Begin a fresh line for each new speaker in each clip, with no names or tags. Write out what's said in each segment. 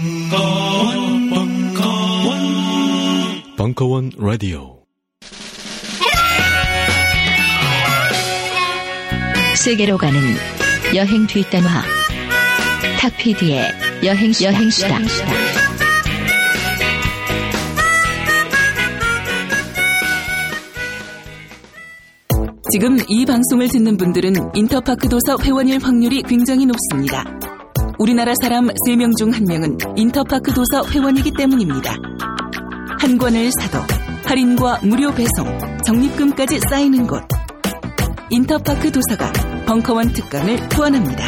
벙커원, 벙커원,
벙커원 라디오.
세계로 가는 여행 뒷담화. 탁피디의 여행 여행시다.
지금 이 방송을 듣는 분들은 인터파크 도서 회원일 확률이 굉장히 높습니다. 우리나라 사람 3명 중 1명은 인터파크 도서 회원이기 때문입니다. 한 권을 사도 할인과 무료 배송, 적립금까지 쌓이는 곳. 인터파크 도서가 벙커원 특강을 후원합니다.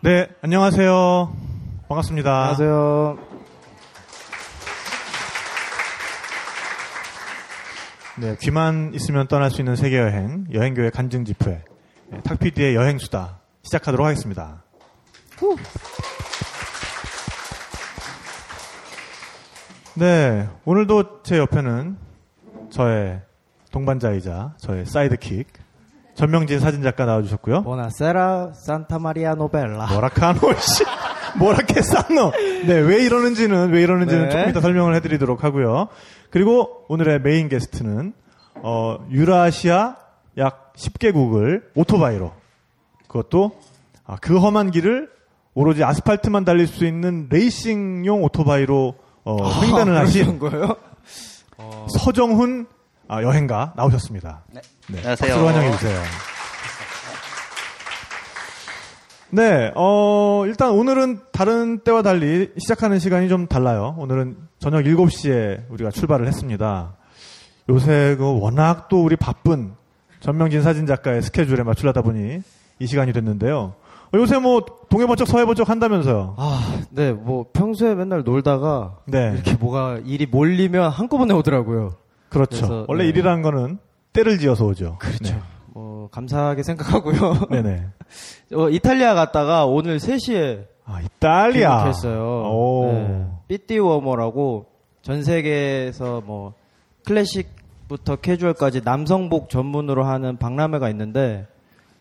네, 안녕하세요. 반갑습니다.
안녕하세요.
네, 귀만 있으면 떠날 수 있는 세계 여행 여행교회 간증 집회 네, 탁피디의 여행 수다 시작하도록 하겠습니다. 네, 오늘도 제 옆에는 저의 동반자이자 저의 사이드킥 전명진 사진작가 나와주셨고요.
보나세라 산타 마리아 노벨라.
뭐라카노 씨. 뭐라케 쌌노. 네, 왜 이러는지는 왜 이러는지는
네.
조금 이따 설명을 해 드리도록 하고요. 그리고 오늘의 메인 게스트는 어, 유라시아 약 10개국을 오토바이로 그것도 아, 그 험한 길을 오로지 아스팔트만 달릴 수 있는 레이싱용 오토바이로 어, 횡단을 하신
아, 그런 뭐 거예요?
서정훈 아, 여행가 나오셨습니다. 네, 박수로 환영해 주세요. 네, 어, 일단 오늘은 다른 때와 달리 시작하는 시간이 좀 달라요. 오늘은 저녁 7시에 우리가 출발을 했습니다. 요새 그 워낙 또 우리 바쁜 전명진 사진 작가의 스케줄에 맞추려다 보니 이 시간이 됐는데요. 어, 요새 뭐 동해 번쩍 서해 번쩍 한다면서요.
아, 네, 뭐 평소에 맨날 놀다가
네,
이렇게 뭐가 일이 몰리면 한꺼번에 오더라고요.
그렇죠.
그래서,
원래
네.
일이라는 거는 때를 지어서 오죠.
그렇죠. 뭐 감사하게 생각하고요.
네, 네네.
어, 이탈리아 갔다가 오늘 3시에
아, 이탈리아.
귀국했어요.
오.
네. 삐띠워머라고 전 세계에서 뭐 클래식부터 캐주얼까지 남성복 전문으로 하는 박람회가 있는데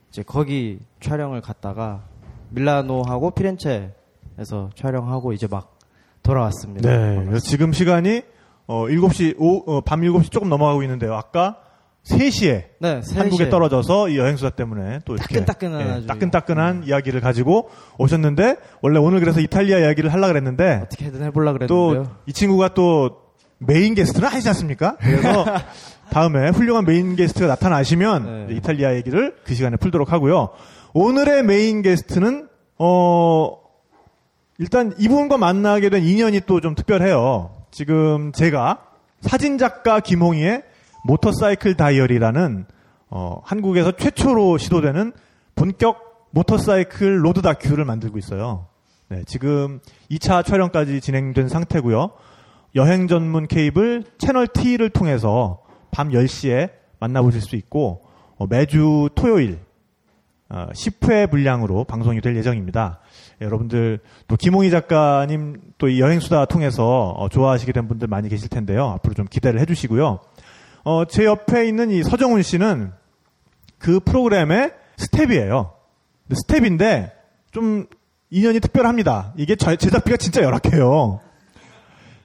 이제 거기 촬영을 갔다가 밀라노하고 피렌체에서 촬영하고 이제 막 돌아왔습니다.
네, 그래서 지금 시간이 어 7시 오, 어, 밤 7시 조금 넘어가고 있는데요. 아까 3시에
네, 3시에.
한국에 떨어져서 이 여행수다 때문에 또 이렇게
따끈따끈한
예,
아주. 음.
따끈따끈한 이야기를 가지고 오셨는데 원래 오늘 그래서 이탈리아 이야기를 하려고 그랬는데
어떻게든 해보려
또
그랬는데요.
이 친구가 또 메인 게스트는 아니지 않습니까? 그래서 다음에 훌륭한 메인 게스트가
네.
나타나시면 이제 이탈리아 얘기를 그 시간에 풀도록 하고요. 오늘의 메인 게스트는 어 일단 이분과 만나게 된 인연이 또 좀 특별해요. 지금 제가 사진 작가 김홍희의 모터사이클 다이어리라는 어, 한국에서 최초로 시도되는 본격 모터사이클 로드 다큐를 만들고 있어요. 네, 지금 2차 촬영까지 진행된 상태고요. 여행 전문 케이블 채널 T를 통해서 밤 10시에 만나보실 수 있고 어, 매주 토요일 어, 10회 분량으로 방송이 될 예정입니다. 여러분들 또 김홍희 작가님 또 이 여행수다 통해서 어, 좋아하시게 된 분들 많이 계실 텐데요. 앞으로 좀 기대를 해주시고요. 어, 제 옆에 있는 이 서정훈 씨는 그 프로그램의 스텝이에요. 근데 스텝인데 좀 인연이 특별합니다. 이게 저- 제작비가 진짜 열악해요.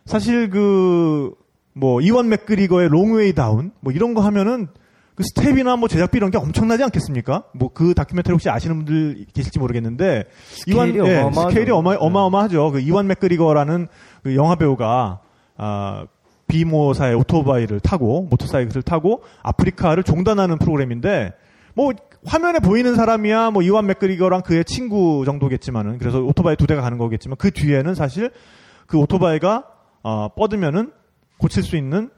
사실 그 뭐 이원 맥그리거의 롱웨이 다운 뭐 이런 거 하면은 그 스텝이나 뭐 제작비 이런 게 엄청나지 않겠습니까? 뭐 그 다큐멘터리 혹시 아시는 분들 계실지 모르겠는데 이완-
스케일이
예,
어마어마하죠. 네.
스케일이 어마, 어마어마하죠. 그 이완 맥그리거라는 그 영화 배우가 아 비모사의 오토바이를 타고 모터사이클을 타고 아프리카를 종단하는 프로그램인데 뭐 화면에 보이는 사람이야 뭐 이완 맥그리거랑 그의 친구 정도겠지만은 그래서 오토바이 두 대가 가는 거겠지만 그 뒤에는 사실 그 오토바이가 어, 뻗으면은 고칠 수 있는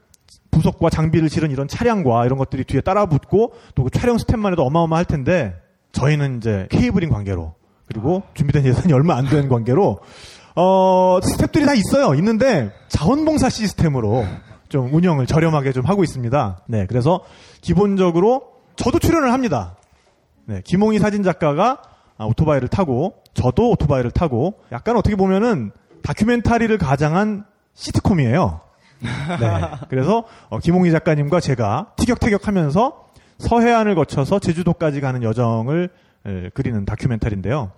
부속과 장비를 실은 이런 차량과 이런 것들이 뒤에 따라 붙고 또 그 촬영 스텝만 해도 어마어마할 텐데 저희는 이제 케이블인 관계로 그리고 준비된 예산이 얼마 안 된 관계로 어 스텝들이 다 있어요 있는데 자원봉사 시스템으로 좀 운영을 저렴하게 좀 하고 있습니다 네 그래서 기본적으로 저도 출연을 합니다 네, 김홍희 사진 작가가 아, 오토바이를 타고 저도 오토바이를 타고 약간 어떻게 보면은 다큐멘터리를 가장한 시트콤이에요. 네, 그래서 어, 김홍희 작가님과 제가 티격태격하면서 서해안을 거쳐서 제주도까지 가는 여정을 에, 그리는 다큐멘터리인데요.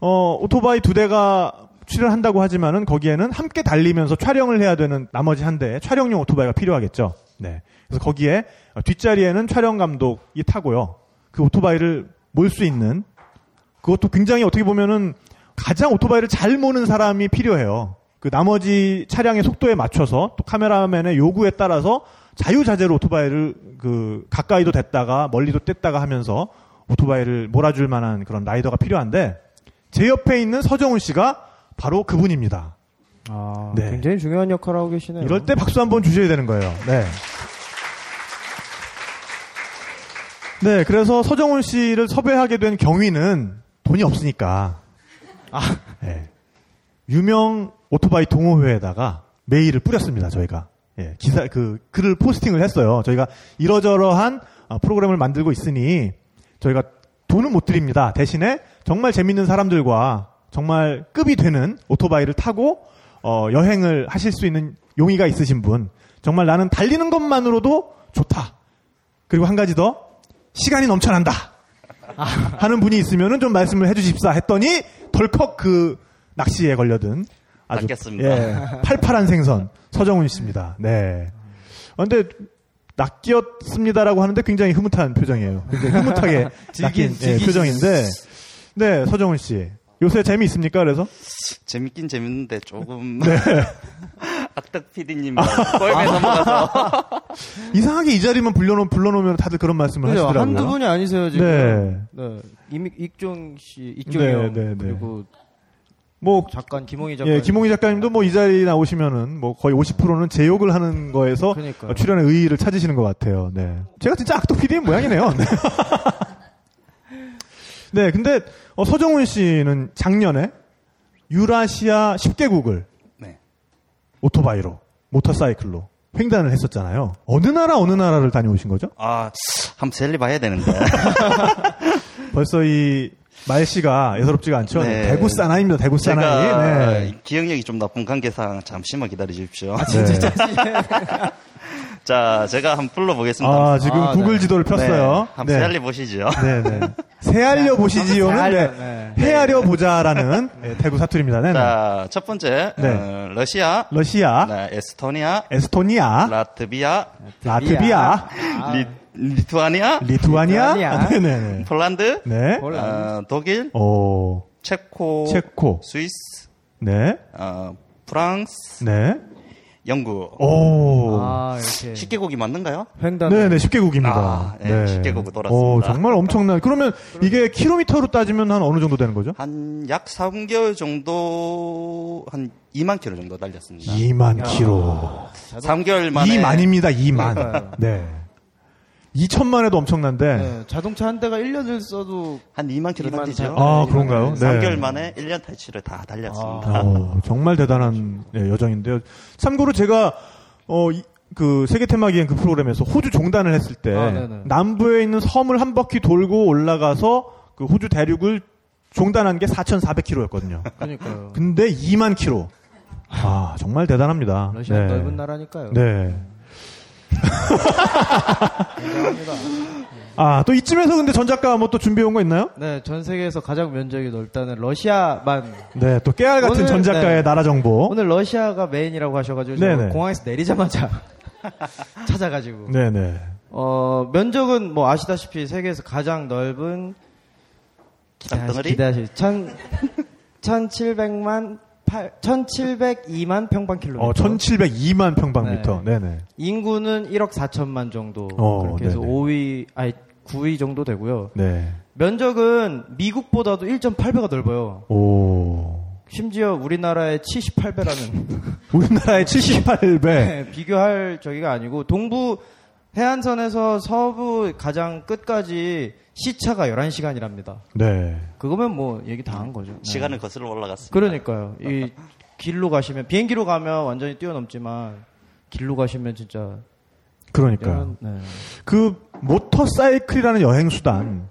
어, 오토바이 두 대가 출연한다고 하지만은 거기에는 함께 달리면서 촬영을 해야 되는 나머지 한 대의 촬영용 오토바이가 필요하겠죠. 네. 그래서 거기에 어, 뒷자리에는 촬영 감독이 타고요. 그 오토바이를 몰 수 있는 그것도 굉장히 어떻게 보면은 가장 오토바이를 잘 모는 사람이 필요해요. 그 나머지 차량의 속도에 맞춰서 또 카메라맨의 요구에 따라서 자유자재로 오토바이를 그 가까이도 댔다가 멀리도 뗐다가 하면서 오토바이를 몰아줄 만한 그런 라이더가 필요한데 제 옆에 있는 서정훈 씨가 바로 그분입니다.
아,
네.
굉장히 중요한 역할을 하고 계시네요.
이럴 때 박수 한번 주셔야 되는 거예요. 네. 네, 그래서 서정훈 씨를 섭외하게 된 경위는 돈이 없으니까. 아, 예. 유명 오토바이 동호회에다가 메일을 뿌렸습니다, 저희가. 예, 기사, 그, 글을 포스팅을 했어요. 저희가 이러저러한 아, 프로그램을 만들고 있으니 저희가 돈은 못 드립니다. 대신에 정말 재밌는 사람들과 정말 급이 되는 오토바이를 타고 어, 여행을 하실 수 있는 용의가 있으신 분. 정말 나는 달리는 것만으로도 좋다. 그리고 한 가지 더 시간이 넘쳐난다 하는 분이 있으면은 좀 말씀을 해주십사 했더니 덜컥 그 낚시에 걸려든 아주
낚였습니다.
예, 팔팔한 생선 서정훈 씨입니다. 네. 그런데 낚였습니다라고 하는데 굉장히 흐뭇한 표정이에요. 굉장히 흐뭇하게 낚인 예, 표정인데 네 서정훈 씨 요새 재미 있습니까? 그래서
재밌긴 재밌는데 조금 악덕 PD님 뻘에 넘어가서
이상하게 이 자리만 불러놓 불러놓으면 다들 그런 말씀을
그죠?
하시더라고요.
한두 분이 아니세요 지금.
네.
네. 이미 익종 씨, 익종
네,
형
네, 네.
그리고
뭐
작가 김홍희 작가.
예, 김홍희 작가님도 뭐 이 자리 나오시면은 뭐 거의 50%는 제 욕을 하는 거에서
그러니까요.
어, 출연의 의의를 찾으시는 것 같아요. 네. 제가 진짜 악덕 PD 모양이네요. 네. 네, 근데 어, 서정훈 씨는 작년에 유라시아 10개국을
네.
오토바이로, 모터사이클로 횡단을 했었잖아요. 어느 나라 어느 나라를 다녀오신 거죠?
아 한번 셀리 봐야 되는데
벌써 이 말씨가 예사롭지가 않죠.
네.
대구 사나이입니다. 대구
제가
사나이. 네.
기억력이 좀 나쁜 관계상 잠시만 기다려 주십시오.
네.
자 제가 한번 불러보겠습니다.
아, 지금
아,
구글
네.
지도를 폈어요.
네, 한번 셀리 보시죠.
네네. 새알려 보시지요는
새알려,
네. 헤아려 보자라는 네, 대구 사투리입니다. 네. 네.
자, 첫 번째,
네.
어, 러시아,
러시아,
네, 에스토니아,
에스토니아,
라트비아,
라트비아,
리, 리투아니아,
리투아니아,
리투아니아.
네네네.
폴란드,
아,
네.
어, 독일,
오,
체코,
체코,
스위스,
네,
어, 프랑스,
네,
영국.
오.
아, 이렇게.
식계곡이 맞는가요?
횡단.
네네, 10개국입니다.
아, 네, 10개국 돌았습니다.
정말 엄청난. 그러면 이게 킬로미터로 따지면 한 어느 정도 되는 거죠?
한 약 3개월 정도 한 2만 킬로 정도 달렸습니다.
2만 킬로.
3개월 만에
2만입니다, 2만. 네. 2천만 해도 엄청난데.
네, 자동차 한 대가 1년을 써도
한 2만 킬로
2만
달리죠.
아,
아, 그런가요? 네.
3개월 만에 1년 탈취를 다 달렸습니다.
어, 정말 대단한 예, 여정인데요. 참고로 제가 어, 이- 그 세계 테마기행 그 프로그램에서 호주 종단을 했을 때
아, 네네.
남부에 있는 섬을 한 바퀴 돌고 올라가서 그 호주 대륙을 종단한 게 4,400km였거든요.
그러니까요.
근데 2만 km. 아 정말 대단합니다.
러시아 는 넓은 나라니까요.
네.
감사합니다.
아 또 이쯤에서 근데 전 작가 뭐 또 준비해 온 거 있나요?
네, 전 세계에서 가장 면적이 넓다는 러시아만
네. 또 깨알 같은
오늘,
전 작가의
네.
나라 정보.
오늘 러시아가 메인이라고 하셔가지고
어? 네네.
제가 공항에서 내리자마자 찾아가지고
네네.
어, 면적은 뭐 아시다시피 세계에서 가장 넓은
땅덩어리?
기다시 천 1700만 8 1702만 평방킬로미터.
어 1,702만 평방미터. 네네.
인구는 1억 4천만 정도.
어,
그렇게 해서
네네.
5위 아니 9위 정도 되고요.
네.
면적은 미국보다도 1.8배가 넓어요.
오.
심지어 우리나라의 78배라는
우리나라의
네.
78배.
비교할 저기가 아니고 동부 해안선에서 서부 가장 끝까지 시차가 11시간이랍니다.
네.
그거면 뭐 얘기 다 한 거죠. 네.
시간을 거슬러 올라갔습니다.
그러니까요. 이 길로 가시면 비행기로 가면 완전히 뛰어넘지만 길로 가시면 진짜
그러니까요.
네.
그 모터사이클이라는 여행 수단.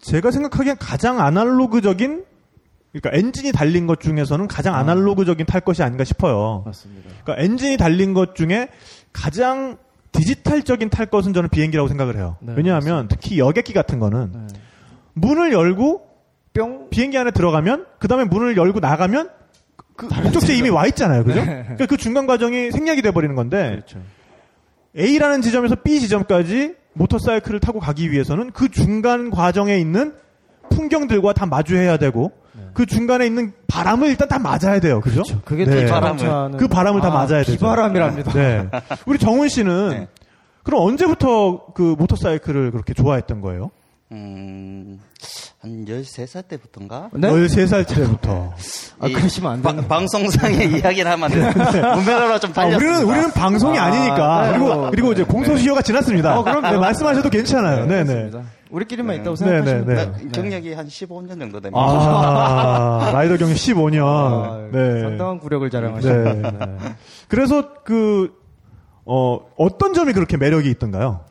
제가 생각하기엔 가장 아날로그적인 그러니까 엔진이 달린 것 중에서는 가장 아날로그적인 탈 것이 아닌가 싶어요.
맞습니다.
그러니까 엔진이 달린 것 중에 가장 디지털적인 탈 것은 저는 비행기라고 생각을 해요.
네,
왜냐하면 특히 여객기 같은 거는
네.
문을 열고
뿅.
비행기 안에 들어가면 그 다음에 문을 열고 나가면 그
그렇죠.
목적지에 이미 와 있잖아요, 그죠? 그러니까 그 중간 과정이 생략이 돼 버리는 건데
그렇죠.
A라는 지점에서 B 지점까지 모터사이클을 타고 가기 위해서는 그 중간 과정에 있는 풍경들과 다 마주해야 되고 그 중간에 있는 바람을 일단 다 맞아야 돼요, 그죠?
그렇죠. 그게
네.
또
바람을.
자동차는-
그 바람을 다
아,
맞아야 되죠.
비바람이랍니다.
네. 우리 정훈 씨는
네.
그럼 언제부터 그 모터사이클을 그렇게 좋아했던 거예요?
음, 한 13살 때부터인가?
네?
13살 때부터.
아,
이
그러시면 안
바-
되는
방송상의 이야기를 하면 문메라로 좀
네. 아,
달렸습니다.
우리는 우리는 방송이
아,
아, 니니까
네,
그리고
뭐,
그리고 이제 공소시효가 지났습니다. 그럼 네, 말씀하셔도 괜찮아요. 네, 네.
그렇습니다. 우리끼리만 있다고
네, 네,
생각하시면
네.
돼요.
네, 경력이 한 15년 정도 됩니다.
아, 라이더 경력 15년.
아,
네.
상당한 구력을 자랑하시는
네. 그래서 그 어, 어떤 점이 그렇게 매력이 있던가요?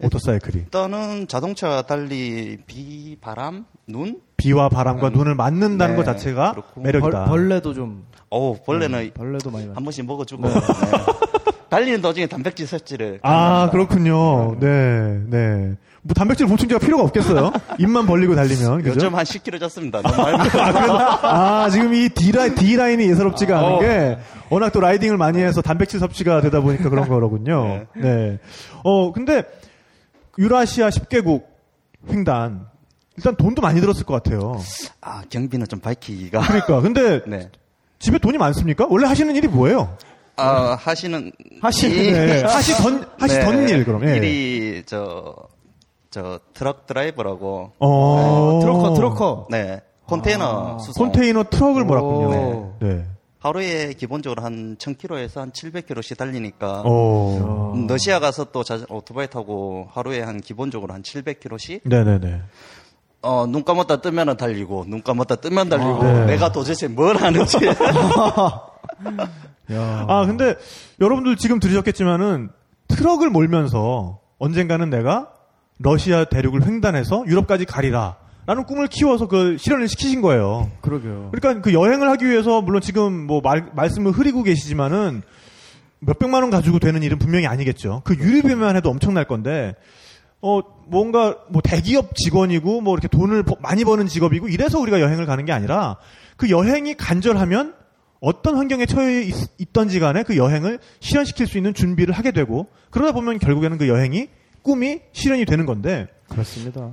오토사이클이
일단은 자동차와 달리 비, 바람, 눈?
비와 바람과 눈을 맞는다는
네,
것 자체가
그렇고.
벌,
매력이다.
벌레도 좀
어우,
음,
벌레는
벌레도 많이
한
많아요.
번씩 먹어주고. 네. 달리는 도중에 단백질 섭취를.
아, 그렇군요. 네, 네. 뭐 단백질 보충제가 필요가 없겠어요. 입만 벌리고 달리면. 그죠?
요즘 한 10kg 졌습니다. 너무 많이
아, 그래서, 아, 지금 이 D, 라인, D 라인이 예사롭지가 않은
어.
게, 워낙 또 라이딩을 많이 해서 단백질 섭취가 되다 보니까 그런 거로군요. 네. 어, 근데, 유라시아 10개국 횡단. 일단 돈도 많이 들었을 것 같아요.
아, 경비는 좀 밝히기가.
그러니까. 근데,
네.
집에 돈이 많습니까? 원래 하시는 일이 뭐예요?
아, 하시는.
하시는,
이-
예, 예. 하시 던, 하시
네.
던 일, 그럼. 예.
일이, 저, 저, 트럭 드라이버라고.
어,
네. 트럭커, 트럭커.
네. 컨테이너 수송.
아. 컨테이너 트럭을 몰았군요.
오.
네.
하루에 기본적으로 한 1000km에서 한 700km씩 달리니까.
어.
음, 러시아 가서 또 자, 오토바이 타고 하루에 한 기본적으로 한 700km씩
네네네.
어, 눈 감았다 뜨면은 달리고 눈 감았다 뜨면 달리고
네.
내가 도대체 뭘 하는지
아, 근데 여러분들 지금 들으셨겠지만은 트럭을 몰면서 언젠가는 내가 러시아 대륙을 횡단해서 유럽까지 가리라. 라는 꿈을 키워서 그 실현을 시키신 거예요.
그러게요.
그러니까 그 여행을 하기 위해서 물론 지금 뭐 말, 말씀을 흐리고 계시지만은 몇백만 원 가지고 되는 일은 분명히 아니겠죠. 그 유류비만 해도 엄청날 건데 어 뭔가 뭐 대기업 직원이고 뭐 이렇게 돈을 버- 많이 버는 직업이고 이래서 우리가 여행을 가는 게 아니라 그 여행이 간절하면 어떤 환경에 처해 있, 있던지 간에 그 여행을 실현시킬 수 있는 준비를 하게 되고 그러다 보면 결국에는 그 여행이 꿈이 실현이 되는 건데
그렇습니다.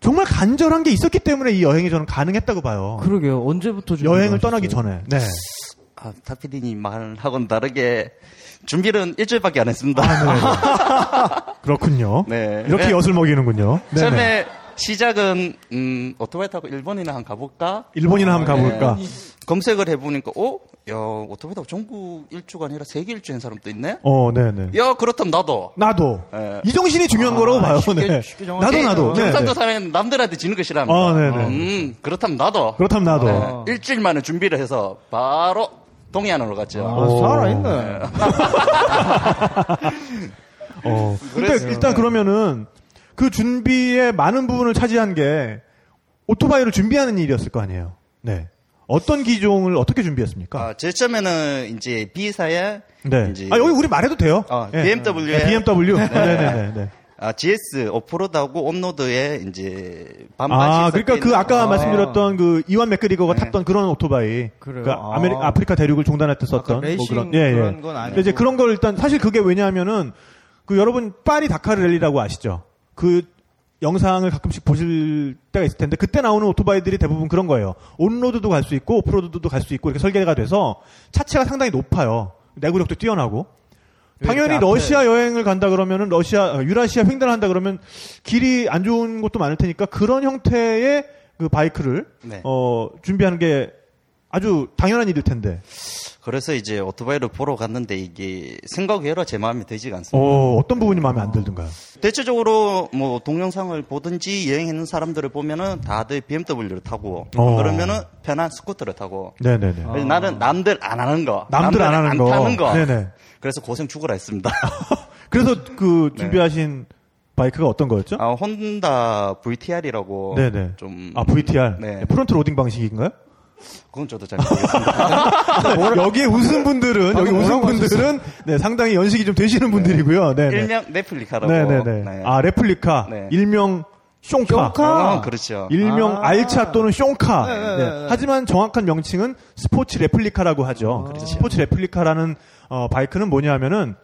정말 간절한 게 있었기 때문에 이 여행이 저는 가능했다고 봐요.
그러게요. 언제부터
여행을 떠나기 전에. 네.
아, 타피디님 말하고는 다르게 준비는 일주일밖에 안 했습니다.
아, 그렇군요.
네.
이렇게
네.
엿을 먹이는군요. 네네.
처음에 시작은 음, 오토바이 타고 일본이나 한번 가볼까?
일본이나 한번 가볼까?
검색을 해보니까 어? 야 오토바이 타고 전국 일주가 아니라 세계 일주인 사람도 있네?
어, 네네.
야 그렇다면 나도
나도.
예. 네.
이 정신이 중요한
아,
거라고 봐요.
쉽게-
네.
쉽게
나도
정확히
나도. 네,
경상도
네.
어, 사람은 남들한테 지는 거 싫어합니다.
아, 네네.
음, 그렇다면 나도
그렇다면 나도.
네, 일주일 만에 준비를 해서 바로 동해안으로 갔죠.
아, 살아있네.
어. 근데
그래서-
일단 그러면은 그 준비의 많은 부분을 차지한 게 오토바이를 준비하는 일이었을 거 아니에요. 네. 어떤 기종을 어떻게 준비했습니까?
아, 제 처음에는 이제 B사에
네.
이제
아 여기 우리 말해도 돼요.
아,
예.
BMW 에-
네, BMW. 네, 네, 네, 네.
아, GS 오프로드하고 옵로드에 이제 반반씩
아, 그러니까 그 아까
아. 네.
말씀드렸던 그 이완 맥그리거가 탔던 그런 오토바이.
그래요.
그러니까
아.
아메리, 아프리카 대륙을 종단할 때 썼던 예,
아까 레이싱 그런 건 아니고.
근데 이제 그런 걸 일단 사실 그게 왜냐하면은 그 여러분 파리 다카르 랠리라고 아시죠? 그 영상을 가끔씩 보실 때가 있을 텐데 그때 나오는 오토바이들이 대부분 그런 거예요. 온로드도 갈 수 있고 오프로드도 갈 수 있고 이렇게 설계가 돼서 차체가 상당히 높아요. 내구력도 뛰어나고 당연히
이렇게 그러니까 앞에-
러시아 여행을 간다 그러면은 러시아 어, 유라시아 횡단을 한다 그러면 길이 안 좋은 곳도 많을 테니까 그런 형태의 그 바이크를
네.
어, 준비하는 게 아주 당연한 일일 텐데.
그래서 이제 오토바이를 보러 갔는데 이게 생각 외로 제 마음에 들지가 않습니다.
어, 어떤 부분이 마음에 안 들든가요?
대체적으로 뭐 동영상을 보든지 여행하는 사람들을 보면은 다들 BMW를 타고
어.
그러면은 편한 스쿠터를 타고
네네네.
그래서 나는 남들 안 하는 거
남들 안 하는 거.
타는 거
네네.
그래서 고생 죽어라 했습니다.
그래서 그 준비하신 바이크가 어떤 거였죠?
네. 아, 혼다 VTR이라고
네네.
좀
아, VTR.
네.
프론트 로딩 방식인가요?
그건 저도 잘 모르겠습니다. 아,
여기에 웃은 분들은, 여기 웃은 분들은, 네, 상당히 연식이 좀 되시는 분들이고요. 네네.
일명 레플리카라고.
네네네. 아, 레플리카.
네.
일명 숑카.
어, 그렇죠.
일명
아.
알차 또는 숑카.
네,
네.
네, 네.
하지만 정확한 명칭은 스포츠 레플리카라고 하죠. 그렇죠. 스포츠 레플리카라는 어, 바이크는 뭐냐면은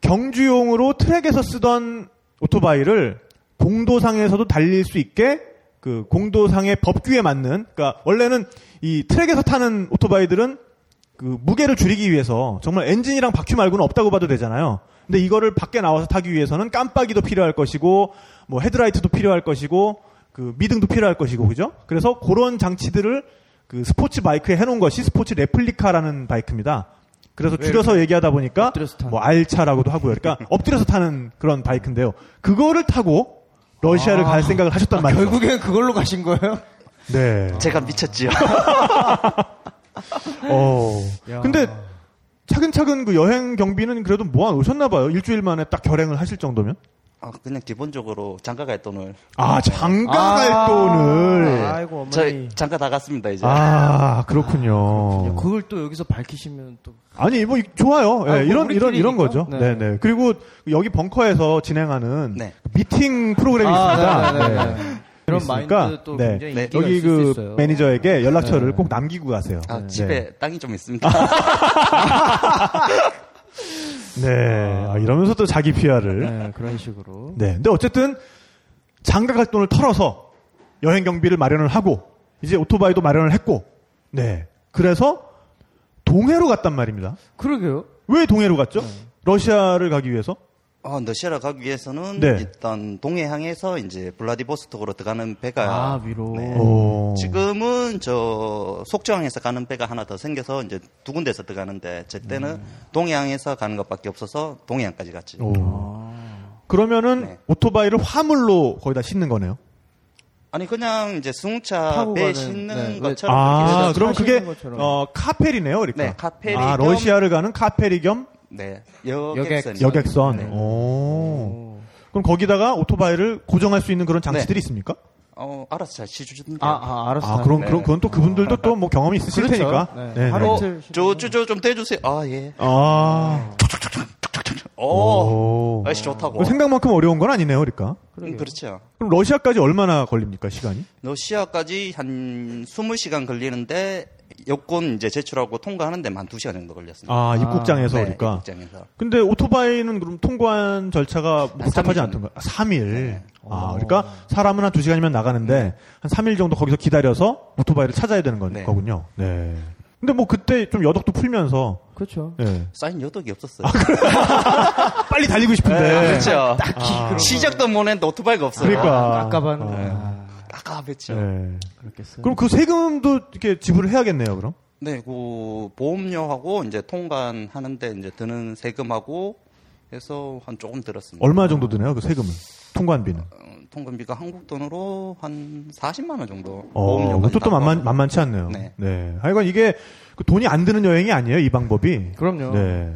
경주용으로 트랙에서 쓰던 오토바이를 공도상에서도 달릴 수 있게 그 공도상의 법규에 맞는 그러니까 원래는 이 트랙에서 타는 오토바이들은 그 무게를 줄이기 위해서 정말 엔진이랑 바퀴 말고는 없다고 봐도 되잖아요. 근데 이거를 밖에 나와서 타기 위해서는 깜빡이도 필요할 것이고 뭐 헤드라이트도 필요할 것이고 그 미등도 필요할 것이고 그죠? 그래서 그런 장치들을 그 스포츠 바이크에 해놓은 것이 스포츠 레플리카라는 바이크입니다. 그래서 줄여서 얘기하다 보니까
엎드려서 타는
뭐 알차라고도 하고요. 그러니까 엎드려서 타는 그런 바이크인데요. 그거를 타고 러시아를
아.
갈 생각을 하셨단 말이죠.
결국엔 그걸로 가신 거예요?
네.
제가 미쳤지요.
어.
야.
근데 차근차근 그 여행 경비는 그래도 모아 놓으셨나 봐요. 일주일 만에 딱 결행을 하실 정도면.
아, 그냥 기본적으로 장가 갈 돈을.
아, 장가 갈 네. 돈을.
아이고, 어머니.
저 장가 다 갔습니다, 이제.
아, 그렇군요.
그걸 또 여기서 밝히시면 또.
아니, 뭐 이- 좋아요. 예,
아, 뭐
이런
우리끼리니까.
이런 이런 거죠.
네.
네, 네. 그리고 여기 벙커에서 진행하는
네.
미팅 프로그램이
아,
있습니다. 아, 네.
이런
있으니까,
마인드 또
네.
굉장히
네.
인기가
여기
있을 수
그
있어요. 네,
매니저에게 연락처를 꼭 남기고 가세요.
아,
네.
집에 땅이 좀 있습니다.
네. 아, 이러면서 또 자기 PR을
네, 그런 식으로.
네. 근데 어쨌든 장가 갈 돈을 털어서 여행 경비를 마련을 하고 이제 오토바이도 마련을 했고 네. 그래서 동해로 갔단 말입니다.
그러게요.
왜 동해로 갔죠?
네.
러시아를 가기 위해서?
어, 러시아를 가기 위해서는
네.
일단 동해항에서 이제 블라디보스톡으로 들어가는 배가
아, 위로.
오.
네. 지금은 저 속초항에서 가는 배가 하나 더 생겨서 이제 두 군데서 들어가는데 제 때는 동해항에서 가는 것밖에 없어서 동해항까지 갔지.
오. 그러면은
아. 네.
오토바이를 화물로 거기다 싣는 거네요.
아니 그냥 이제 승용차
타고
배
가는,
싣는
네.
것처럼 그렇게
아,
해서-
그럼 그게
싣는 것처럼.
어, 카페리네요, 그러니까.
네, 카페리
아,
겸-
러시아를 가는 카페리 겸
네
여객선.
여객선
여객선.
네.
오. 그럼 거기다가 오토바이를 고정할 수 있는 그런
네.
장치들이 있습니까?
어 알아서 잘 시주던데.
아, 아, 알았어.
아, 그런, 그런, 그건 또 그분들도 또 뭐 경험이 있으실
그렇죠.
테니까.
네.
네,
하루
네.
어,
이틀
저저좀 대주세요. 아 예.
아.
오.
오.
어. 아씨 좋다고.
그럼 생각만큼 어려운 건 아니네요, 그러니까.
음, 그렇죠.
그럼 러시아까지 얼마나 걸립니까, 시간이?
러시아까지 한 20시간 걸리는데 여권 이제 제출하고 통과하는데 만 2시간 정도 걸렸습니다.
아, 입국장에서
네,
그러니까.
입국장에서.
근데 오토바이는 그럼 통관 절차가 뭐 복잡하지
삼일
않던가? 아, 3일. 아, 그러니까 사람은 한 2시간이면 나가는데 한 3일 정도 거기서 기다려서 오토바이를 찾아야 되는 건,
네.
거군요. 네. 근데 뭐 그때 좀 여덕도 풀면서
그렇죠.
예.
쌓인 여덕이 없었어요.
빨리 달리고 싶은데.
그렇죠. 딱히 시작도 못 했는데 오토바이가 없어요.
아, 그러니까.
아까반
어.
아,
깝깝했죠.
예.
그렇겠어요.
그럼 그 세금도 이렇게 지불을 해야겠네요, 그럼?
네, 그 보험료하고 이제 통관하는데 이제 드는 세금하고 해서 한 조금 들었습니다.
얼마 정도 드나요, 그 세금은? 통관비는?
어, 통관비가 한국 돈으로 한 40만 원 정도.
어,
보험료가
그것도 또 만만, 만만치 않네요.
네.
하여간 이게 그 돈이 안 드는 여행이 아니에요, 이 방법이.
그럼요.
네.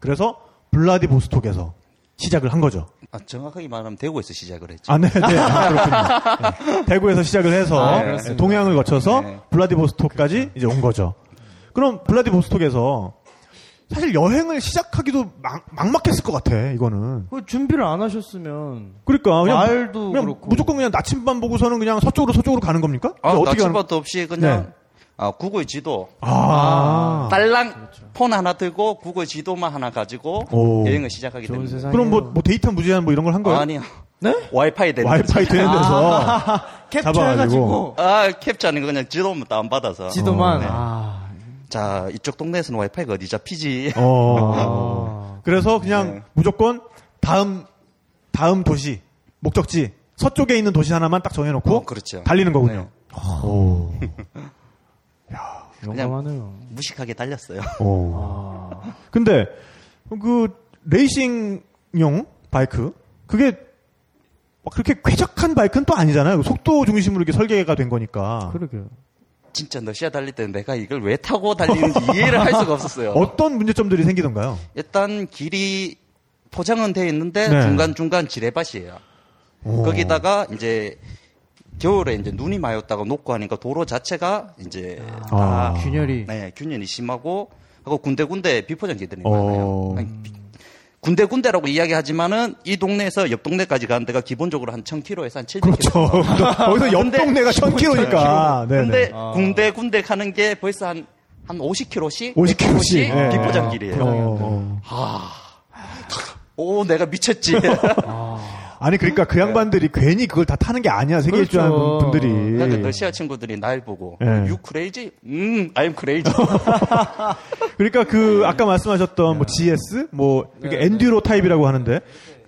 그래서 블라디보스톡에서 시작을 한 거죠.
아, 정확하게 말하면 대구에서 시작을 했죠.
아, 네, 네. 아, 그렇군요. 네. 대구에서 시작을 해서
아, 그렇습니다. 그렇죠.
동양을 거쳐서
네.
블라디보스톡까지 이제 온 거죠. 그럼 블라디보스톡에서 사실 여행을 시작하기도 막, 막막했을 것 같아, 이거는.
그 준비를 안 하셨으면
그러니까 그냥
말도
그냥
그렇고.
무조건 그냥 나침반 보고서는 그냥 서쪽으로 서쪽으로 가는 겁니까?
아,
어떻게 가는-
나침반도 없이 그냥
네.
아, 구글 지도
아.
딸랑 폰 하나 들고 구글 지도만 하나 가지고
오.
여행을 시작하게
좋은
됩니다.
세상에.
그럼 뭐, 뭐 데이터 무제한 뭐 이런 걸 한 거예요?
아, 아니요. 아.
네?
와이파이 되는 거죠.
와이파이 되는 데서 잡아가지고.
캡처해가지고
아, 캡처 아니고 그냥 지도만 다운받아서.
지도만.
네.
아,
자, 이쪽 동네에서는 와이파이가 어디자 피지.
어. 그래서 그냥
네.
무조건 다음 다음 도시 목적지 서쪽에 있는 도시 하나만 딱 정해놓고
어, 그렇죠.
달리는 거군요. 어. 오.
영감하네요.
무식하게 달렸어요.
오.
아,
근데 그 레이싱용 바이크 그게 막 그렇게 쾌적한 바이크는 또 아니잖아요. 속도 중심으로 이렇게 설계가 된 거니까
그러게요.
진짜 러시아 달릴 때 내가 이걸 왜 타고 달리는지 이해를 할 수가 없었어요.
어떤 문제점들이 생기던가요?
일단 길이 포장은 돼 있는데
네.
중간중간 지뢰밭이에요.
오.
거기다가 이제 겨울에 이제 눈이 마였다가 녹고 하니까 도로 자체가 이제
아.
아, 균열이.
네, 균열이 심하고 하고 군데군데 비포장지들이
어.
많아요. 아니, 비- 군데군데라고 이야기하지만은 이 동네에서 옆 동네까지 가는 데가 기본적으로 한 1000km에서 한 700km.
그렇죠. 거기서 옆
근데-
동네가 1000km니까. 아,
근데 군데군데 가는 게 벌써 한, 한 50km씩?
50km 씩, 어, 예.
비포장 길이에요. 오, 내가 미쳤지.
예. 아니 그러니까 그 양반들이 괜히 그걸 다 타는 게 아니야 세계
그렇죠.
일주하는 분들이.
그러니까 러시아 친구들이 날 보고,
예.
You crazy? 음, I'm crazy.
그러니까
네.
그 아까 말씀하셨던 뭐 GS 뭐 이렇게 엔듀로 타입이라고 하는데
네.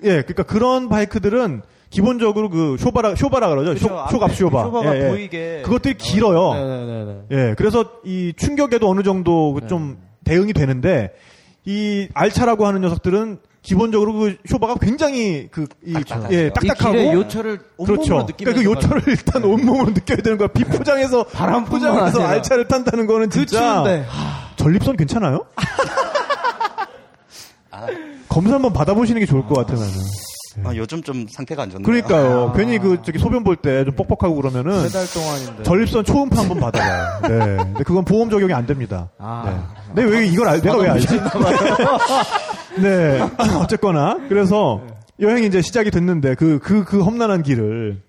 예 그러니까 그런 바이크들은 기본적으로 그 쇼바라 쇼바라 그러죠
그렇죠.
쇼,
앞에
쇼갑 쇼바
쇼바가
예, 예.
보이게.
그것들이 길어요
네네네. 네.
예 그래서 이 충격에도 어느 정도 그좀 대응이 되는데 이 알차라고 하는 녀석들은 기본적으로 그 쇼바가 굉장히 그이
딱딱하죠.
예,
이
딱딱하고
길의 요철을 온몸으로
그렇죠. 그러니까
느끼면서
그 요철을 일단 온몸으로 느껴야 되는 거야. 비포장에서
바람뿐만
포장에서
아니라.
알차를 탄다는 거는
그
진짜
추운데.
전립선 괜찮아요? 검사 한번 받아보시는 게 좋을 것 같아요. 나는.
아, 요즘 좀 상태가 안 좋네요.
그러니까요.
아.
괜히 그 저기 소변 볼 때 좀 뻑뻑하고 그러면은
세달 동안인데.
전립선 초음파 한번 받아봐요. 네. 근데 그건 보험 적용이 안 됩니다.
아.
네. 근데 왜 이걸 알, 내가 왜 알지? 네. 어쨌거나 그래서
네.
여행이 이제 시작이 됐는데 그 그 그 험난한 길을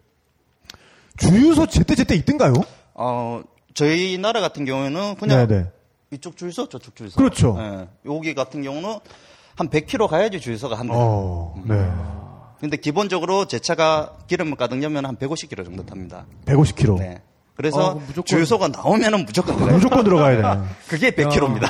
주유소 제때 제때 있던가요?
어, 저희 나라 같은 경우에는 그냥 이쪽 줄서 저쪽 줄서.
네, 그렇죠.
네.
예. 여기 같은 경우는 한 100km 가야지 주유소가 한 대.
어, 네.
근데 기본적으로 제 차가 기름을 가득 넣으면 한 150km 정도 탑니다.
150km.
네. 그래서
아, 그럼 무조건-
주유소가 나오면은 무조건 가요.
무조건 들어가야 돼.
그게 100km입니다.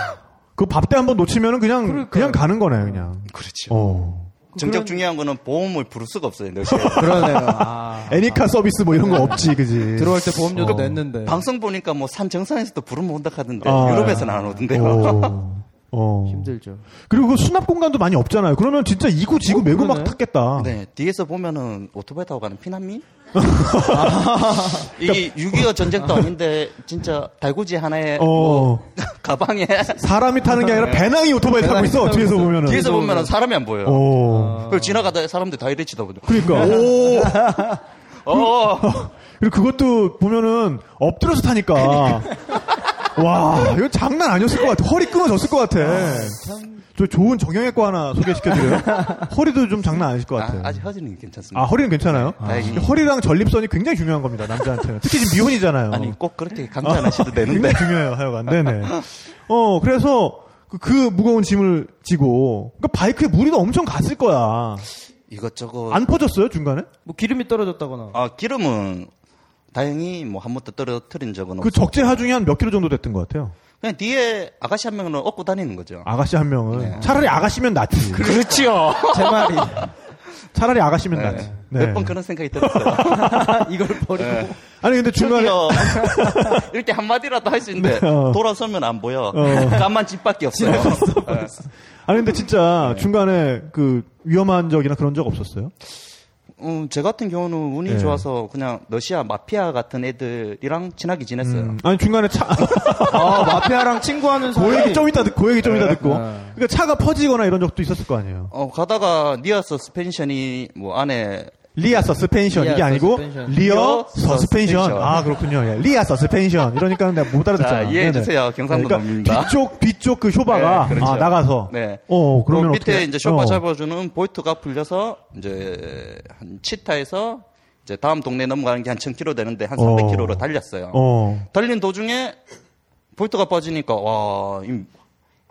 그 밥 때 한번 놓치면은 그냥 그냥 가는 거네, 그냥.
그렇죠.
어.
정작 중요한 거는 보험을 부를 수가 없어요. 러시아에.
그러네요. 아.
애니카 서비스 뭐 이런 거 없지, 그지?
들어올 때 보험료도 냈는데.
방송 보니까 뭐 산 정상에서도 부르면 온다 하던데
아,
유럽에서는 안 오던데요.
어. 어.
힘들죠.
그리고 그 수납 공간도 많이 없잖아요. 그러면 진짜 이구 지구 매구 막
그러네.
탔겠다.
네, 뒤에서 보면은 오토바이 타고 가는 피난민? 이게 6.25 전쟁도 아닌데 진짜 달구지 하나에
어. 네.
가방에
사람이 타는 게 아니라 배낭이 오토바이 타고 있어. 뒤에서 보면은.
뒤에서 보면은 사람이 안 보여요.
어.
그리고 지나가다 사람들 다 이래 쳐다보죠.
그러니까. 오.
어,
그리고 그것도 보면은 엎드려서 타니까. 와, 이거 장난 아니었을 것 같아. 허리 끊어졌을 것 같아. 저 좋은 정형외과 하나 소개시켜드려요. 허리도 좀 장난 아니실 것
아,
같아요.
아직 허즈는 괜찮습니다.
네. 아, 허리는 괜찮아요?
다행히.
허리랑 전립선이 굉장히 중요한 겁니다, 남자한테는. 특히 지금 미혼이잖아요.
아니 꼭 그렇게 강조 안 하셔도 되는데.
굉장히 중요해요, 하여간. 네네. 어, 그래서 그, 그 무거운 짐을 지고, 그러니까 바이크에 물이 엄청 갔을 거야.
이것저것
네. 안 퍼졌어요, 중간에?
뭐 기름이 떨어졌다거나.
아, 기름은 다행히 뭐 한 번도 떨어뜨린 적은
그
없고
적재 하중이 한 몇 킬로 정도 됐던 것 같아요.
그냥 뒤에 아가씨 한 명은 업고 다니는 거죠.
아가씨 한 명은 차라리 아가씨면 낫지.
네. 그렇지요.
제 말이
차라리 아가씨면 낫지.
네.
네.
몇 번 그런 생각이 들었어요.
이걸 버리고
아니 근데 중간에
저기요. 이렇게 한마디라도 할 수 있는데
네, 어.
돌아서면 안 보여.
어.
까만 집밖에 없어요. 예.
아니 근데 진짜
네.
중간에 그 위험한 적이나 그런 적 없었어요?
음, 제 같은 경우는 운이
예.
좋아서 그냥 러시아 마피아 같은 애들이랑 친하게 지냈어요.
음, 아니 중간에 차
아, 마피아랑 친구하는 사람
고얘기 좀 이따 듣고 고얘기 좀 이따
네.
듣고 그러니까 차가 퍼지거나 이런 적도 있었을 거 아니에요.
어, 가다가 니아서 스펜션이 뭐 안에
리아 서스펜션 이게
리아
아니고
서스펜션.
리어
리어
서스펜션
서스펜션.
아 그렇군요 예. 리아 서스펜션 이러니까 내가 못 알아듣잖아
자, 이해해주세요. 경상도
그러니까
놈입니다.
뒤쪽 뒤쪽 그 쇼바가
네, 그렇죠.
아, 나가서
네.
어 그러면
그 밑에
어떻게
이제 쇼파
어.
잡아주는 볼트가 풀려서 이제 한 치타에서 이제 다음 동네 넘어가는 게 한 1,000km 되는데 한
어.
300km로 달렸어요.
어
달린 도중에 볼트가 빠지니까 와, 이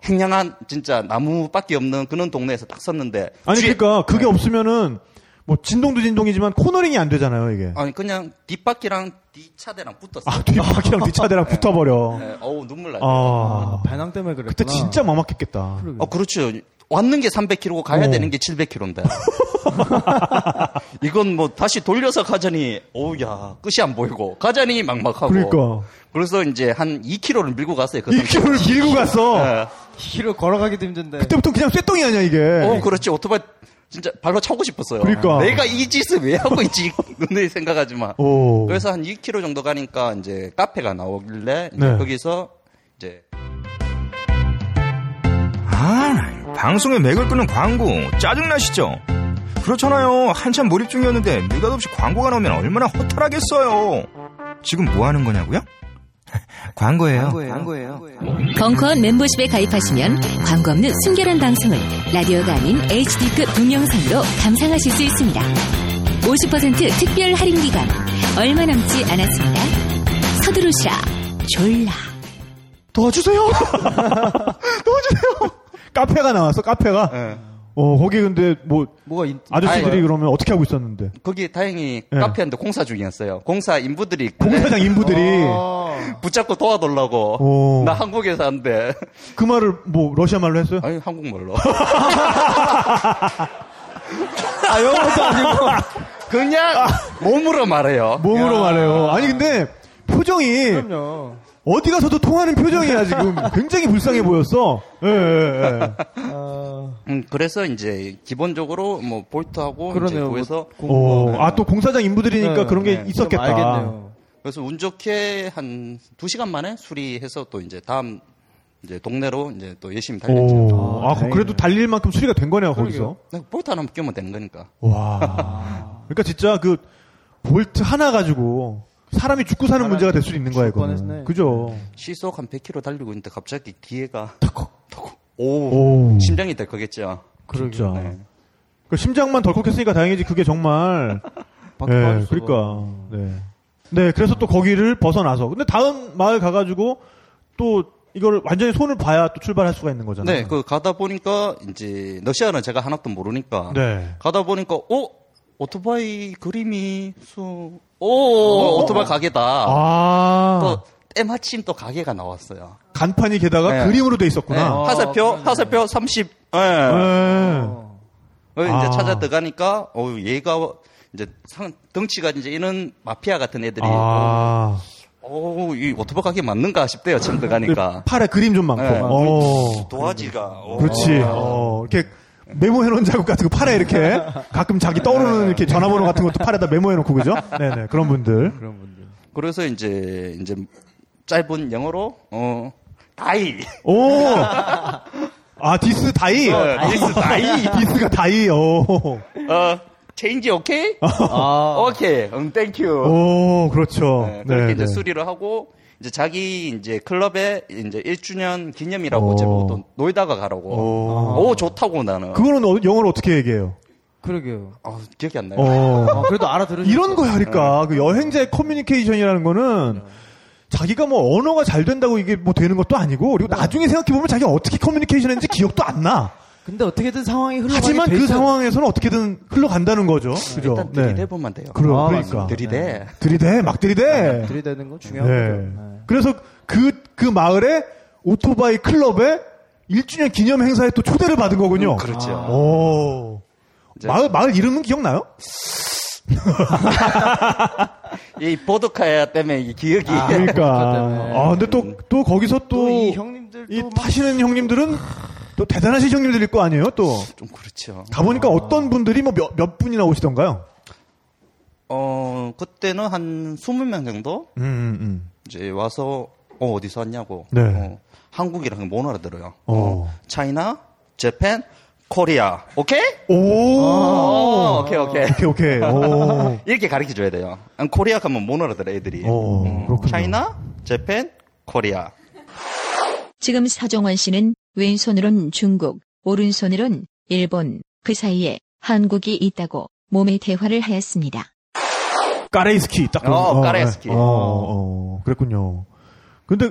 행량한 진짜 나무밖에 없는 그런 동네에서 딱 섰는데
아니
뒤에- 네.
그러니까 그게 없으면은 뭐 진동도 진동이지만 코너링이 안 되잖아요 이게
아니 그냥 뒷바퀴랑 뒷차대랑 붙었어요.
아 뒷바퀴랑 뒷차대랑 붙어버려
네, 어우 눈물 나죠.
아
배낭 때문에 그랬구나.
그때 진짜 막막했겠다
어, 그렇죠. 왔는 게 300km고 가야
음. 어.
되는 게 700km인데. 이건 뭐 다시 돌려서 가자니, 오우야, 끝이 안 보이고, 가자니 막막하고.
그러니까.
래서 이제 한 2km를 밀고 갔어요. 그
2km를 밀고 갔어
예.
길을 걸어가기도 힘든데.
그때부터 그냥 쇠똥이 아니야 이게
어, 그렇지. 오토바이 진짜 발로 차고 싶었어요.
그러니까. 어.
내가 이 짓을 왜 하고 있지? 눈에 생각하지만.
오.
그래서 한 2km 정도 가니까 이제 카페가 나오길래, 이제
네.
거기서 이제
아, 방송에 맥을 끄는 광고 짜증나시죠? 그렇잖아요. 한참 몰입 중이었는데 느닷없이 광고가 나오면 얼마나 허탈하겠어요. 지금 뭐 하는 거냐고요? 광고예요.
벙커원 멤버십에 가입하시면 광고 없는 순결한 방송을 라디오가 아닌 HD급 동영상으로 감상하실 수 있습니다. 50% 특별 할인 기간 얼마 남지 않았습니다. 서두르시라 졸라.
도와주세요 도와주세요 카페가 나왔어 카페가
네.
예.
어 거기 근데 뭐
뭐가 있...
아저씨들이
아니,
그러면 어떻게 하고 있었는데
거기 다행히
예.
카페한테 공사 중이었어요. 공사 인부들이 있길래
공사장
네.
인부들이
아,
붙잡고 도와달라고.
오.
나 한국에 사는데.
그 말을 뭐 러시아 말로 했어요?
아니, 한국말로.
아, 영어도 아니고. 아. 뭐-
그냥 몸으로 말해요.
몸으로 말해요. 아니 근데 표정이
그럼요.
어디 가서도 통하는 표정이야 지금 굉장히 불쌍해 보였어. 예, 예,
네.
예.
음, 그래서 이제 기본적으로 뭐 볼트하고
그러니까
이제
그러네요.
구해서
오, 어, 아또 공사장 인부들이니까
뭐 네,
그러니까 그런 게
네.
있었겠다.
좀 알겠네요.
그래서 운 좋게 한 두 시간 만에 수리해서 또 이제 다음 이제 동네로 이제 또 열심히 달렸죠.
오, 아, 그럼 그래도 달릴 만큼 수리가 된 거네요 거기서.
볼트 하나만 끼면 되는 거니까.
와. 그러니까 진짜 그 볼트 하나 가지고 사람이 죽고 사는 문제가 될 수 있는 거야
죽을
이거는.
뻔했네.
그죠.
시속 한 100km 달리고 있는데 갑자기 뒤에가 턱, 턱. 오,
오.
심장이 덜컥했죠.
진짜.
네.
그 심장만 덜컥했으니까 다행이지 그게 정말
밖에 빠질
네,
수가.
그러니까. 네. 네, 그래서 또 거기를 벗어나서. 근데 다음 마을 가가지고 또 이걸 완전히 손을 봐야 또 출발할 수가 있는 거잖아요.
네, 그 가다 보니까 이제 러시아는 제가 하나도 모르니까
네.
가다 보니까 어 오토바이 그림이 수오
어?
오토바이 가게다.
아,
또 때마침 또 가게가 나왔어요.
간판이 게다가
네.
그림으로 돼
네,
있었구나.
화살표 화살표 30. 예.
네.
어, 이제
아.
찾아 들어가니까 어 얘가 이제 상, 덩치가 이제 이런 마피아 같은 애들이
아,
어이 오토바이 가게 맞는가 싶대요. 처음
근데
들어가니까
팔에 그림 좀 많고.
네.
어,
도화지가 어.
그렇지. 어, 이렇게 메모해놓은 자국 같은 거 팔에 이렇게 가끔 자기 떠오르는 이렇게 전화번호 같은 것도 팔에다 메모해놓고 그죠? 네네 그런 분들.
그래서 이제 이제 짧은 영어로 어 다이
오! 아, 디스 다이?
어, 디스 다이.
디스가 다이, 오.
어, 체인지 오케이?
아,
오케이. 응, 땡큐.
어. 오, 그렇죠.
네, 그렇게 이제
네.
수리를 하고 이제 자기 이제 클럽에 이제 1주년 기념이라고
오.
제가 뭐 또 놀다가 가라고. 오, 좋다고 나는.
그거는 어- 영어로 어떻게 얘기해요?
그러게요.
아, 기억이 안 나요.
어.
아, 그래도 알아들으
이런 거야, 그러니까. 그 여행자의 커뮤니케이션이라는 거는 자기가 뭐 언어가 잘 된다고 이게 뭐 되는 것도 아니고 그리고 나중에 생각해보면 자기가 어떻게 커뮤니케이션 했는지 기억도 안 나.
근데 어떻게든 상황이 흘러가게
하지만
돼
그
있어요.
상황에서는 어떻게든 흘러간다는 거죠. 그죠? 네.
일단 들이대보면 돼요.
그러,
아,
그러니까.
맞습니다.
들이대.
아,
들이대, 막 들이대.
들이대는 건 중요한
네.
거죠. 네.
그래서 그, 그 마을에 오토바이 클럽의 1주년 기념 행사에 또 초대를 받은 거군요.
그렇죠.
아. 오.
이제-
마을, 마을 이름은 기억나요?
이 보드카야 때문에 이 기억이
그러니까.
때문에.
아, 근데 또, 또 거기서 또.
예. 또 이 형님들도 뭐
이
막-
타시는 형님들은 또 대단하신 형님들일 거 아니에요, 또.
좀 그렇죠.
가보니까 어떤 분들이 뭐 몇, 몇 분이나 오시던가요?
어 그때는 한 20명 정도
음, 음, 음.
이제 와서 어 어디서 왔냐고.
네.
어, 한국이랑 못 알아들어요.
어.
차이나, 재팬, 코리아. 오케이?
오.
어, 오케이 오케이.
오케이, 오케이. 오.
이렇게 가르쳐 줘야 돼요. 안, 코리아 가면 못 알아들어 애들이.
어, 그렇군요.
차이나, 재팬, 코리아.
지금 서정원 씨는 왼손으론 중국, 오른손으론 일본, 그 사이에 한국이 있다고 몸의 대화를 하였습니다.
까레이스키 딱. 그런-
어, 까레이스키.
네. 어, 어, 어, 그랬군요. 근데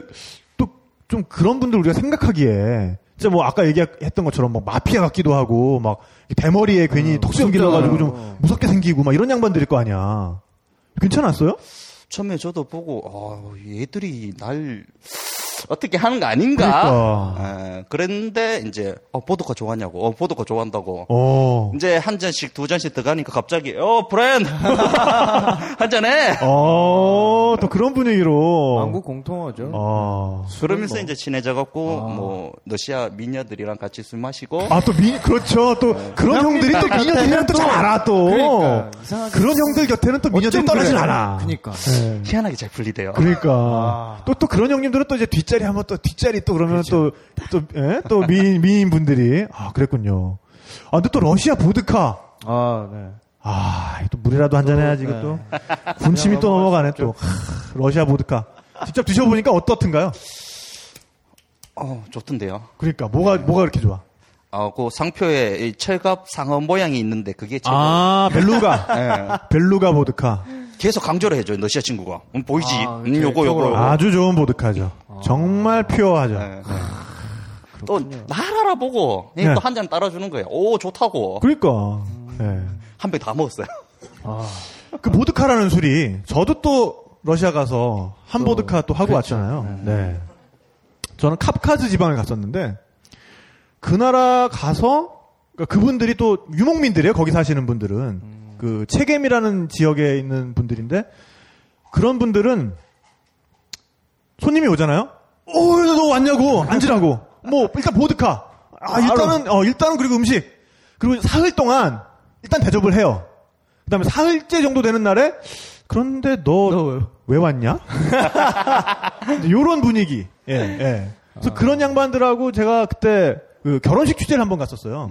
또 좀 그런 분들 우리가 생각하기에 진짜 뭐 아까 얘기했던 것처럼 막 마피아 같기도 하고 막 대머리에
음,
괜히 턱수염 길러가지고
어.
좀 무섭게 생기고 막 이런 양반들일 거 아니야. 괜찮았어요?
처음에 저도 보고 어, 얘들이 날 어떻게 하는 거 아닌가.
그러니까.
예, 그랬는데 이제 어, 보드카 좋아하냐고. 어, 보드카 좋아한다고.
어.
이제 한 잔씩 두 잔씩 들어가니까 갑자기 어 브랜드 한 잔해.
어, 또 그런 분위기로.
망국 공통어죠.
어.
그러면서 이제 친해져갖고
아.
뭐 러시아 미녀들이랑 같이 술 마시고
아, 또 미, 그렇죠. 또 그런 형들이 또
곁에는
미녀들이랑 또 잘 알아, 또.
그러니까, 이상하게.
그런 형들 곁에는 또 미녀들이 떨어진
그래요.
않아.
그니까.
예.
희한하게 잘 분리돼요.
그러니까 또 또 그런 형님들은 또 이제 뒷자리 한번 또 뒷자리 또 그러면 또또또 미인 미인 분들이 아 그랬군요. 아 근데 또 러시아 보드카
아, 네.
아또 물이라도 한잔 해야지 이거 또 군침이 또 넘어가네 또 하, 러시아 보드카 직접 드셔보니까 어떻든가요?
어 좋던데요.
그러니까 뭐가 뭐가 그렇게 좋아?
어그 상표에 이 철갑 상어 모양이 있는데 그게 최고.
아 벨루가
예.
벨루가 보드카
계속 강조를 해줘요 러시아 친구가. 음, 보이지?
아,
음, 요거 요거.
아주 좋은 보드카죠. 정말 퓨어하죠.
예, 예. 또날 알아보고
네.
또 한 잔 따라주는 거예요. 오 좋다고
그러니까
한 병 다 먹었어요.
예. 그 보드카라는 술이 저도 또 러시아 가서 한 보드카 또 하고 왔잖아요. 네. 저는 캅카즈 지방을 갔었는데 그 나라 가서 그분들이또 유목민들이에요. 거기 사시는 분들은 그 체겜이라는 지역에 있는 분들인데 그런 분들은 손님이 오잖아요. 오, 너 왔냐고 앉으라고. 뭐 일단 보드카. 아 일단은 어 일단은 그리고 음식. 그리고 사흘 동안 일단 대접을 해요. 그다음에 사흘째 정도 되는 날에 그런데 너 왜 왔냐? 이런 분위기. 예, 예. 그래서 그런 양반들하고 제가 그때 그 결혼식 취재를 한 번 갔었어요.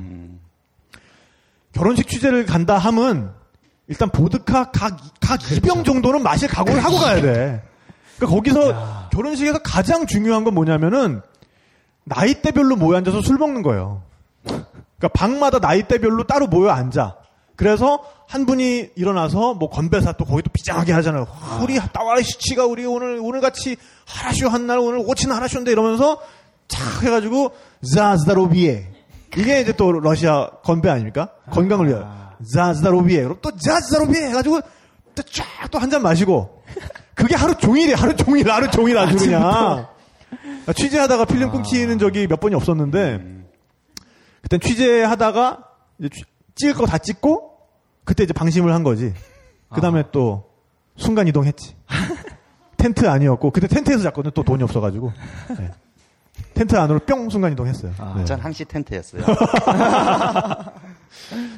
결혼식 취재를 간다 함은 일단 보드카 각, 각 2병 정도는 마실 각오를 하고 가야 돼. 그러니까 거기서 결혼식에서 가장 중요한 건 뭐냐면은 나이대별로 모여 앉아서 술 먹는 거예요. 그러니까 방마다 나이대별로 따로 모여 앉아. 그래서 한 분이 일어나서 뭐 건배사 또 거기도 비장하게 하잖아요. 아, 우리 따와리시치가 우리 오늘 오늘 같이 하라쇼 한 날 오늘 오친 하라쇼인데 이러면서 착 해가지고 자즈다로비에 이게 이제 또 러시아 건배 아닙니까? 건강을 위하여 자즈다로비에 그럼 또 자즈다로비에 해가지고 또 쫙 또 한 잔 마시고 그게 하루 종일이 하루 종일 하루 종일 아주 그냥 취재하다가 필름 끊기는 적이 몇 번이 없었는데 그땐 취재하다가 이제 취- 찍을 거 다 찍고 그때 이제 방심을 한 거지. 그 다음에 또 순간 이동했지. 텐트 아니었고 그때 텐트에서 잤거든. 또 돈이 없어가지고 네. 텐트 안으로 뿅 순간 이동했어요. 네.
전 항시 텐트였어요.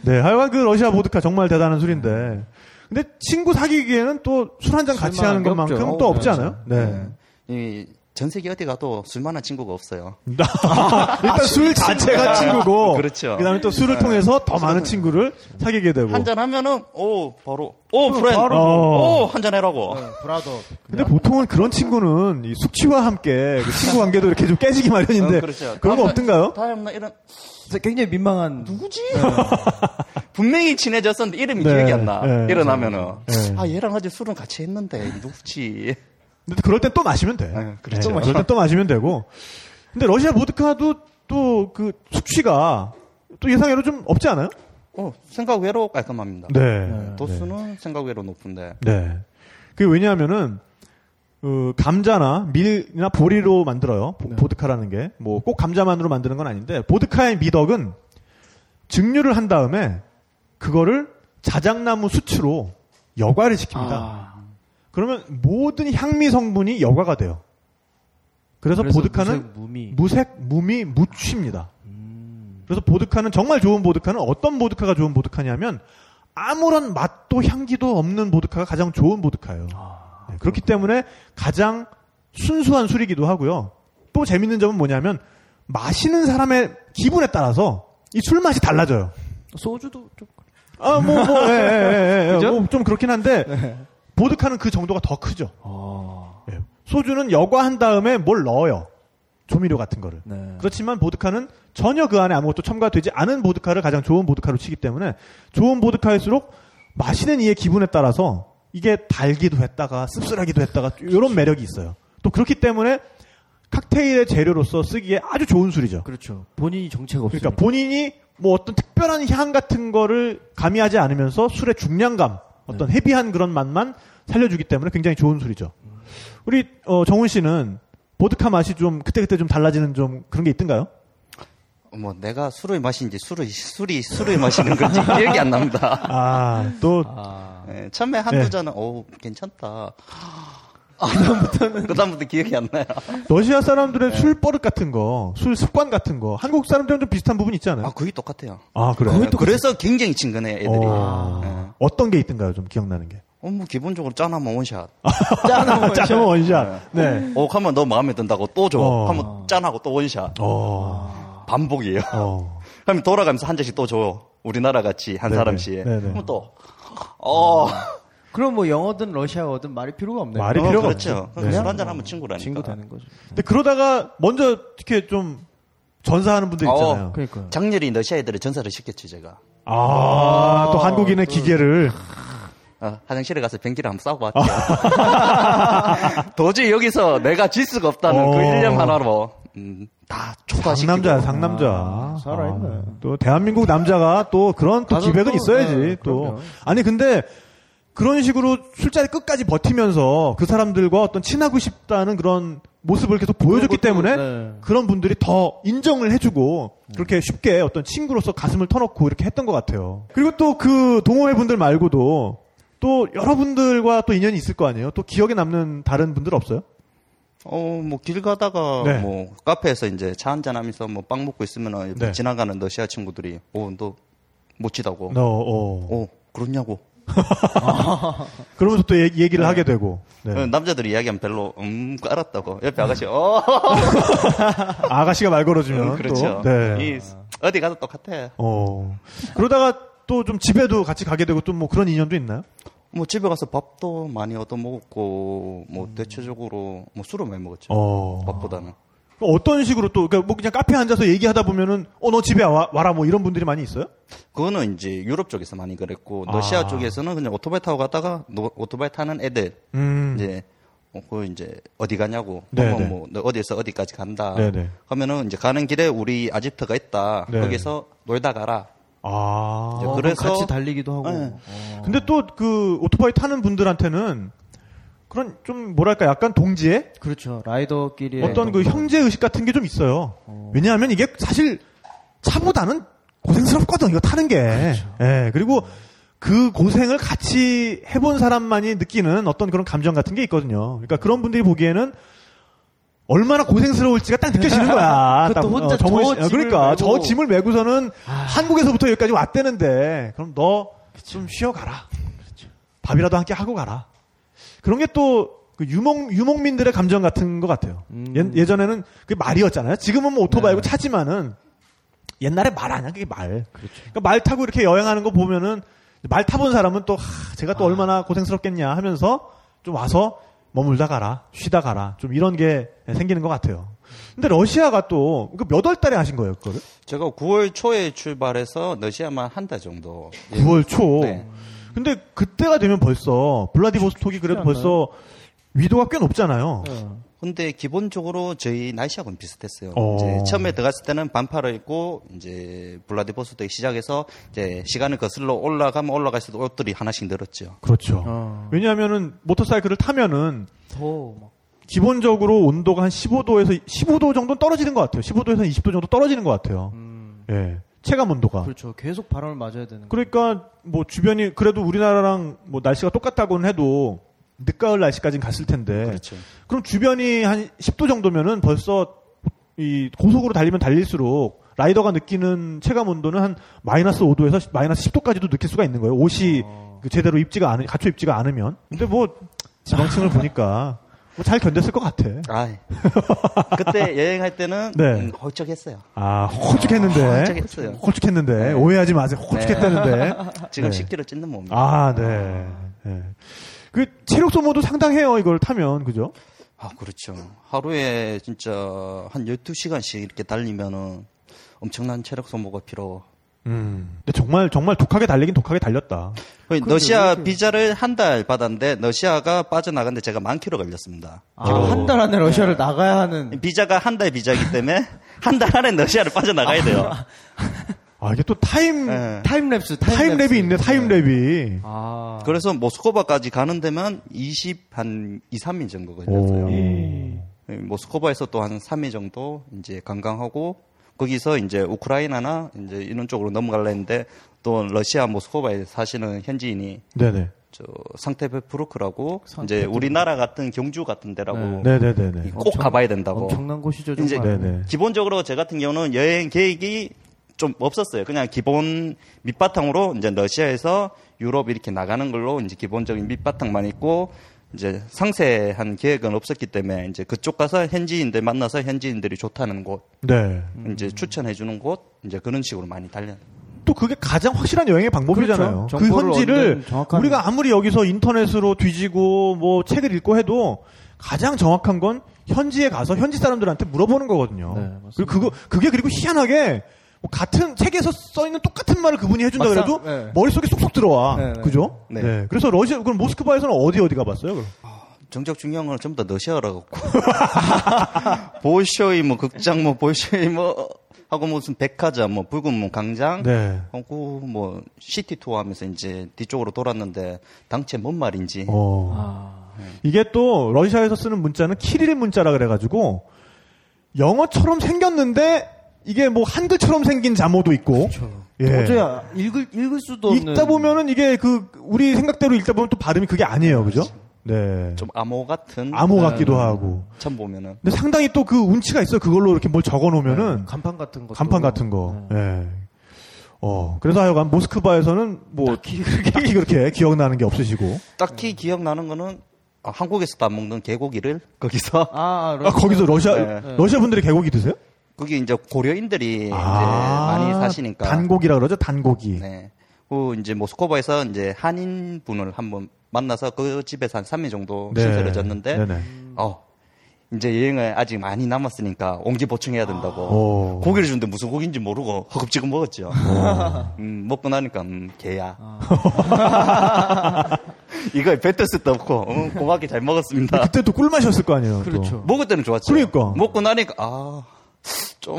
네, 하여간 그 러시아 보드카 정말 대단한 술인데. 근데 친구 사귀기에는 또 네. 술 한 잔 같이
술만
하는
한 게
것만큼
없죠.
또 없지
어,
않아요? 네.
이 전 세계 어디 가도 술만한 친구가 없어요.
일단 아, 술 자체가 친구고.
그렇죠.
다음에또 술을 통해서 더 많은 친구를 사귀게 되고.
한 잔 하면은 오 어, 바로 네. 오 프렌드
바로.
오한 잔 해라고.
어, 브라더.
근데 보통은 그런 친구는 이 숙취와 함께 그 친구 관계도 이렇게 좀 깨지기 마련인데
어,
그런
그렇죠.
거
다음날-
없던가요?
다음날 이런
진짜 굉장히 민망한. 누구지?
분명히 친해졌었는데 이름이
네,
기억이 안 나.
네,
일어나면은
네.
아 얘랑 어제 술은 같이 했는데 누구지?
근데 그럴 땐 또 마시면 돼.
네, 그렇죠.
그럴 땐 또 마시면 되고. 근데 러시아 보드카도 또 그 숙취가 또 예상외로 좀 없지 않아요?
어 생각 외로 깔끔합니다.
네.
도수는 생각 외로 높은데
네. 그게 왜냐하면은 그 감자나 밀이나 보리로 만들어요. 보-
네.
보드카라는 게 뭐 꼭 감자만으로 만드는 건 아닌데 보드카의 미덕은 증류를 한 다음에 그거를 자작나무 수치로 여과를 시킵니다.
아,
그러면 모든 향미 성분이 여과가 돼요. 그래서,
그래서
보드카는
무색, 무미.
무색, 무미, 무취입니다. 그래서 보드카는 정말 좋은 보드카는 어떤 보드카가 좋은 보드카냐면 아무런 맛도 향기도 없는 보드카가 가장 좋은 보드카예요.
아,
네, 그렇기 때문에 가장 순수한 술이기도 하고요. 또 재밌는 점은 뭐냐면 마시는 사람의 기분에 따라서 이 술 맛이 달라져요.
소주도 좀
아, 뭐, 뭐, 예, 예, 예, 예.
그죠? 네.
뭐, 좀 그렇긴 한데, 보드카는 그 정도가 더 크죠.
아,
예. 소주는 여과한 다음에 뭘 넣어요. 조미료 같은 거를.
네.
그렇지만 보드카는 전혀 그 안에 아무것도 첨가되지 않은 보드카를 가장 좋은 보드카로 치기 때문에 좋은 보드카일수록 마시는 이의 기분에 따라서 이게 달기도 했다가 씁쓸하기도 했다가 이런 매력이 있어요. 또 그렇기 때문에 칵테일의 재료로서 쓰기에 아주 좋은 술이죠.
그렇죠. 본인이 정체가 없으니까.
그러니까 본인이 뭐 어떤 특별한 향 같은 거를 가미하지 않으면서 술의 중량감,
네.
어떤 헤비한 그런 맛만 살려주기 때문에 굉장히 좋은 술이죠. 우리 어, 정훈 씨는 보드카 맛이 좀 그때그때 좀 달라지는 좀 그런 게 있던가요?
뭐 내가 술을 마신지 술을 술이 술을 마시는 건지 기억이 안 납니다.
아, 또
예, 처음에 한두
네.
잔은 어우 괜찮다. 그다음부터는 그다음부터 기억이 안 나요.
러시아 사람들의 술 버릇 같은 거, 술 습관 같은 거, 한국 사람들이랑 좀 비슷한 부분이 있지 않아요?
아 그게 똑같아요.
아, 네. 그래요?
예, 그래서 굉장히 친근해요 애들이.
어,
예.
어떤 게 있던가요? 좀 기억나는 게.
어, 뭐 기본적으로 짠하면 원샷.
짜면 원샷. 네.
어, 하면 너 마음에 든다고 또 줘.
어.
하면 짠하고 또 원샷.
어,
반복이에요.
어.
그럼 돌아가면서 한 잔씩 또 줘요. 우리나라 같이 한
네네.
사람씩.
네네.
그럼 또 어.
그럼 뭐 영어든 러시아어든 말이 필요가 없네요.
말이
어,
필요가
그렇죠.
없죠.
그냥
네.
술 한잔 하면 친구라니까.
친구 되는 거죠.
근데 그러다가 먼저 이렇게 좀 전사하는 분들 있잖아요.
어,
그러니까요.
장렬히 러시아 애들을 전사를 시켰지 제가.
아, 또 한국인의 기계를.
어, 화장실에 가서 변기를 한번 싸고 왔죠. 도저히 여기서 내가 질 수가 없다는
아. 어.
그 1년 하나로 음, 다 초과시키고.
상남자야, 상남자.
아, 살아있네.
아, 또 대한민국 남자가 또 그런 또
가서
기백은
또,
있어야지.
네,
또
그럼요.
아니 근데 그런 식으로 술자리 끝까지 버티면서 그 사람들과 어떤 친하고 싶다는 그런 모습을 계속 보여줬기
그것도,
때문에
네.
그런 분들이 더 인정을 해주고 그렇게 쉽게 어떤 친구로서 가슴을 터놓고 이렇게 했던 것 같아요. 그리고 또 그 동호회 분들 말고도 또 여러분들과 또 인연이 있을 거 아니에요. 또 기억에 남는 다른 분들 없어요?
어, 뭐 길 가다가
네.
뭐 카페에서 이제 차 한잔 하면서 뭐 빵 먹고 있으면은
네.
지나가는 러시아 친구들이 오, 너 멋지다고.
어, 어.
오, 그렇냐고.
그러면서 또 얘기, 얘기를 하게 되고. 네.
어, 남자들이 이야기하면 별로 음, 알았다고. 옆에 아가씨. 어.
아가씨가 말 걸어주면
그렇죠.
또. 네.
이, 어디 가도 똑같아.
어. 그러다가 또 좀 집에도 같이 가게 되고 또 뭐 그런 인연도 있나요?
뭐 집에 가서 밥도 많이 얻어 먹었고 뭐 대체적으로 뭐 술을 많이
음.
먹었죠.
어.
밥보다는.
그럼 어떤 식으로 또, 그러니까 뭐 그냥 카페 앉아서 얘기하다 보면은, 어, 너 집에 와, 와라 뭐 이런 분들이 많이 있어요?
그거는 이제 유럽 쪽에서 많이 그랬고 러시아
아.
쪽에서는 그냥 오토바이 타고 가다가 노- 오토바이 타는 애들
음.
이제 어, 그 이제 어디 가냐고
네네.
그러면 뭐너 어디에서 어디까지 간다
네네.
하면은 이제 가는 길에 우리 아집터가 있다
네.
거기서 놀다 가라
아.
이제
어,
그래서-
그럼 같이 달리기도 하고.
네.
어.
근데 또 그 오토바이 타는 분들한테는 그런 좀 뭐랄까 약간 동지애?
그렇죠. 라이더끼리
어떤 그 형제 의식 같은 게 좀 있어요. 왜냐하면 이게 사실 차보다는 고생스럽거든, 이거 타는 게. 예, 그리고 그 고생을 같이 해본 사람만이 느끼는 어떤 그런 감정 같은 게 있거든요. 그러니까 그런 분들이 보기에는 얼마나 고생스러울지가 딱 느껴지는 거야.
그것도
딱,
혼자 저
정훈 씨,
짐을
그러니까 저
메고. 아.
짐을 메고서는 한국에서부터 여기까지 왔대는데 그럼 너 좀 쉬어가라.
그렇죠.
밥이라도 함께 하고 가라. 그런 게 또 유목 유목민들의 감정 같은 것 같아요.
음.
예, 전에는그 말이었잖아요. 지금은 뭐 오토바이고
네.
차지만은 옛날에 말 아니야 그게 말. 그러니까 말 타고 이렇게 여행하는 거 보면은 말 타본 사람은 또 하, 제가 또 얼마나 고생스럽겠냐 하면서 좀 와서 머물다 가라, 쉬다 가라, 좀 이런 게 생기는 것 같아요. 근데 러시아가 또몇월 달에 하신 거예요 그거를?
제가 9월 초에 출발해서 러시아만 한 달 정도
9월 초.
네.
근데 그때가 되면 벌써 블라디보스톡이 그래도 벌써 위도가 꽤 높잖아요.
근데 기본적으로 저희 날씨하고는 비슷했어요.
어.
이제 처음에 들어갔을 때는 반팔을 입고 이제 블라디보스토크 시작해서 이제 시간을 거슬러 올라가면 올라갈수록 옷들이 하나씩 늘었죠.
그렇죠.
어.
왜냐하면은 모터사이클을 타면은
더막
기본적으로 온도가 한 15도에서 15도 정도 떨어지는 것 같아요. 15도에서 20도 정도 떨어지는 것 같아요.
음,
예. 체감 온도가.
그렇죠. 계속 바람을 맞아야 되는 거.
그러니까 뭐 주변이 그래도 우리나라랑 뭐 날씨가 똑같다고는 해도 늦가을 날씨까지는 갔을 텐데
그렇죠.
그럼 주변이 한 10도 정도면은 벌써 이 고속으로 달리면 달릴수록 라이더가 느끼는 체감 온도는 한 마이너스 5도에서 마이너스 10도까지도 느낄 수가 있는 거예요. 옷이 그 제대로 입지가 않, 갖춰 입지가 않으면. 근데 뭐 지방층을 보니까 뭐 잘 견뎠을 것 같아.
아, 예. 그때 여행할 때는
네.
음, 헐쩍했어요.
아, 홀쭉했는데.
홀쭉했어요.
홀쭉했는데. 오해하지 마세요. 홀쭉했다는데.
지금
네.
10kg 찢는 몸입니다.
아, 네. 네. 그 체력 소모도 상당해요. 이걸 타면 그죠?
아, 그렇죠. 하루에 진짜 한 12시간씩 이렇게 달리면은 엄청난 체력 소모가 필요.
음. 근데 정말 정말 독하게 달리긴 독하게 달렸다.
그 러시아 비자를 한 달 받았는데 러시아가 빠져나갔는데 제가 만 킬로 걸렸습니다.
아, 한달
네.
안에 러시아를 나가야 하는.
비자가 한 달 비자이기 때문에 한 달 안에 러시아를 빠져나가야 돼요.
아, 이게 또 타임
예.
네. 타임랩스,
네. 타임랩이 있네. 타임랩이.
아.
그래서 모스코바까지 가는 데면 20 한 2, 3일 정도 걸렸어요.
오.
예, 모스코바에서 또 한 3일 정도 이제 관광하고 거기서 이제 우크라이나나 이제 이런 쪽으로 넘어가려 했는데 또 러시아 모스코바에 사시는 현지인이
네네.
저 상테페푸르크라고 이제 우리나라 같은 경주 같은 데라고
네네네네.
꼭 가봐야 된다고.
엄청난 곳이죠, 정말.
이제
네네.
기본적으로 저 같은 경우는 여행 계획이 좀 없었어요. 그냥 기본 밑바탕으로 이제 러시아에서 유럽 이렇게 나가는 걸로 이제 기본적인 밑바탕만 있고 이제 상세한 계획은 없었기 때문에 이제 그쪽 가서 현지인들 만나서 현지인들이 좋다는 곳
네.
이제 추천해 주는 곳 이제 그런 식으로 많이 달려.
또 그게 가장 확실한 여행의 방법이잖아요.
그렇죠.
그
정보를
현지를
얻는 정확한-
우리가 아무리 여기서 인터넷으로 뒤지고 뭐 책을 읽고 해도 가장 정확한 건 현지에 가서 현지 사람들한테 물어보는 거거든요.
네, 맞습니다.
그리고 그거 그게 그리고 희한하게 뭐 같은 책에서 써 있는 똑같은 말을 그분이 해준다
막상-
그래도
네.
머릿속에 쏙쏙 들어와.
네, 네.
그죠?
네.
그래서 러시아 그럼 모스크바에서는 어디 어디 가봤어요? 그럼?
정작 중요한 건 전부 다 러시아라고. 보쇼이 뭐 극장 뭐 보쇼이 뭐 하고 무슨 백화점 뭐 붉은 문 광장
네.
하고 뭐 시티 투어 하면서 이제 뒤쪽으로 돌았는데 당체 뭔 말인지
어.
아.
이게 또 러시아에서 쓰는 문자는 키릴 문자라 그래가지고 영어처럼 생겼는데 이게 뭐 한글처럼 생긴 자모도 있고. 예.
어제야 읽을 읽을 수도 없는.
읽다 보면은 이게 그 우리 생각대로 읽다 보면 또 발음이 그게 아니에요, 그죠? 음. 네.
좀 암호 같은
암호 같기도 하고.
참 보면은
근데 상당히 또 그 운치가 있어요. 그걸로 이렇게 뭘 적어놓으면은
간판 같은 네. 거.
네, 간판 같은 거. 예. 어 그래서 하여간 모스크바에서는 뭐 딱히 그렇게, 기억나는 게 없으시고
딱히 기억나는 거는 아, 한국에서도 안 먹는 개고기를 거기서
아, 아,
아, 거기서 러시아
네.
러시아 분들이 개고기 드세요?
그게 이제 고려인들이
아,
이제 많이 사시니까
단고기라 그러죠 단고기
네. 그 이제 모스크바에서 이제 한인 분을 한번 만나서 그 집에서 한 3일 정도
네.
신세를졌는데
네네.
어 이제 여행을 아직 많이 남았으니까 온기 보충해야 된다고
오.
고기를 주는데 무슨 고기인지 모르고 허겁지겁 먹었죠.
아.
음, 먹고 나니까 음, 개야. 이거 뱉을 수도 없고 음, 고맙게 잘 먹었습니다.
그때 또 꿀맛이었을 거 아니에요 또.
그렇죠.
먹을 때는 좋았죠.
그러니까.
먹고 나니까 아 좀.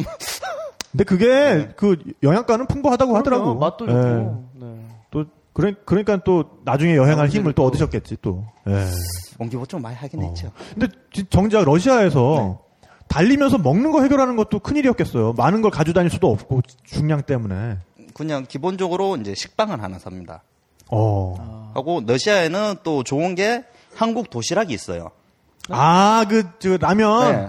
근데 그게
네.
그 영양가는 풍부하다고 하더라고
맛도
예.
좋고. 네.
또 그래, 그러니까 또 나중에 여행할 힘을 또
또.
얻으셨겠지 또 예.
온기 보충 많이 하긴
어.
했죠.
근데 지- 정작 러시아에서
네.
달리면서 먹는 거 해결하는 것도 큰일이었겠어요 많은 걸 가지고 다닐 수도 없고 중량 때문에
그냥 기본적으로 이제 식빵을 하나 삽니다.
어.
아.
하고 러시아에는 또 좋은 게 한국 도시락이 있어요.
아그 저 라면
네.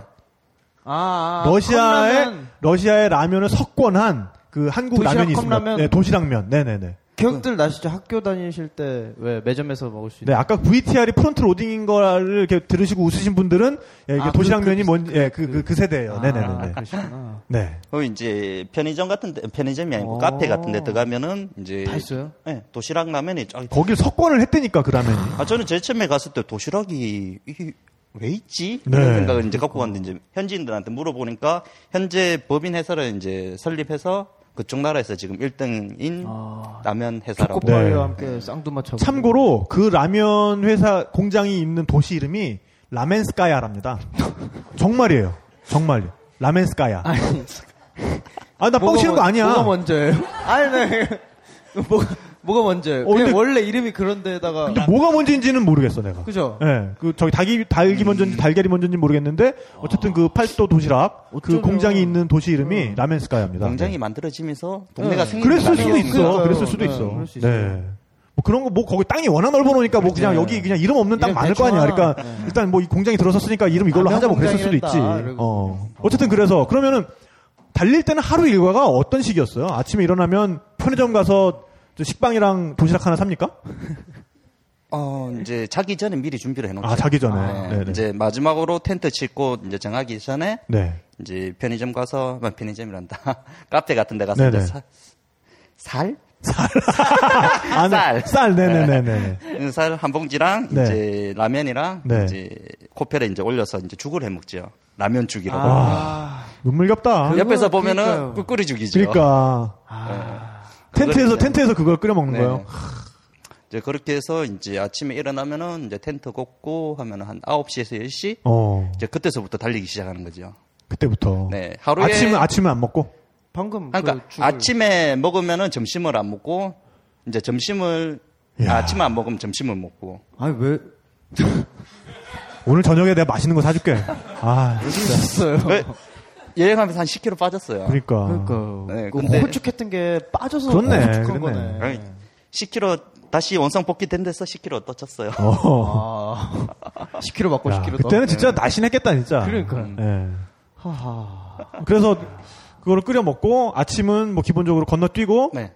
아, 아
러시아의
컵라면.
러시아의 라면을 석권한 그 한국
도시락
라면이 있습니다.
컵라면.
네, 도시락면. 네네네.
기억들 그 나시죠? 학교 다니실 때 왜 매점에서 먹을 수
네,
있는.
아까 VTR이 프론트 로딩인 거를 이렇게 들으시고 웃으신 분들은 예, 이게
아, 그,
도시락면이
그,
뭔, 예, 그, 그, 그 세대예요.
아,
네네네.
그러시구나.
네.
그 이제 편의점 같은 데, 편의점이 아니고
어.
오.
카페 같은 데 들어가면은 이제
다 있어요?
네, 도시락 라면이 쫙.
거길 석권을 했다니까, 그 라면이.
아 저는 제일 처음에 갔을 때 도시락이 이게 왜 있지?
네.
이런 생각을 이제 갖고 갔는데 이제 현지인들한테 물어보니까 현재 법인 회사를 이제 설립해서 그쪽 나라에서 지금 1등인
아.
라면 회사라고.
네.
초코파이와 함께 쌍두마차고.
참고로 그 라면 회사 공장이 있는 도시 이름이 라멘스카야랍니다. 정말이에요. 정말요. 라멘스카야. 아, 나 뻥치는 거 아니야.
뭐가 먼저예요? 아니, 네. 뭐가 뭐가 먼저예요?
어,
그냥
근데-
원래 이름이 그런데다가
근데 뭐가 먼저인지는 모르겠어 내가.
그죠?
예, 그 저기 닭이 달기
음.
먼저인지 달걀이 먼저인지 모르겠는데 어쨌든 그 팔도 도시락 그
어쩌면- 음.
공장이 있는 도시 이름이 라멘스카야입니다. 네.
공장이 만들어지면서 동네가
네.
생긴
그랬을
건
수도
아니겠습니까?
있어.
그러니까요.
그랬을 수도
네,
있어.
그럴 수 있어요.
네. 뭐 그런 거 뭐 거기 땅이 워낙 넓어 놓으니까 뭐 그냥
네.
여기 그냥 이름 없는 땅
이름
많을 거
대충
아니야. 그러니까
하나. 네.
일단 뭐 이 공장이 들어섰으니까 이름 이걸로
아,
하자 뭐 그랬을 수도
명공장이랬다.
있지.
이러고. 뭐.
어. 어쨌든 그래서 그러면은 달릴 때는 하루 일과가 어떤 식이었어요? 아침에 일어나면 편의점 가서 저 식빵이랑 도시락 하나 삽니까?
어, 이제 자기 전에 미리 준비를 해놓죠.
아, 자기 전에.
네,
네네.
이제 마지막으로 텐트 짓고 이제 정하기 전에
네.
이제 편의점 가서 아, 편의점이란다 카페 같은 데 가서
네네.
이제 사- 살?
아, 네.
쌀.
쌀. 네네네네.
쌀 한 봉지랑
네.
이제 라면이랑
네.
이제 코펠에 이제 올려서 이제 죽을 해 먹죠. 라면
아.
죽이라고.
와. 눈물겹다.
옆에서
그거
보면은
그러니까요.
꿀꿀이 죽이죠.
아. 그러니까
네.
텐트에서
그거를 그냥-
텐트에서 그걸 끓여 먹는
네.
거예요.
이제 그렇게 해서 이제 아침에 일어나면은 이제 텐트 걷고 하면은 한 9시에서 10시
어.
이제 그때서부터 달리기 시작하는 거죠.
그때부터.
네, 하루에-
아침은 아침은 안 먹고.
방금
그러니까
그 죽을-
아침에 먹으면은 점심을 안 먹고 이제 점심을
야.
아, 침에안 먹으면 점심을 먹고
아니 왜
오늘 저녁에 내가 맛있는 거 사줄게. 아,
죽었어요?
왜? 여행하면서 한 10kg 빠졌어요.
그러니까.
그러니까
네,
그
근데-
건축했던 게 빠져서
그렇네,
건축한
그렇네.
거네.
아니, 10kg 다시 원상 복귀 된 데서 10kg 떠쳤어요.
어.
아 10kg 맞고
야,
10kg
그때는 진짜 나신했겠다 진짜.
그러니까.
예.
하하
그래서 그거를 끓여 먹고 아침은 뭐 기본적으로 건너뛰고
네. 예.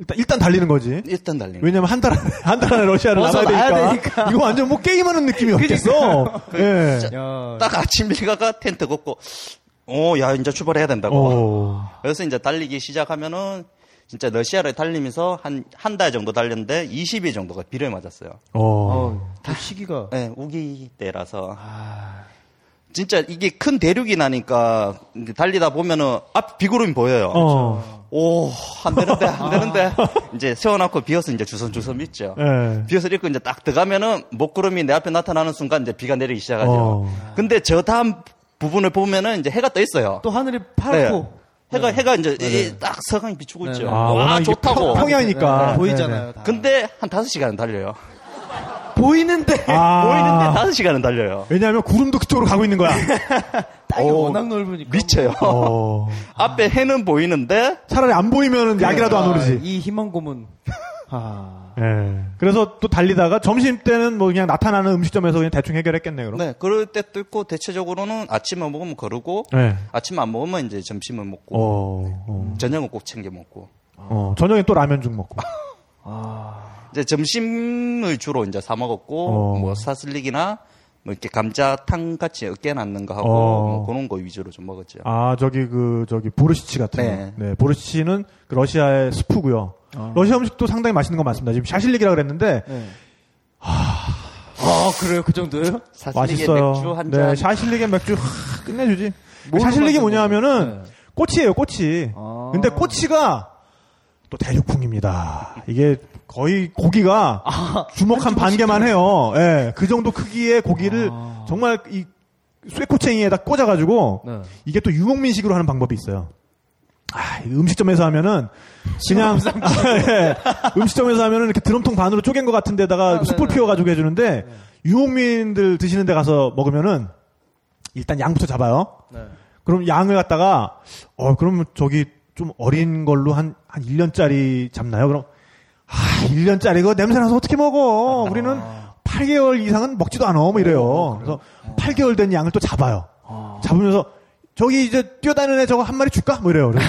일단 일단 달리는 거지.
일단 달린 거.
왜냐면 한 달 안에 한 달 안에 러시아를 나가야
벗어나야
되니까.
되니까. 그러니까.
이거 완전 뭐 게임하는 느낌이었겠어. 예.
야
딱 아침 일가가 텐트 걷고 어, 야, 이제 출발해야 된다고.
어.
그래서 이제 달리기 시작하면은 진짜 러시아를 달리면서 한 한 달 정도 달렸는데 20일 정도가 비를 맞았어요.
어.
어, 그 시기가
네, 우기 때라서. 진짜 이게 큰 대륙이 나니까 이제 달리다 보면은 앞 비구름이 보여요.
어.
오, 안 되는데, 안 되는데. 이제 세워놓고 비어서 이제 주섬주섬 믿죠.
예.
비어서 이렇게 이제 딱 들어가면은 목구름이 내 앞에 나타나는 순간 이제 비가 내리기 시작하죠.
어.
근데 저 다음 부분을 보면은 이제 해가 떠 있어요.
또 하늘이 파랗고
네. 해가, 해가 이제 이- 딱 서강이 비추고
네.
있죠.
아,
와,
워낙 이게 평-
좋다고.
평야이니까
네, 보이잖아요.
네네.
다.
근데 한 5시간은 달려요.
보이는데
아.
보이는데 5시간은 달려요.
왜냐하면 구름도 그쪽으로 가고 있는 거야.
땅이
오,
워낙 넓으니까
미쳐요.
어.
앞에 해는 보이는데
차라리 안 보이면 약이라도 안
아,
오르지.
이 희망 고문 아
예. 그래서 또 달리다가 점심 때는 뭐 그냥 나타나는 음식점에서 그냥 대충 해결했겠네 그럼.
네, 그럴 때도 있고 대체적으로는 아침에 먹으면 거르고
네.
아침 안 먹으면 이제 점심을 먹고
어, 어,
저녁은 꼭 챙겨 먹고
어. 저녁에 또 라면죽 먹고.
이제 점심을 주로 이제 사 먹었고
어.
뭐 사슬릭이나 뭐 이렇게 감자탕 같이 으깨 넣는 거 하고
어.
뭐 그런 거 위주로 좀 먹었죠.
아, 저기 그 저기 보르시치 같은
네.
거. 네. 어. 보르시치는 그 러시아의 스프고요. 러시아 음식도 상당히 맛있는 거 많습니다. 지금 샤실릭이라 그랬는데
네. 아 그래요 그 정도예요?
사슬릭에
맛있어요.
맥주 한 잔.
네, 샤실릭의 맥주 하, 끝내주지.
뭘로
샤실릭이
만든
뭐냐 하면은
거예요? 네.
꼬치예요, 꼬치.
아.
근데 꼬치가 또 대륙풍입니다. 이게 거의 고기가 주먹 한 반 개만 해요. 예, 그 정도 크기의 고기를 정말 이 쇠꼬챙이에다 꽂아가지고
네.
이게 또 유목민식으로 하는 방법이 있어요. 아, 이 음식점에서 하면은 그냥 예. 음식점에서 하면은 이렇게 드럼통 반으로 쪼갠 것 같은 데다가
아,
숯불
네네.
피워가지고 해주는데 유목민들 드시는 데 가서 먹으면은 일단 양부터 잡아요.
네.
그럼 양을 갖다가 어 그럼 저기 좀 어린 걸로 한 한 1년짜리 잡나요? 그럼 아 1년짜리 그거 냄새 나서 어떻게 먹어? 우리는 8개월 이상은 먹지도 않아. 뭐 이래요. 어. 그래서 8개월 된 양을 또 잡아요. 잡으면서 저기 이제 뛰어다니는 애 저거 한 마리 줄까? 뭐 이래요. 그래서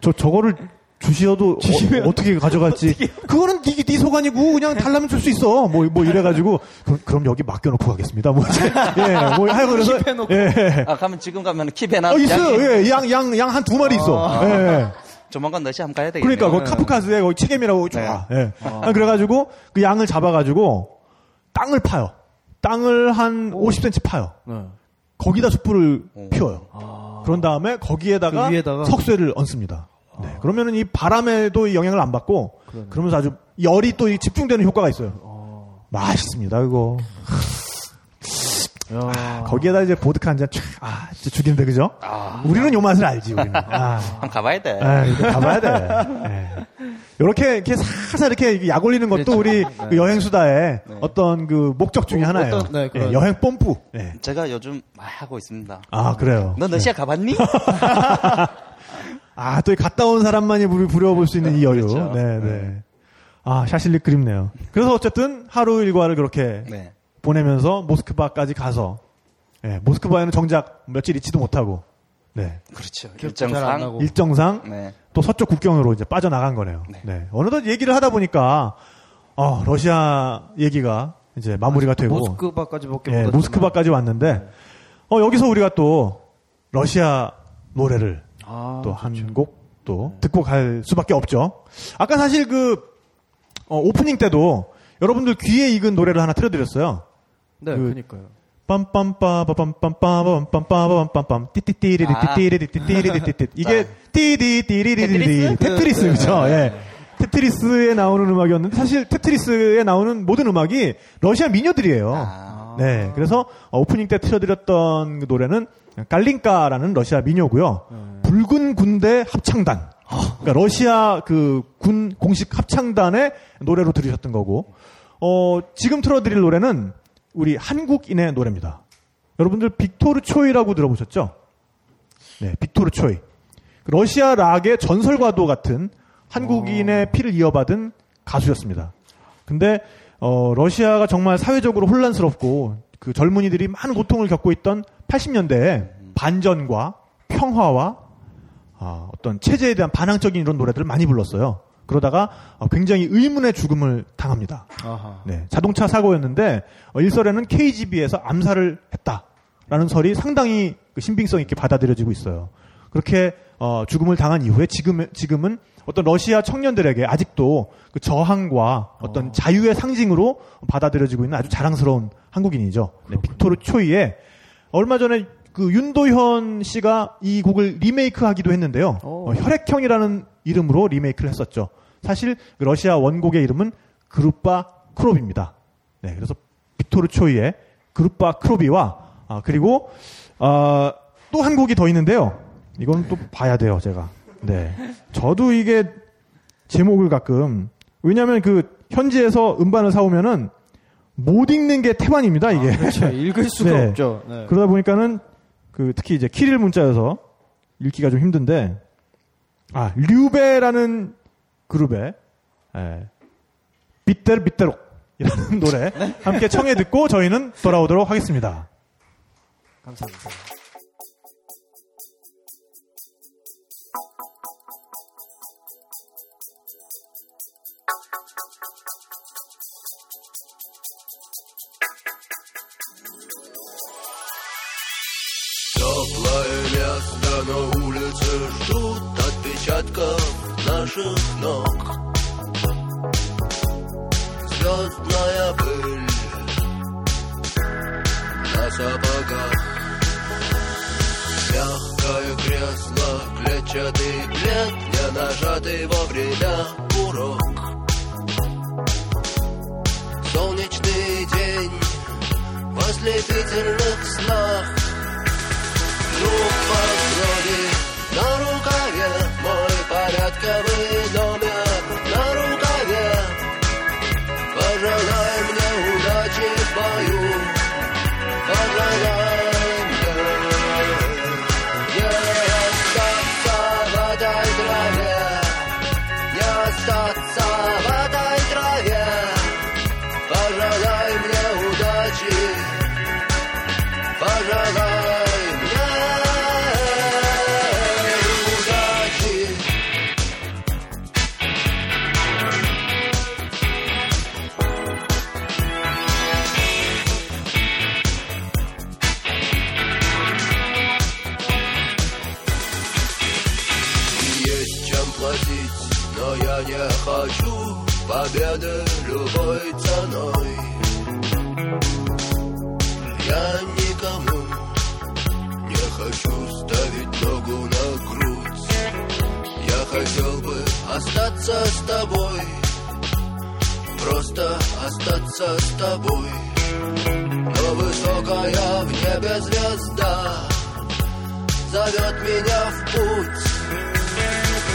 저 저거를 주시어도 어, 떻게 가져갈지 그거는 네, 네 소관이고 그냥 달라면 줄 수 있어 뭐 뭐 이래가지고 그럼, 그럼 여기 맡겨놓고 가겠습니다 뭐 뭐예뭐 하여 그래서
킵해놓고.
예.
아 가면 지금 가면 킵에나
아
양이
있어요 예 양 양 양 한 두 마리 있어
아.
예, 예.
조만간 러시아 한번 가야 되겠네요.
그러니까 그 카프카스에 거기 체겜이라고
네.
좋아. 예. 아, 그래가지고 그 양을 잡아가지고 땅을 파요. 땅을 한 50cm 파요.
네.
거기다 숯불을 피워요.
아.
그런 다음에 거기에다가,
그 위에다가? 아.
석쇠를 얹습니다. 네. 그러면은 이 바람에도 이 영향을 안 받고
그러네.
그러면서 아주
아.
열이 또이 집중되는 효과가 있어요. 맛있습니다, 그거.
야.
아, 거기에다 이제 보드카 한잔 촥, 아, 진짜 죽인데, 그죠?
아.
우리는 요 맛을 알지, 우리는. 아,
한번 가봐야 돼.
아, 이거 가봐야 돼. 예. 이렇게, 이렇게 살살 이렇게 약 올리는 것도
그렇죠.
우리 그 여행수다의 어떤 그 목적 중에
네. 어,
하나예요.
어떤, 네, 그런.
예, 여행 뽐뿌. 예.
제가 요즘 막 하고 있습니다.
아, 그래요.
너 러시아 가봤니?
아, 또 이 갔다 온 사람만이 우리 부려볼 수 있는 이 여유.
그렇죠.
네, 네. 아, 샤실리 그립네요. 그래서 어쨌든 하루 일과를 그렇게
네.
보내면서 모스크바까지 가서, 예, 모스크바에는 정작 며칠 있지도 못하고, 네.
그렇죠.
기억도 잘안
일정상.
나고.
일정상
네.
또 서쪽 국경으로 이제 빠져나간 거네요. 네.
네.
어느덧 얘기를 하다 보니까 어, 러시아 얘기가 이제 마무리가 되고
모스크바까지밖에
예,
못
모스크바까지 왔는데 어, 여기서 우리가 또 러시아 노래를
아,
또 한 곡 또 듣고 갈 수밖에 없죠. 아까 사실 그 어, 오프닝 때도 여러분들 귀에 익은 노래를 하나 틀어드렸어요.
네,
그-
그, 그니까요.
빰빰빠바빰빰빠바빰빰빰빰빰빰 띠띠띠리리 띠띠리리 띠띠리리 띠띠 이게 띠디띠리리리
네. 테트리스? 네.
테트리스 그죠? 예. 테트리스에 나오는 음악이었는데 사실 테트리스에 나오는 모든 음악이 러시아 미녀들이에요. 네. 그래서 오프닝 때 틀어드렸던 그 노래는 깔린카라는 러시아 미녀고요.
네.
붉은 군대 합창단. 그러니까 러시아 그 군 공식 합창단의 노래로 들으셨던 거고. 어, 지금 틀어드릴 노래는 우리 한국인의 노래입니다. 여러분들 빅토르 초이라고 들어보셨죠? 네, 빅토르 초이. 그 러시아 락의 전설과도 같은 한국인의 피를 이어받은 가수였습니다. 근데 어, 러시아가 정말 사회적으로 혼란스럽고 그 젊은이들이 많은 고통을 겪고 있던 80년대에 반전과 평화와 아, 어떤 체제에 대한 반항적인 이런 노래들을 많이 불렀어요. 그러다가 어, 굉장히 의문의 죽음을 당합니다.
아하.
네, 자동차 사고였는데 어, 일설에는 KGB에서 암살을 했다라는 설이 상당히 그 신빙성 있게 받아들여지고 있어요. 그렇게 어, 죽음을 당한 이후에 지금 지금은 어떤 러시아 청년들에게 아직도 그 저항과 어떤 자유의 상징으로 받아들여지고 있는 아주 자랑스러운 한국인이죠. 네, 빅토르 초이의 얼마 전에 그 윤도현 씨가 이 곡을 리메이크하기도 했는데요.
오.
어, 혈액형이라는 이름으로 리메이크를 했었죠. 사실 그 러시아 원곡의 이름은 그룹바 크롭입니다. 네, 그래서 빅토르 초이의 그룹바 크롭이와 아, 그리고 아, 또 한 곡이 더 있는데요. 이건 또 봐야 돼요, 제가. 네, 저도 이게 제목을 가끔 왜냐하면 그 현지에서 음반을 사오면은 못 읽는 게 태반입니다, 이게.
그렇죠. 읽을 수가
네.
없죠. 네.
그러다 보니까는 그 특히 이제 키릴 문자여서 읽기가 좀 힘든데 아 류베라는 그룹의 에, 빗대로 빗대로이라는 노래 함께 청해 듣고 저희는 돌아오도록 하겠습니다.
감사합니다.
Теплое место на улице ждут отпечатков наших ног. Звездная пыль на сапогах. Мягкое кресло, клетчатый плед, не нажатый вовремя урок. Солнечный день в ослепительных снах. Друг по крови на рукаве мой порядковый номер на рукаве. Пожелай мне удачи в бою, пожелай мне не остаться в этой траве, не остаться в этой траве. Пожелай мне удачи. Пожелай мне удачи. Есть чем платить, но я не хочу победы любой ценой. Я никому не хочу ставить ногу на грудь. Я хотел бы остаться с тобой, просто остаться с тобой. Но высоко Яркая в небе звезда Зовет меня в путь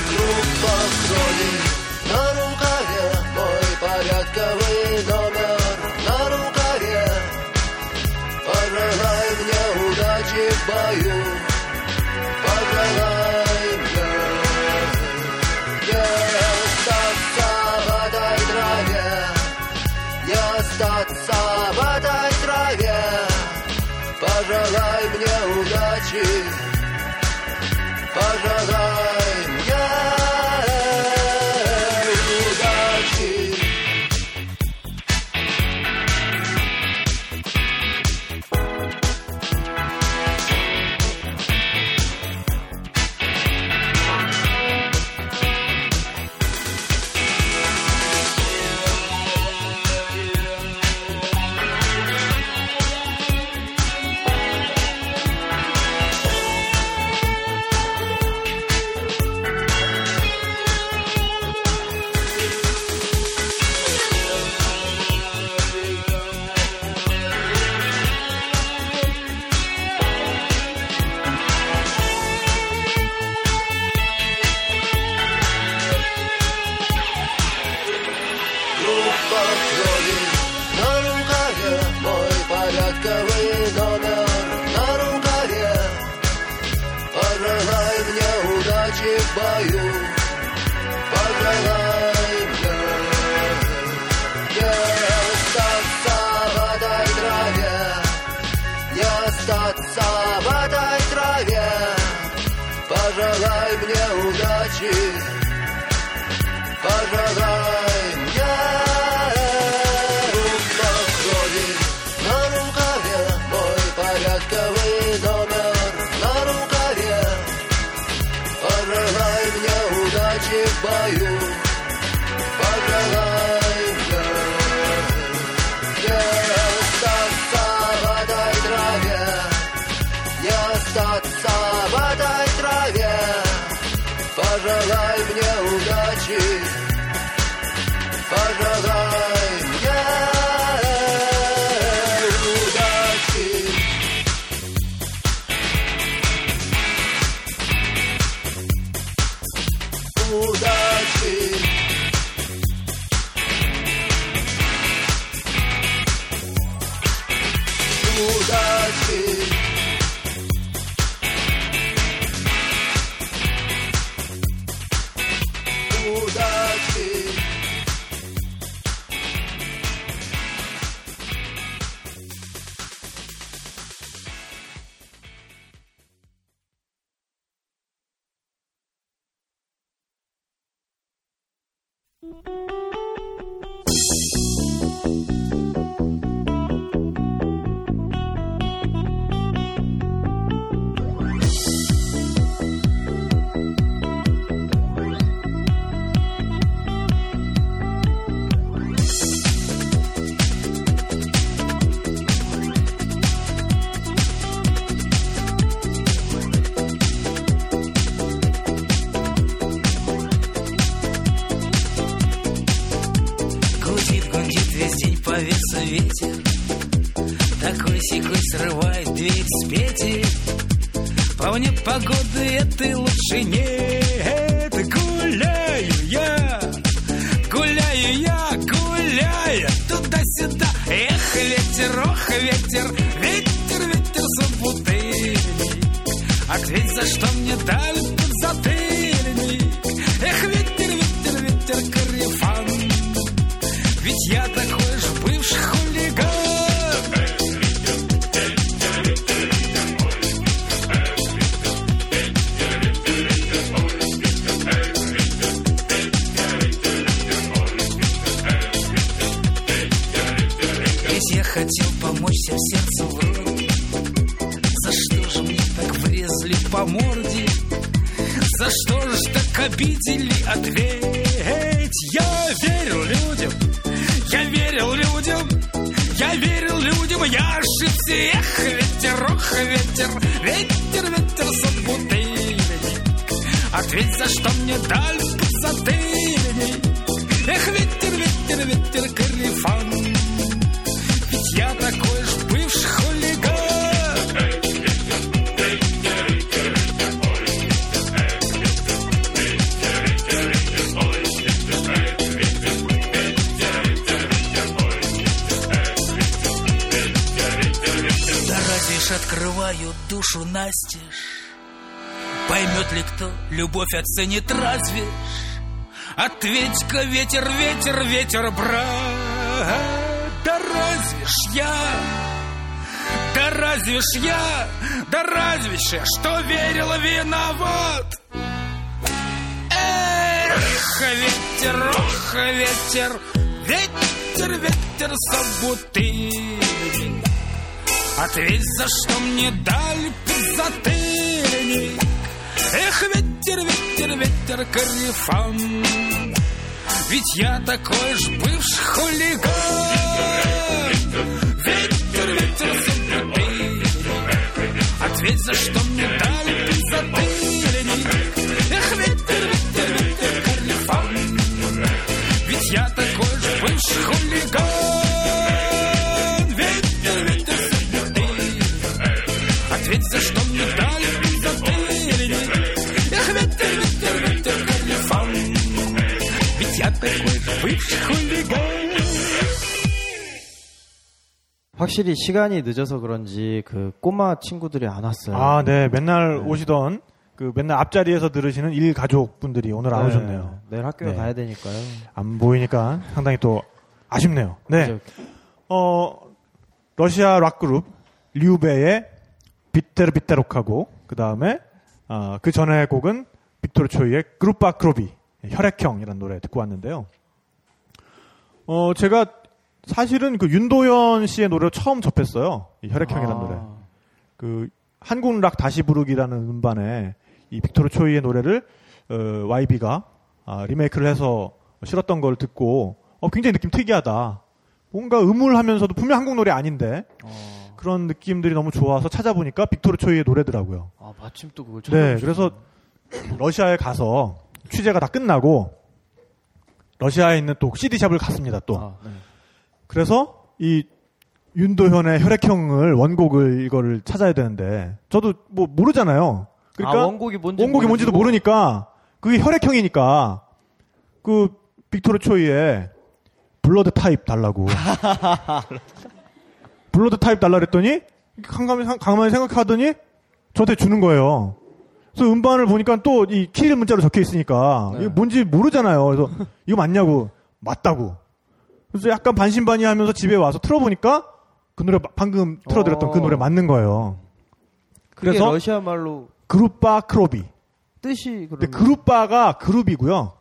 Круг построен на рукаве Мой порядковый номер на рукаве Пожелай мне удачи в бою Пожелай мне Не остаться в этой траве не остаться в этой траве. Пожелай мне удачи, пожелай мне удачи. Группа крови на рукаве, мой порядковый номер на рукаве. Пожелай мне удачи в бою, пожелай мне не остаться в этой траве, не остаться в этой траве. Пожелай мне удачи, Пожелай мне рука крови на рукаве, мой порядковый номер на рукаве. Пожелай мне удачи в бою, пожелай мне не остаться в этой траве, не остаться в этой траве. Пожелай мне удачи, пожелай мне удачи. Удачи. Удачи. Удачи.
Гудит, гудит весь день по весу ветер Такой секой срывает дверь с пети По мне погоды этой лучше нет Гуляю я, гуляю я, гуляю Туда-сюда, эх, ветер, ох, ветер Ветер, ветер, собутыльник Ответь, за что мне дали подзатыльник Эх, ветер, ветер, ветер, корефан ведь я такой же бывший хулиган. Ведь я хотел помочь всем сердцем вроде. За что же мне так врезали по морде? За что же так обидели? Ответь, я верил людям, я верил людям, я верил людям, я ошибся. Эх, ветер, ох, ветер, ветер, ветер, собутыльник. Ответь, за что мне дали подзатыльник? Эх, ветер, ветер, ветер, корефан, ведь я такой же бывший хулиган. лишь открываю душу настежь Поймет ли кто, любовь оценит разве ж? Ответь-ка, ветер, ветер, ветер, брат Да разве ж я, да разве ж я, да разве ж я, Что верила виноват? Эх, ветер, ох, ветер, ветер, ветер, собутыльник. Ответь, за что мне дали подзатыльник. Эх, ветер, ветер, ветер, корефан. Ведь я такой ж бывший хулиган. Ветер, ветер, собутыльник. Ответь, за что мне дали подзатыльник. Эх, ветер, ветер, ветер, корефан. Ведь я такой же бывший хулиган Ветер, ветер, собутыльник Ответь, за что мне дали подзатыльник Эх, ветер, ветер, ветер, корефан Ведь я такой же бывший хулиган
확실히 시간이 늦어서 그런지 그 꼬마 친구들이 안 왔어요.
아, 네. 맨날 오시던 그 맨날 앞자리에서 들으시는 일 가족분들이 오늘 안 오셨네요.
내일 학교에
네.
가야 되니까요.
안 보이니까 상당히 또 아쉽네요. 네. 어, 러시아 락 그룹 류베의 비테르 비테록하고 그다음에 아, 그 전에 곡은 빅토르 초이의 그룹바 크로비 혈액형이라는 노래 듣고 왔는데요. 어, 제가 사실은 그 윤도현 씨의 노래를 처음 접했어요. 이 혈액형이라는
아.
노래. 그 한국 락 다시 부르기라는 음반에 이 빅토르 초이의 노래를 어, YB가 아, 리메이크를 해서 실었던 걸 듣고 어, 굉장히 느낌 특이하다. 뭔가 음울하면서도 분명 한국 노래 아닌데
어.
그런 느낌들이 너무 좋아서 찾아보니까 빅토르 초이의 노래더라고요.
아 마침 또 그걸
네,
찾아보셨구나.
그래서 러시아에 가서 취재가 다 끝나고 러시아에 있는 또 CD샵을 갔습니다. 또
아, 네.
그래서 이 윤도현의 혈액형을 원곡을 이거를 찾아야 되는데 저도 뭐 모르잖아요. 그러니까
아, 원곡이 뭔지
원곡이 뭔지도 모르니까 그게 혈액형이니까 그 빅토르 초이의 블러드 타입 달라고 블러드 타입 달라 그랬더니 가만히, 생- 가만히 생각하더니 저한테 주는 거예요. 그래서 음반을 보니까 또 이 키릴 문자로 적혀 있으니까
네.
이게 뭔지 모르잖아요. 그래서 이거 맞냐고 맞다고. 그래서 약간 반신반의하면서 집에 와서 틀어보니까 그 노래 마- 방금 틀어드렸던 그
어.
노래 맞는 거예요.
그게
그래서-
러시아 말로
그룹바 크로비.
뜻이 그런
근데 네, 그룹바가 그룹이고요.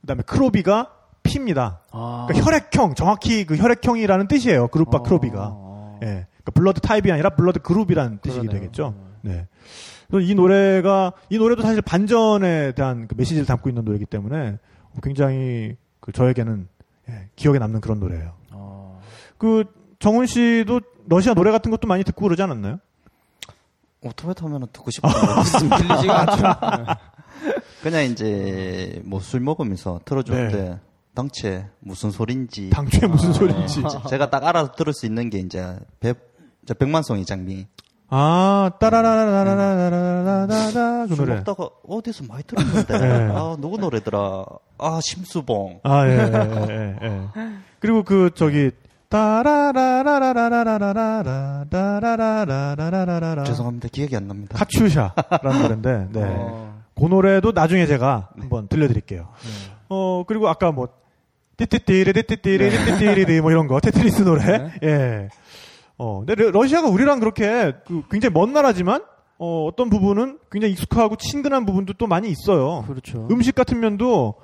그다음에 크로비가 피입니다.
아.
그러니까 혈액형, 정확히 그 혈액형이라는 뜻이에요. 그룹바
아.
크로비가.
아.
예. 그러니까 블러드 타입이 아니라 블러드 그룹이라는 뜻이
그러네요.
되겠죠. 네. 그래서 이 노래가 이 노래도 사실 반전에 대한 그 메시지를 담고 있는 노래이기 때문에 굉장히 그 저에게는 예, 기억에 남는 그런 노래예요.
아.
그 정훈 씨도 러시아 노래 같은 것도 많이 듣고 그러지 않았나요?
오토바이타면 듣고 싶은 거 없습니다.
들리지가 않죠.
그냥 이제 뭐 술 먹으면서 틀어주는데 당최 무슨 소린지
네. 당초에
아.
무슨 소리인지.
제가 딱 알아서 들을 수 있는 게 이제 백, 저 백만송이 장미
아, 따라라라라라라라라라 그
술
노래.
먹다가 어디서 많이 들었는데
네.
아 누구 노래더라 아 심수봉
아, 예, 예, 예, 예. 그리고 그, 저기, 따라라라라라라라라라라라라라라라라.
죄송합니다 기억이 안 납니다
카츄샤라는 노래인데, 네.
어.
그 노래도 나중에 제가 한번 들려드릴게요. 어, 그리고 아까 뭐, 띠띠띠리, 띠띠띠리, 띠띠띠리, 뭐 이런 거, 테트리스 노래. 예. 어, 근데 러- 러시아가 우리랑 그렇게 그 굉장히 먼 나라지만, 어, 어떤 부분은 굉장히 익숙하고 친근한 부분도 또 많이 있어요.
그렇죠.
음식 같은 면도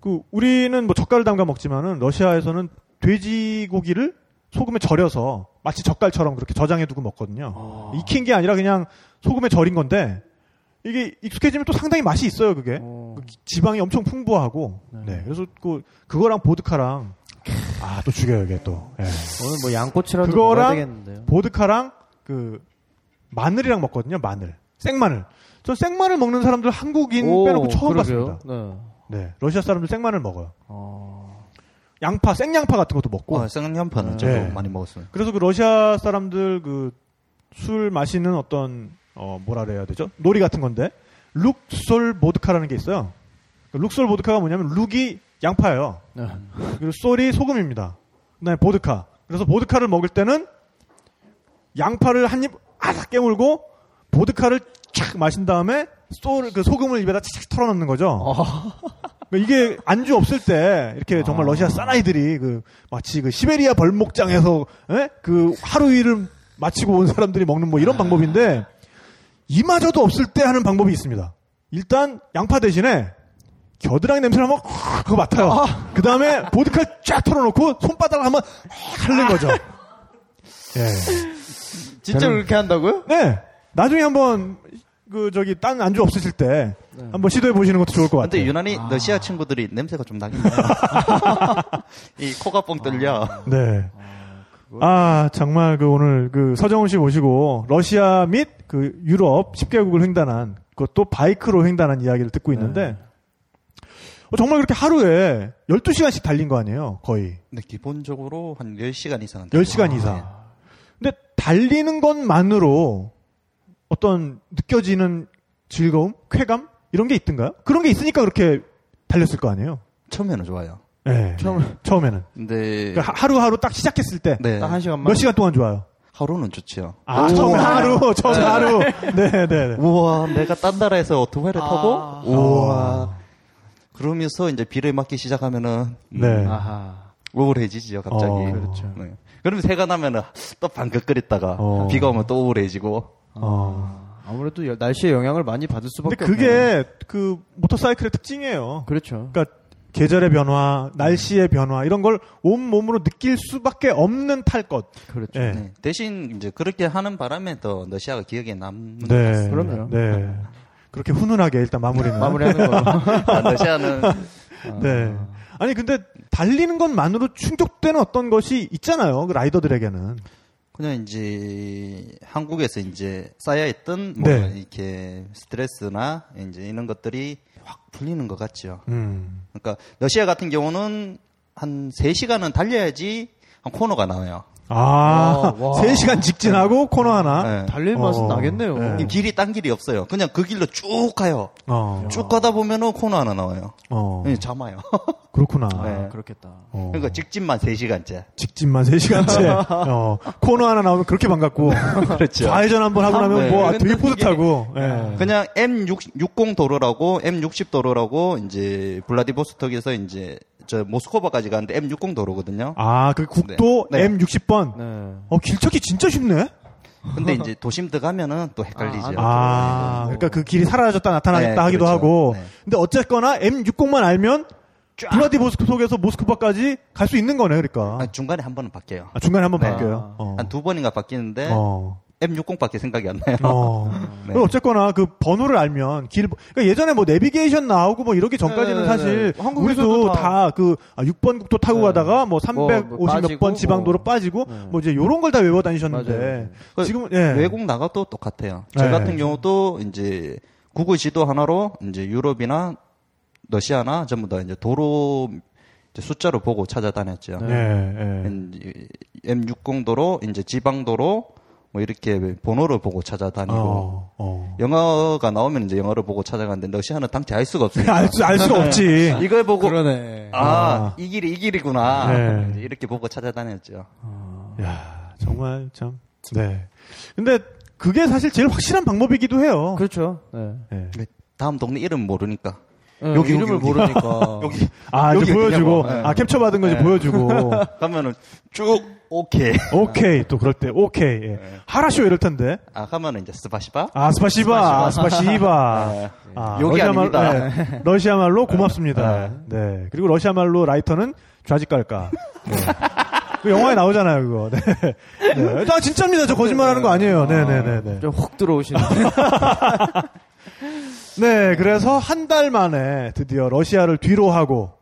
그 우리는 뭐 젓갈을 담가 먹지만은 러시아에서는 돼지고기를 소금에 절여서 마치 젓갈처럼 그렇게 저장해 두고 먹거든요.
아.
익힌 게 아니라 그냥 소금에 절인 건데 이게 익숙해지면 또 상당히 맛이 있어요, 그게.
어.
그 지방이 엄청 풍부하고. 네. 그래서 그 그거랑 보드카랑 아, 또 죽여요, 이게 또. 예.
오늘 뭐 양꼬치라도
그거랑-
먹어야 되겠는데요.
보드카랑 그 마늘이랑 먹거든요, 마늘. 생마늘. 저 생마늘 먹는 사람들 한국인
오,
빼놓고 처음
그러게요.
봤습니다.
네.
네. 러시아 사람들 생마늘 먹어요.
어.
양파, 생양파 같은 것도 먹고.
어, 쌍년파는 저도
네.
많이 먹었어요
그래서 그 러시아 사람들 그 술 마시는 어떤 어 뭐라 그래야 되죠? 놀이 같은 건데 룩솔 보드카라는 게 있어요. 그 룩솔 보드카가 뭐냐면 룩이 양파예요.
네.
그리고 솔이 소금입니다. 그다음에 보드카. 그래서 보드카를 먹을 때는 양파를 한 입 아삭 깨물고 보드카를 착 마신 다음에 소를 그 소금을 입에다 착 털어넣는 거죠. 그러니까 이게 안주 없을 때 이렇게 정말 러시아 사나이들이 그 마치 그 시베리아 벌목장에서 에? 그 하루 일을 마치고 온 사람들이 먹는 뭐 이런 방법인데 이마저도 없을 때 하는 방법이 있습니다. 일단 양파 대신에 겨드랑이 냄새를 한번 확 그거 맡아요. 그 다음에 보드카 쫙 털어놓고 손바닥을 한번 확 하는 거죠. 예.
진짜
저는-
그렇게 한다고요?
네. 나중에 한번 그 저기 딴 안주 없으실 때 한번 시도해 보시는 것도 좋을 것 같아요.
근데 유난히 러시아 친구들이 냄새가 좀 나긴 해요. 이 코가 뻥 뚫려.
네. 아, 정말 그 오늘 그 서정훈 씨 모시고 러시아 및 그 유럽 10개국을 횡단한 그것도 바이크로 횡단한 이야기를 듣고 있는데 어, 정말 그렇게 하루에 12시간씩 달린 거 아니에요? 거의.
근데 기본적으로 한 10시간 이상은. 아,
10시간 이상. 근데 달리는 것만으로 어떤 느껴지는 즐거움, 쾌감 이런 게 있던가요? 그런 게 있으니까 그렇게 달렸을 거 아니에요?
처음에는 좋아요.
네. 처음, 네. 에는 그러니까
근데
하루하루 딱 시작했을 때 몇
네.
딱 한 시간만.
시간 동안 좋아요?
하루는 좋지요.
아, 처음
네.
하루, 처음 하루. 네, 네, 네.
우와, 내가 딴 나라에서 오토바이를
아.
타고 우와. 그러면서 이제 비를 맞기 시작하면은 음,
네.
아하.
우울해지지요, 갑자기.
어.
그렇죠. 네. 그러면 새가 나면은 또 방긋거렸다가
어.
비가 오면 또 우울해지고
어.
아무래도 여- 날씨에 영향을 많이 받을 수밖에
근데
없네요.
그게 그 모터사이클의 특징이에요.
그렇죠.
그러니까 계절의 변화, 날씨의 변화 이런 걸 온 몸으로 느낄 수밖에 없는 탈 것.
그렇죠.
네.
네. 대신 이제 그렇게 하는 바람에 더 러시아가 기억에 남는 것
네.
같습니다.
그럼요.
네. 그렇게 훈훈하게 일단 마무리는.
마무리하는 거.
아, 러시아는
네. 아니 근데 달리는 것만으로 충족되는 어떤 것이 있잖아요. 그 라이더들에게는.
그냥 이제 한국에서 이제 쌓여있던 뭐
네.
이렇게 스트레스나 이제 이런 것들이 확 풀리는 것 같죠.
음.
그러니까 러시아 같은 경우는 한 3시간은 달려야지 한 코너가 나와요.
아,
와, 와.
3시간 직진하고 코너 하나.
네.
달릴 맛은
어.
나겠네요.
네.
길이 딴 길이 없어요. 그냥 그 길로 쭉 가요.
어.
쭉 가다 보면은 코너 하나 나와요.
어.
네, 잠아요.
그렇구나.
아,
네.
그렇겠다.
어.
그러니까 직진만 3시간째.
직진만 3시간째. 어. 코너 하나 나오면 그렇게 반갑고.
그렇죠.
좌회전 한 번 하고 나면
네.
뭐 아, 되게
이게-
뿌듯하고. 예.
그냥 M60 도로라고 M60 도로라고 이제 블라디보스톡에서 이제 저 모스코바까지 가는데 M60 도로거든요.
아, 그 국도
네. 네.
M60번.
네.
어, 길 찾기 진짜 쉽네.
근데 이제 도심 들어가면은 또 헷갈리죠.
아, 그러니까 그 길이 사라졌다 나타났다
네,
하기도
그렇죠.
하고.
네.
근데 어쨌거나 M60만 알면 블라디보스톡에서 모스크바까지 갈 수 있는 거네, 그러니까.
아, 중간에 한 번은 바뀌어요.
아, 중간에 한번
네.
바뀌어요. 어.
한 두 번인가 바뀌는데
어.
M60밖에 생각이 안 나요.
어.
네.
그리고 어쨌거나 그 번호를 알면 길 그러니까 예전에 뭐 내비게이션 나오고 뭐 이러기 전까지는
네,
사실
네. 한국에서도
우리도
다-
다 그 아, 6번 국도 타고
네.
가다가 뭐 350
뭐 빠지고
몇 번 지방도로
뭐.
빠지고
네.
뭐 이제 요런 걸 다 외워 다니셨는데
맞아요.
그
지금 예.
외국 나가도 똑같아요. 저
네.
같은 경우도 이제 구글 지도 하나로 이제 유럽이나 러시아나 전부 다 이제 도로 이제 숫자로 보고 찾아다녔죠.
예, 예.
음, M60 도로, 이제 지방 도로 뭐 이렇게 번호를 보고 찾아다니고
어, 어.
영어가 나오면 이제 영어를 보고 찾아가는데 러시아는 당최 알 수가 없어요.
알, 수, 알 수가
네.
없지.
이걸 보고
그러네.
아, 이 길이 이 길이구나.
네.
이제 이렇게 보고 찾아다녔죠.
야, 정말 참. 네. 근데 그게 사실 제일 확실한 방법이기도 해요.
그렇죠. 네.
예.
다음 동네 이름 모르니까.
네,
여기,
이름을
여기, 여기.
모르니까.
여기
아, 이제
여기
보여주고
어디냐고.
아, 캡처 받은 건지
네.
보여주고.
가면은 쭉 오케이.
오케이 또 그럴 때 오케이 예. 하라쇼 이럴 텐데
아, 가면은 이제 스파시바.
아스파시바 아스파시바 아,
여기
러시아 말-
아닙니다.
네. 러시아 말로 고맙습니다 네 그리고 러시아 말로 라이터는 좌지깔까 네. 그 영화에 나오잖아요 그거 네. 네. 다 진짜입니다 저 거짓말하는 거 아니에요 네네네네
좀훅 들어오시는.
네 그래서 한 달 만에 드디어 러시아를 뒤로 하고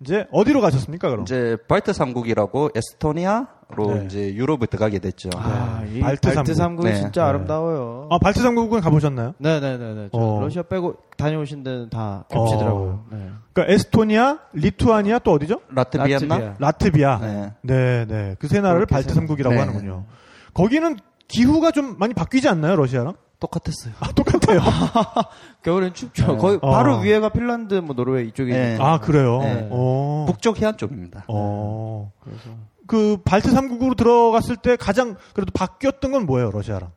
이제 어디로 가셨습니까 그럼
이제 발트 3국이라고 에스토니아로
네.
이제 유럽에 들어가게 됐죠.
아, 이
발트 삼국.
발트 삼국이
네.
진짜 아름다워요.
아 발트 삼국은 가보셨나요
네네네네. 저
어.
러시아 빼고 다녀오신 데는 다 겹치더라고요. 네.
그러니까 에스토니아 리투아니아 또 어디죠
라트비아나
라트비아.
라트비아.
네.
네, 네. 그 세 나라를
그렇게
발트
세 나라.
3국이라고
네.
하는군요. 거기는 기후가 좀 많이 바뀌지 않나요, 러시아랑?
똑같았어요.
아, 똑같아요.
겨울엔 춥죠. 거의
어.
바로 위에가 핀란드, 뭐 노르웨이 이쪽에.
네.
있는
아, 그래요?
네.
어.
북쪽 해안 쪽입니다.
어. 그 발트 3국으로 들어갔을 때 가장 그래도 바뀌었던 건 뭐예요, 러시아랑?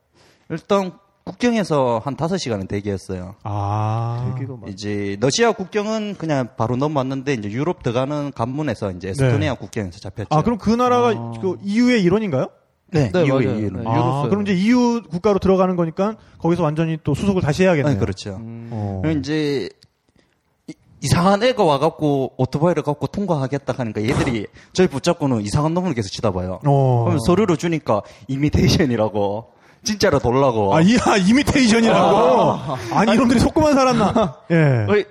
일단 국경에서 한 5시간은 대기했어요.
아.
이제 러시아 국경은 그냥 바로 넘어왔는데 이제 유럽 들어가는 관문에서 이제 에스토니아 국경에서 잡혔죠.
네. 아, 그럼 그 나라가 그 EU의 일원인가요?
네,
네,
이후에
맞아요.
이후에는.
네.
아,
유럽서요.
그럼 이제 EU 국가로 들어가는 거니까 거기서 완전히 또 수속을 다시 해야겠네요.
네, 그렇죠.
어.
그럼 이제 이- 이상한 애가 와갖고 오토바이를 갖고 통과하겠다 하니까 얘들이 저희 붙잡고는 이상한 놈을 계속 쳐다봐요.
어.
그럼 서류를 주니까 이미테이션이라고 진짜로 돌라고.
아, 이, 아, 이미테이션이라고? 아, 니 이놈들이 속고만 살았나? 예.
거의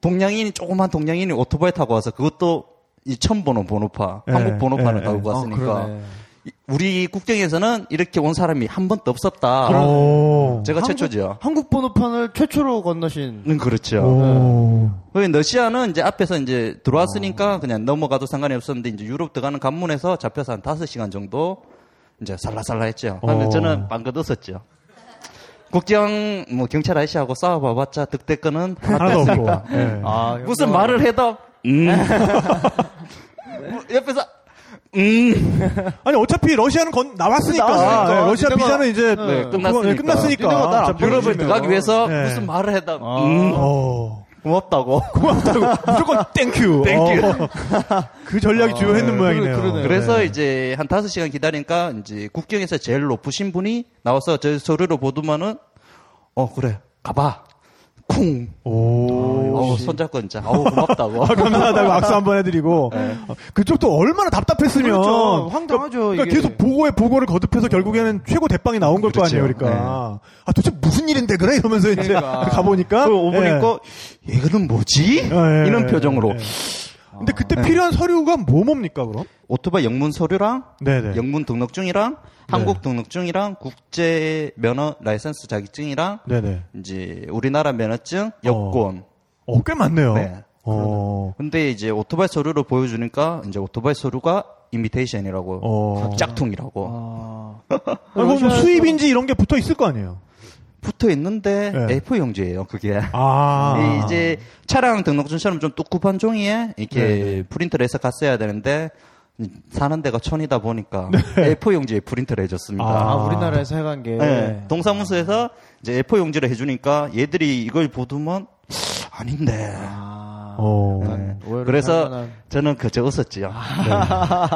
동양인이 조그만 동양인이 오토바이 타고 와서 그것도 이 처음 보는 번호파,
예,
한국 번호판을
예,
타고
아,
왔으니까
그러네.
이- 우리 국경에서는 이렇게 온 사람이 한 번도 없었다.
오.
제가
한국-
최초죠.
한국 번호판을 최초로 건너신
는 그렇죠.
오.
거기 러시아는 이제 앞에서 이제
아.
들어왔으니까 그냥 넘어가도 상관이 없었는데 이제 유럽 들어가는 관문에서 잡혀서 한 5시간 정도 이제 살라살라 했죠.
어.
하면 저는 빵긋 웃었죠. 국경 뭐 경찰 아저씨하고 싸워봐봤자 득대 거는
하나도 없고. 예.
아,
무슨 말을 해도 음. 옆에서 음.
아니 어차피 러시아는 건 나왔으니까
나왔으니까.
예, 러시아
니네가-
비자는 이제 그거-
네,
예,
끝났으니까.
끝났으니까
니네가 날안
어차피.
유럽을 들어가기 위해서
네.
무슨 말을 해도
아.
음.
어.
고맙다고.
무조건 땡큐.
땡큐.
어. 그 전략이 주요했는
네,
모양이네요.
그러- 그러네요.
그래서
네.
이제 한 5시간 기다리니까 이제 국경에서 제일 높으신 분이 나와서 저 서류를 보더만은 어 그래 가봐 쿵
오.
어우 손잡고 진짜 아우 고맙다고 뭐.
아, 감사하다고 악수 한번 해드리고 어, 그쪽도 얼마나 답답했으면
그렇죠. 황당하죠,
그러니까
이게.
계속 보고에 보고를 거듭해서 결국에는 최고 대빵이 나온 걸 거 아니에요, 그러니까 아 도대체 무슨 일인데 그래 이러면서 이제 가보니까
그 오븐
예.
있고 얘는 뭐지 네.
예, 예,
이런
예,
표정으로
예. 근데 그때 필요한 서류가 뭐 뭡니까 그럼?
오토바이 영문 서류랑
네네. 네.
영문 등록증이랑 한국 등록증이랑 국제 면허 라이선스 자격증이랑
네네.
이제 우리나라 면허증 여권
어, 꽤 많네요.
네.
어.
근데 이제 오토바이 서류를 보여주니까 이제 오토바이 서류가 이미테이션이라고
어.
짝퉁이라고
아니, 그럼 뭐 수입인지 이런 게 붙어 있을 거 아니에요?
붙어 있는데
네.
A4 용지예요 그게.
아.
이제 차량 등록증처럼 좀 뚝뚝한 종이에 이렇게
네.
프린트를 해서 갔어야 되는데 사는 데가 촌이다 보니까 A4 용지에 프린트를 해줬습니다.
네. 아.
아, 우리나라에서 해간 게
네. 동사무소에서 이제 A4 용지를 해주니까 얘들이 이걸 보더만 아닌데.
아,
어.
네.
오해를 살
그래서
만한-
저는 그저 웃었지요.
아,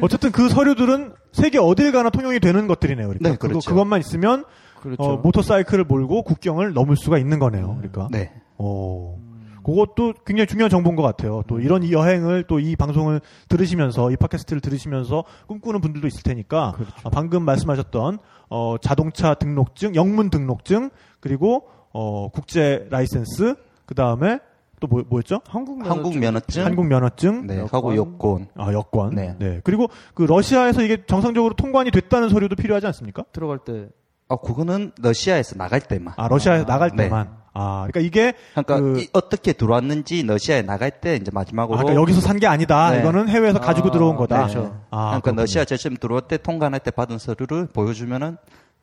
어쨌든 그 서류들은 세계 어딜 가나 통용이 되는 것들이네요. 그러니까
네, 그렇죠.
것만 있으면
그렇죠.
어, 모터사이클을 몰고 국경을 넘을 수가 있는 거네요. 그러니까.
네.
어.
음.
그것도 굉장히 중요한 정보인 것 같아요. 또 이런 이 여행을 또 이 방송을 들으시면서 이 팟캐스트를 들으시면서 꿈꾸는 분들도 있을 테니까
그렇죠.
아, 방금 말씀하셨던 어, 자동차 등록증, 영문 등록증 그리고 어, 국제 라이센스 그 다음에 또 뭐, 뭐였죠?
한국 면허증.
한국 면허증,
한국 면허증,
네, 하고 여권.
아 여권, 네.
네.
그리고 그 러시아에서 이게 정상적으로 통관이 됐다는 서류도 필요하지 않습니까?
들어갈 때
아, 그거는 러시아에서 나갈 때만.
아 러시아에 나갈
네.
때만. 아 그러니까 이게
그러니까
그-
이- 어떻게 들어왔는지 러시아에 나갈 때
아,
이제 마지막으로
그러니까 여기서 산 게 아니다.
네.
이거는 해외에서 가지고
아,
들어온 거다.
그렇죠.
아,
그러니까
그렇군요.
러시아 제시험 들어올 때 통과할 때 받은 서류를 보여주면은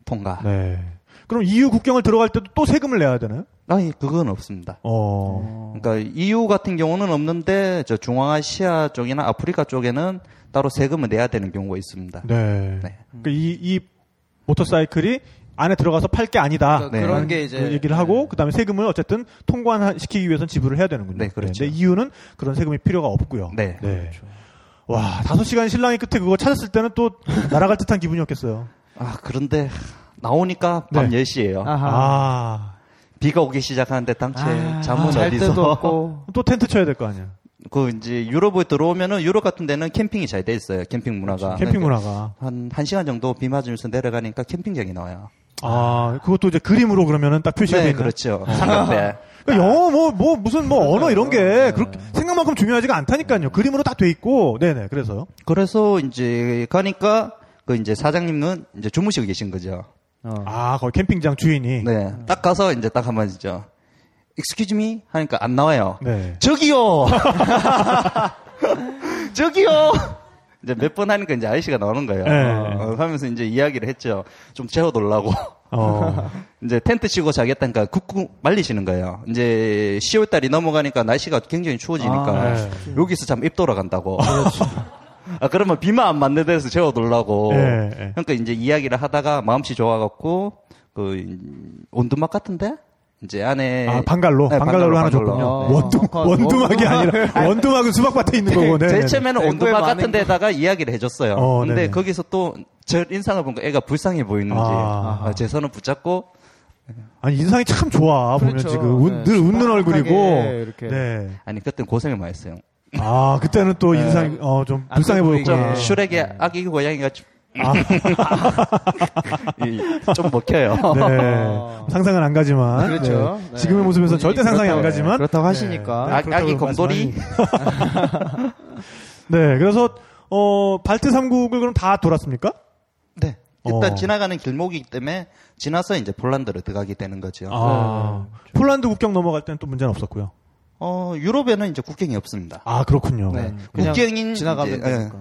통과.
네. 그럼 EU 국경을 들어갈 때도 또 세금을 내야 되나요?
아니 그건 없습니다.
어.
그러니까 EU 같은 경우는 없는데 저 중앙아시아 쪽이나 아프리카 쪽에는 따로 세금을 내야 되는 경우가 있습니다.
네.
네.
그러니까 이, 이 모터사이클이 안에 들어가서 팔 게 아니다.
네.
그러니까 그런 게
그
이제 네.
얘기를 하고 그다음에 세금을 어쨌든 통관시키기 위해서는 지불을 해야 되는군요.
네, 그렇죠.
근데 EU는 그런 세금이 필요가 없고요.
네.
와, 다섯 시간 신랑이 끝에 그거 찾았을 때는 또 날아갈 듯한 기분이었겠어요.
아 그런데 나오니까 밤
네.
10시예요.
아하.
아.
비가 오기 시작하는데 당최
아,
잠은
잘 때도
어디서?
없고
또 텐트 쳐야 될 거 아니야.
그 이제 유럽에 들어오면은 유럽 같은 데는 캠핑이 잘 돼 있어요. 캠핑
아,
문화가.
그렇죠.
네.
캠핑
그러니까
문화가.
한, 한 시간 정도 비 맞으면서 내려가니까 캠핑장이 나와요.
아, 그것도 이제 그림으로 그러면은 딱 표시가 돼
네,
있는.
그렇죠. 삼각대.
그러니까 영어 뭐, 뭐, 무슨 뭐 언어 이런 게 그렇게 생각만큼 중요하지가 않다니까요. 그림으로 다 돼 있고. 네네, 그래서요.
그래서 이제 가니까 그 이제 사장님은 이제 주무시고 계신 거죠.
아, 거기 캠핑장 주인이.
네. 딱 가서 이제 딱 한마디죠. Excuse me? 하니까 안 나와요.
네.
저기요! 저기요! 이제 몇 번 하니까 이제 아저씨가 나오는 거예요.
네.
어, 하면서 이제 이야기를 했죠. 좀 재워달라고.
어.
이제 텐트 치고 자겠다니까 쿡쿡 말리시는 거예요. 이제 10월 달이 넘어가니까 날씨가 굉장히 추워지니까
아, 네. 그렇죠.
여기서 참 입 돌아간다고. 아, 그러면 비만 안 맞는 데서 재워둘라고.
예, 예.
그러니까 이제 이야기를 하다가 마음씨 좋아갖고, 그, 음, 온두막 같은데? 이제 안에.
아, 방갈로.
네,
방갈로 하나
방갈로.
줬군요.
어.
네.
원두,
아까
원두막이
원두-
아니라, 원두막은 수박밭에 있는 거고, 네.
제일
네, 네.
처음에는
네,
온두막
그거에
같은
많은
데다가 이야기를 해줬어요.
어,
근데
네네.
거기서 또 저 인상을 보니까 애가 불쌍해 보이는지
아.
아, 제 손을 붙잡고
아니, 인상이 참 좋아. 보면
그렇죠.
지금. 운-
네,
늘 웃는
신박하게
얼굴이고.
이렇게.
네.
아니 그때 고생을 많이 했어요.
아, 그때는 또 인상이, 어, 좀 불쌍해
안
보였구나.
보이게. 예.
슈렉의 아기 고양이가 좀, 이- 좀 먹혀요.
네. 상상은 안 가지만.
어. 그렇죠.
네.
네.
지금의 모습에서 절대 상상이 안 가지만. 네.
그렇다고 하시니까.
아, 아기
그렇다고
곰돌이
네. 그래서, 어, 발트 3국을 그럼 다 돌았습니까?
네. 일단
어.
지나가는 길목이기 때문에 지나서 이제 폴란드로 들어가게 되는 거죠.
아.
네.
폴란드 국경 넘어갈 때는 또 문제는 없었고요.
어, 유럽에는 이제 국경이 없습니다.
아, 그렇군요.
네.
그냥
그냥
국경인
지나가면
이제, 예.
되니까.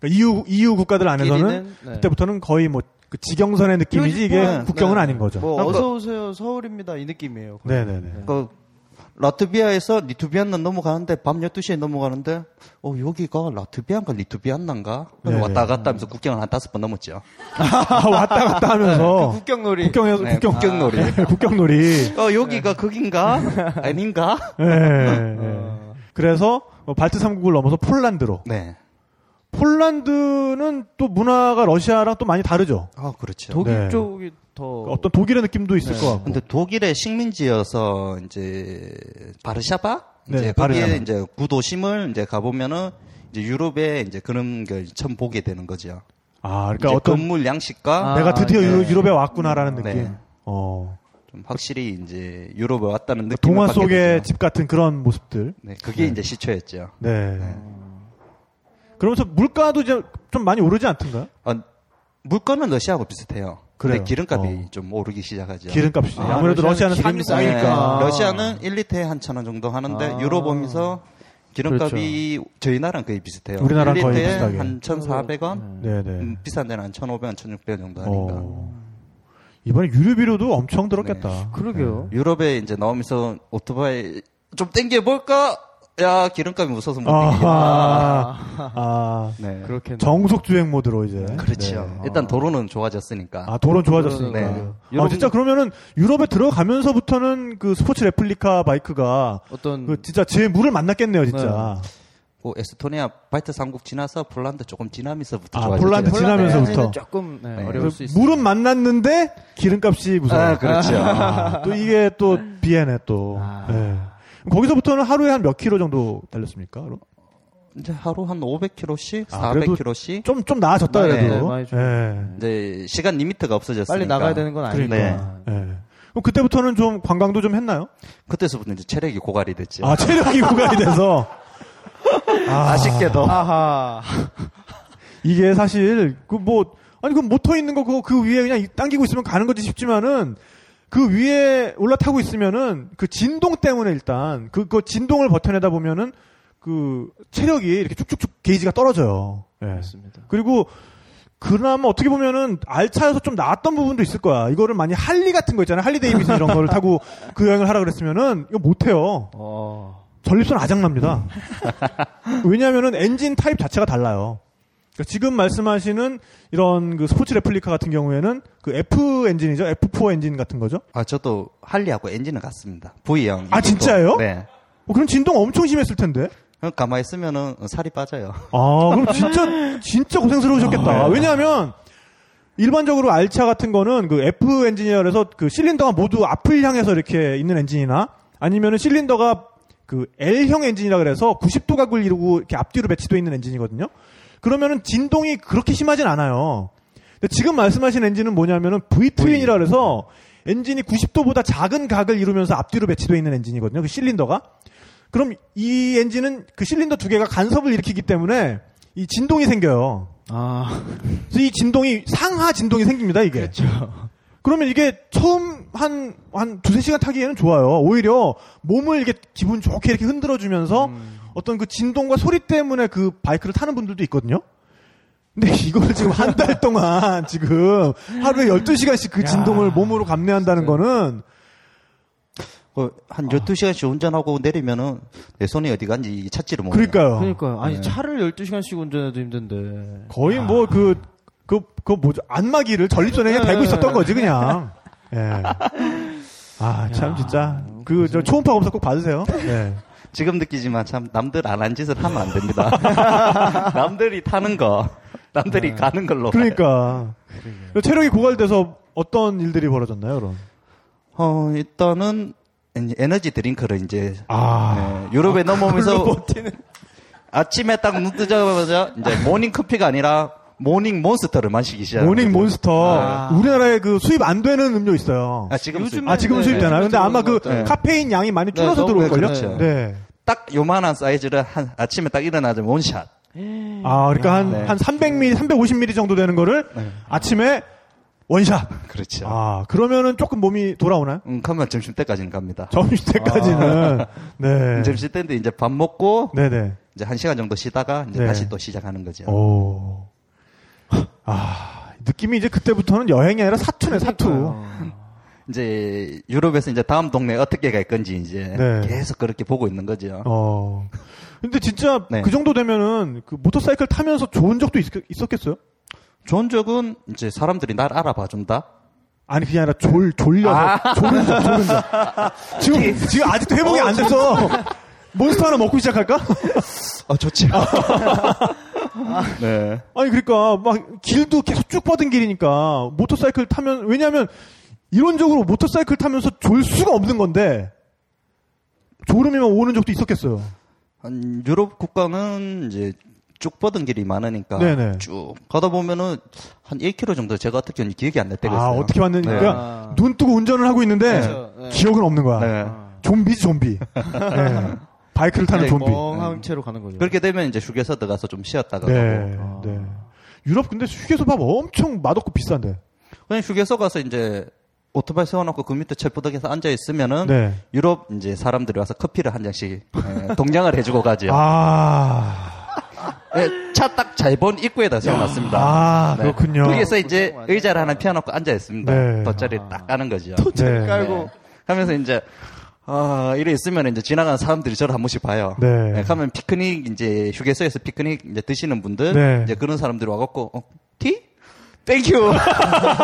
그러니까 EU, EU 국가들 안에서는
길이는, 네.
그때부터는 거의 뭐, 그 지경선의 느낌이지 이게
일본은,
국경은
네.
아닌 거죠.
뭐
그러니까-
어서 오세요 서울입니다 이 느낌이에요. 어. 거의.
네네네.
그 라트비아에서 리투비안나 넘어가는데 밤 12시에 넘어가는데 어 여기가 라트비안가 리투비안나인가
네네.
왔다 갔다 하면서 국경을 한 다섯 번 넘었죠.
아, 왔다 갔다 하면서.
네, 그 국경놀이. 아,
국경에서,
네,
국경.
국경놀이.
국경놀이.
어 여기가 거긴가 아닌가?
예, 예.
네.
그래서 어, 발트 3국을 넘어서 폴란드로.
네.
폴란드는 또 문화가 러시아랑 또 많이 다르죠.
아 그렇죠.
독일
네.
쪽이 더
어떤 독일의 느낌도 있을 것 같고.
근데 독일의 식민지여서 이제 바르샤바
네,
이제
바르샤바.
거기에 이제 구도심을 이제 가보면은 이제 유럽에 이제 그런 걸 처음 보게 되는 거죠.
아, 그러니까
그러니까
어떤
건물 양식과
내가
아,
드디어
네.
유- 유럽에 왔구나라는 느낌.
네.
어.
좀 확실히 이제 유럽에 왔다는 느낌.
동화 속의 집 같은 그런 모습들.
네, 그게 이제 시초였죠.
네. 그러면서 물가도 이제 좀 많이 오르지 않던가요?
어, 물가는 러시아하고 비슷해요.
그래요?
근데 기름값이
어.
좀 오르기 시작하죠.
기름값이.
아,
아, 무래도
러시아는
러시아는 삶이
기름이
네,
싸니까.
러시아는 1리터에 한 천 원 정도 하는데
아.
유럽 오면서 기름값이 저희 나라랑 거의 비슷해요.
그렇죠. 우리나라랑
1리터에
거의 비슷하게.
한 1,400원?
네, 네.
음, 비싼 데는 한 1,500원, 1,600원 정도 하니까.
어. 이번에 유류비료도 엄청 들었겠다.
네. 그러게요.
유럽에 이제 나오면서 오토바이 좀 땡겨볼까? 야, 기름값이 무서워서 못 땡겨.
아, 아,
네.
그렇게
정속 주행 모드로 이제.
그렇죠.
네.
일단 도로는 좋아졌으니까.
아, 도로는 좋아졌으니까.
네.
아,
유럽은-
진짜 그러면은 유럽에 들어가면서부터는 그 스포츠 레플리카 바이크가
어떤
그 진짜 제 물을 만났겠네요, 진짜.
그 에스토니아 바이트 삼국 지나서 폴란드 조금 지나면서부터 그렇죠?
아, 폴란드
좋아졌죠.
지나- 지나면서부터.
네. 폴란드는 조금 네,
네.
어려울 수 있어요.
그 물은 만났는데 기름값이 무서워.
아, 그렇죠.
아, 또 이게 또 비엔에 또.
아.
예. 거기서부터는 하루에 한 몇 킬로 정도 달렸습니까? 그럼?
이제 하루 한 500km씩,
아, 그래도
400km씩.
좀, 좀 나아졌다
네,
그래도.
네, 많이 좀-
예.
이제 시간 리미트가 없어졌으니까.
빨리 나가야 되는 건 아니니까. 네.
그러니까.
예. 그럼 그때부터는 좀 관광도 좀 했나요?
그때서부터 이제 체력이 고갈이 됐죠.
아, 체력이 고갈이 돼서.
네.
아, 쉽게 도
아하.
이게 사실 그 뭐 아니 그 모터 있는 거 그거 그 위에 그냥 이- 당기고 있으면 가는 거지 싶지만은 그 위에 올라타고 있으면은 그 진동 때문에 일단 그, 그 진동을 버텨내다 보면은 그 체력이 이렇게 쭉쭉쭉 게이지가 떨어져요. 예.
맞습니다.
그리고 그나마 어떻게 보면은 알차여서 좀 나았던 부분도 있을 거야. 이거를 많이 할리 같은 거 있잖아요. 할리 데이비슨 이런 거를 타고 그 여행을 하라 그랬으면은 이거 못 해요.
어.
전립선 아작납니다. 왜냐하면은 엔진 타입 자체가 달라요. 그러니까 지금 말씀하시는 이런 그 스포츠 레플리카 같은 경우에는 그 F 엔진이죠, F4 엔진 같은 거죠.
아, 저도 할리하고 엔진은 같습니다. V형.
아, 진짜요?
네.
어, 그럼 진동 엄청 심했을 텐데.
그럼 가만히 있으면은 살이 빠져요.
아, 그럼 진짜 진짜 고생스러우셨겠다. 왜냐하면 일반적으로 알차 같은 거는 그 F 엔진이라 그래서 그 실린더가 모두 앞을 향해서 이렇게 있는 엔진이나 아니면은 실린더가 그 L형 엔진이라 그래서 90도 각을 이루고 이렇게 앞뒤로 배치되어 있는 엔진이거든요. 그러면은 진동이 그렇게 심하진 않아요. 근데 지금 말씀하신 엔진은 뭐냐면은 V 트윈이라 그래서 엔진이 90도보다 작은 각을 이루면서 앞뒤로 배치되어 있는 엔진이거든요. 그 실린더가. 그럼 이 엔진은 그 실린더 두 개가 간섭을 일으키기 때문에 이 진동이 생겨요.
아.
그래서 이 진동이 상하 진동이 생깁니다, 이게. 그렇죠. 러면 이게 처음 한, 한 두세 시간 타기에는 좋아요. 오히려 몸을 이게 기분 좋게 이렇게 흔들어주면서 어떤 그 진동과 소리 때문에 그 바이크를 타는 분들도 있거든요. 근데 이걸 지금 한 달 동안 지금 하루에 12시간씩 그 진동을 몸으로 감내한다는 거는
그 한 12시간씩 운전하고 내리면은 내 손이 어디 간지 찾지를 못해요.
그러니까요.
그러니까 아니 차를 12시간씩 운전해도 힘든데.
거의 뭐 그, 그, 그 뭐죠? 안마기를 전립선에 그냥 달고 있었던 거지, 그냥. 예. 아, 참, 진짜. 그, 저, 초음파 검사 꼭 받으세요. 예.
지금 느끼지만 참 남들 안 한 짓을 하면 안 됩니다. 남들이 타는 거, 남들이 가는 걸로.
네. 그러니까. 체력이 고갈돼서 어떤 일들이 벌어졌나요, 그럼?
어, 일단은 이제 에너지 드링크를 이제
아.
네, 유럽에 넘어오면서 아침에 딱 눈 뜨자마자 이제 모닝 커피가 아니라 모닝 몬스터를 마시기 시작해요.
모닝 몬스터. 우리나라에 그 수입 안 되는 음료 있어요.
아, 지금 요즘
아, 지금 수입되나? 요 근데 아마 그
같아요.
카페인 양이 많이
네,
줄어서
너무
들어올걸요?
그렇죠.
네.
딱 요만한 사이즈를 한 아침에 딱 일어나자면 원샷.
아, 그러니까 한,
네.
한 300ml, 350ml 정도 되는 거를 아침에 원샷.
그렇죠.
아, 그러면은 조금 몸이 돌아오나요?
음, 가면 점심 때까지는 갑니다.
점심 때까지는. 네.
점심 때인데 이제 밥 먹고
네네.
이제 한 시간 정도 쉬다가 이제
네. 어.
다시 또 시작하는 거죠.
오. 아, 느낌이 이제 그때부터는 여행이 아니라 사투네, 사투.
이제 유럽에서 이제 다음 동네 어떻게 갈 건지 이제
네.
계속 그렇게 보고 있는 거죠.
어. 근데 진짜
네.
그 정도 되면은 그 모터사이클 타면서 좋은 적도 있, 있었겠어요?
좋은 적은 이제 사람들이 날 알아봐 준다.
아니 그게 아니라 졸 졸려서 졸은 적 졸은 적 지금 지금 아직도 회복이 안 돼서 몬스터 하나 먹고 시작할까?
아 좋지. 네.
아니 그러니까 막 길도 계속 쭉 뻗은 길이니까 모터사이클 타면 왜냐하면 이론적으로 모터사이클 타면서 졸 수가 없는 건데 졸음이면 오는 적도 있었겠어요.
네, 한 유럽 국가는 이제 쭉 뻗은 길이 많으니까
네네.
쭉 가다 보면은 한 1km 정도 제가 어떻게 했는지 기억이 안 났대요.
아 어떻게 왔는지
네. 그렇죠.
그러니까 눈 뜨고 운전을 하고 있는데 기억은 없는 거야.
네.
좀비지 좀비. 네. 바이크를 타는
네,
좀비.
멍한 채로 가는 거죠.
그렇게 되면 이제 휴게소 들어가서 좀 쉬었다가
네,
가고
네. 유럽 근데 휴게소 밥 엄청 맛없고 비싼데.
그냥 휴게소 가서 이제 오토바이 세워놓고 그 밑에 철부덕에서 앉아 있으면은
네.
유럽 이제 사람들이 와서 커피를 한 잔씩 예, 동량을 해주고 가죠. 예,
아,
차 딱 잘 본 입구에다 세워놨습니다. 네.
아, 그렇군요.
거기에서 이제 의자를 하나 펴놓고 앉아 있습니다.
네.
돗자리 딱 까는 거죠.
네.
깔고 하면서 이제 아 이래 있으면 이제 지나가는 사람들이 저를 한 번씩 봐요.
네.
가면 피크닉 이제 휴게소에서 피크닉 이제 드시는 분들
네.
이제 그런 사람들이 와갖고 어, 티? 땡큐.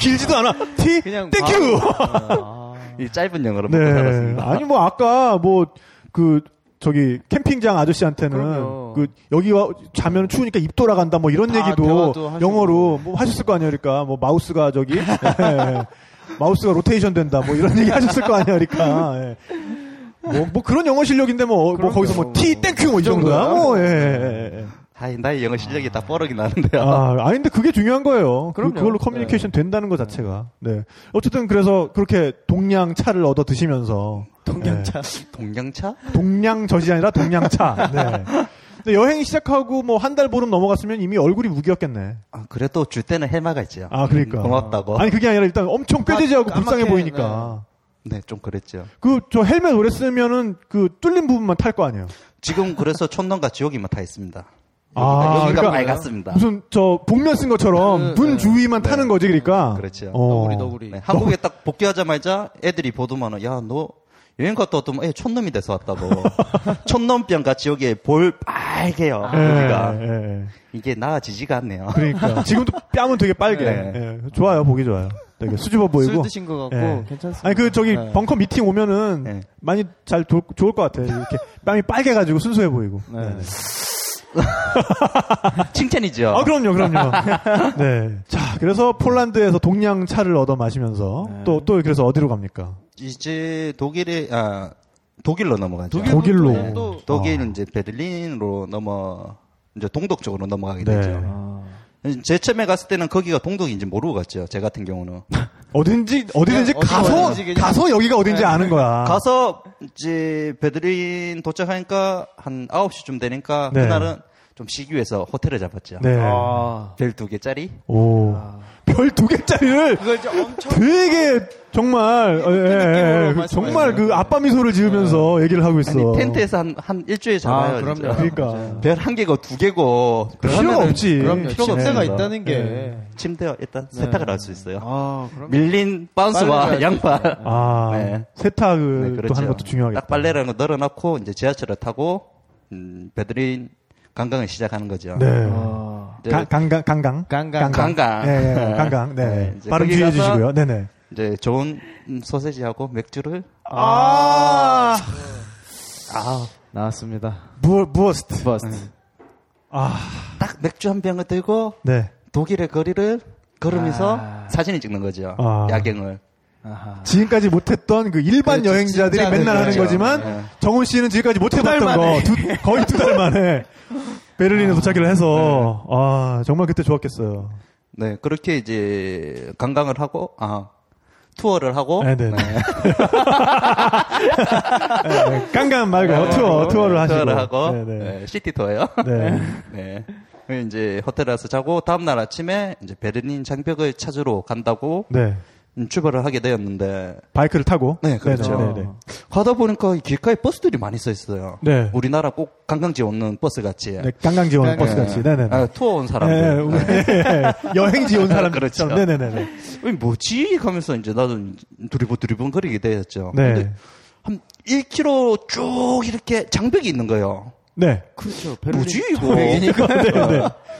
길지도 않아. 티,
그냥 어,
땡큐.
이 짧은 영어로 먹고
네.
살았습니다.
아니 뭐 아까 뭐 그 저기 캠핑장 아저씨한테는
그럼요.
그 여기 와 자면 추우니까 입 돌아간다 뭐 이런
다
얘기도
대화도 하시고.
영어로 뭐 하셨을 거 아니에요, 그러니까 뭐 마우스가 저기 예. 마우스가 로테이션 된다 뭐 이런 얘기 하셨을 거 아니에요, 그러니까. 예. 뭐, 뭐 그런 영어 실력인데 뭐, 뭐
그럼요.
거기서 뭐 티 땡큐 뭐 이 정도야 뭐 예, 예, 예.
아이 나의 영어 실력이 다 뻐럭이 나는데요.
아, 아닌데 그게 중요한 거예요. 그
그럼요.
걸로 커뮤니케이션 된다는 것 자체가. 네. 어쨌든 그래서 그렇게 동량차를 얻어 드시면서. 예. 동량차.
동양차?
동량젖이 아니라 동량차. 네. 근데 여행 시작하고 뭐 한 달 보름 넘어갔으면 이미 얼굴이 무기였겠네.
아, 그래도 줄 때는 해마가 있죠.
아, 그러니까.
음, 고맙다고.
아니, 그게 아니라 일단 엄청 뼈대지하고
깜-
불쌍해
깜빡해,
보이니까.
네, 좀 그랬죠.
그, 저 헬멧 오래 쓰면은 그 뚫린 부분만 탈 거 아니에요?
지금 그래서 촌놈과 지옥이만 타 있습니다.
아,
여기가
그러니까
밝았습니다.
무슨 저 복면 쓴 것처럼 눈 주위만 타는 거지, 그러니까.
그렇죠.
어.
너구리 너구리.
네, 한국에 딱 복귀하자마자 애들이 보더만은 야 너 여행 갔다 왔더만 애 촌놈이 돼서 왔다고 촌놈병같이 여기에 볼 빨개요 여기가
예, 예, 예.
이게 나아지지가 않네요
그러니까 지금도 뺨은 되게 빨개.
네.
예, 좋아요, 보기 좋아요. 되게 수줍어 보이고.
술 드신 것 같고
예.
괜찮습니다.
아니 그 저기
네.
벙커 미팅 오면은
네.
많이 잘 도- 좋을 것 같아요. 이렇게 뺨이 빨개가지고 순수해 보이고.
네.
네.
칭찬이죠
아 그럼요, 그럼요. 네. 자 그래서 폴란드에서 동양 차를 얻어 마시면서
네.
또 또 그래서 어디로 갑니까?
이제 독일에 아 독일로 넘어가죠
독일- 어. 독일로.
또
독일 은 이제 베를린으로 넘어 이제 동독 쪽으로 넘어가게
네.
되죠 제 처음에 갔을 때는 거기가 동독인지 모르고 갔죠 제 같은 경우는
어딘지 어디든지
그냥
가서
네, 어디로 가든지 네. 그냥-
가서 여기가 어딘지 아는 거야.
가서 이제 베들린 도착하니까 한 9시쯤 되니까
네.
그날은 좀 쉬기 위해서 호텔을 잡았죠.
네.
아.
별 두 개짜리?
오. 별 두 개짜리를
그거 이제 엄청
되게 정말 어, 예, 예,
느낌으로
그 정말
말씀하시네요. 네.
그 아빠 미소를 지으면서 얘기를 하고 있어.
아니 텐트에서 한, 한 일주일 잡아요.
아, 그럼요.
그러니까
별 한 개고 두 개고
필요가
그러면은
없지.
그럼요.
필요가
침대가
없습니다.
있다는 게.
네.
침대 일단 세탁을 할 수 있어요.
아, 그럼.
밀린
빨래
바운스와 양파.
아
네.
세탁을
네,
또
그렇죠.
하는 것도 중요하겠다.
딱 빨래라는 거 널어놓고 이제 지하철을 타고 음, 베드린 관광을 시작하는 거죠.
네.
아.
이제,
강- 강강 강강
강강.
강강.
예, 예, 강강. 네.
네, 이제
발음
거기
주의해
가서-
주시고요. 네, 네.
이제 좋은 음, 소세지하고 맥주를
아,
나왔습니다.
무어 무어스트.
버스트.
아,
딱 맥주 한 병을 들고
네.
독일의 거리를 걸으면서
아.
사진을 찍는 거죠.
아.
야경을.
아하.
지금까지 못했던 그 일반
그렇죠.
여행자들이
진짜
맨날 하는
그렇죠.
거지만
네.
정훈 씨는 지금까지 못해봤던
두달
거
만에.
두- 거의 두 달 만에 베를린에 도착을 해서 아 정말 그때 좋았겠어요.
네, 그렇게 이제 관광을 하고 아 투어를 하고
네, 네. 네. 네, 깡깡 말고 투어 투어를 하시고.
네. 투어를 하고
네, 네.
네, 시티 투어요.
네.
네. 그리고 이제 호텔에 와서 자고 다음 날 아침에 이제 베를린 장벽을 찾으러 간다고
네.
음, 출발을 하게 되었는데
바이크를 타고.
네, 그렇죠.
네, 네, 네.
가다 보니까 이 길가에 버스들이 많이 서 있어요.
네.
우리나라 꼭 관광지 없는 버스 같이.
네, 깡강 지원 버스 같이. 네, 네. 네.
아, 투어 온
네,
사람들.
우리- 여행지 온 사람
그렇죠.
네, 네, 네, 네.
이 뭐지? 하면서 이제 나도 두리번 두리번 거리게 되었죠.
네.
근데 한 1km 쭉 이렇게 장벽이 있는 거예요.
네.
그렇죠.
뭐지 이거?
네.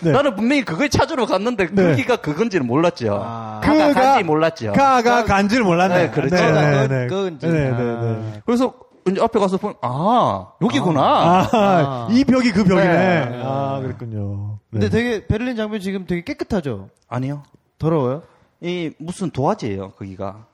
네.
나는 분명히 그걸 찾으러 갔는데 거기가 그건지는 몰랐죠.
아.
가가 간지 몰랐죠.
가가 간지를 몰랐네.
네, 그렇죠.
네,
그건-
네,
그건
네. 네, 네,
아.
네.
그래서 이제 앞에 가서 보면 아 여기구나.
아, 이 벽이 그 벽이네.
네.
아, 그렇군요. 네.
근데 되게 베를린 장벽 지금 되게 깨끗하죠.
아니요.
더러워요?
이 무슨 도화지예요 거기가.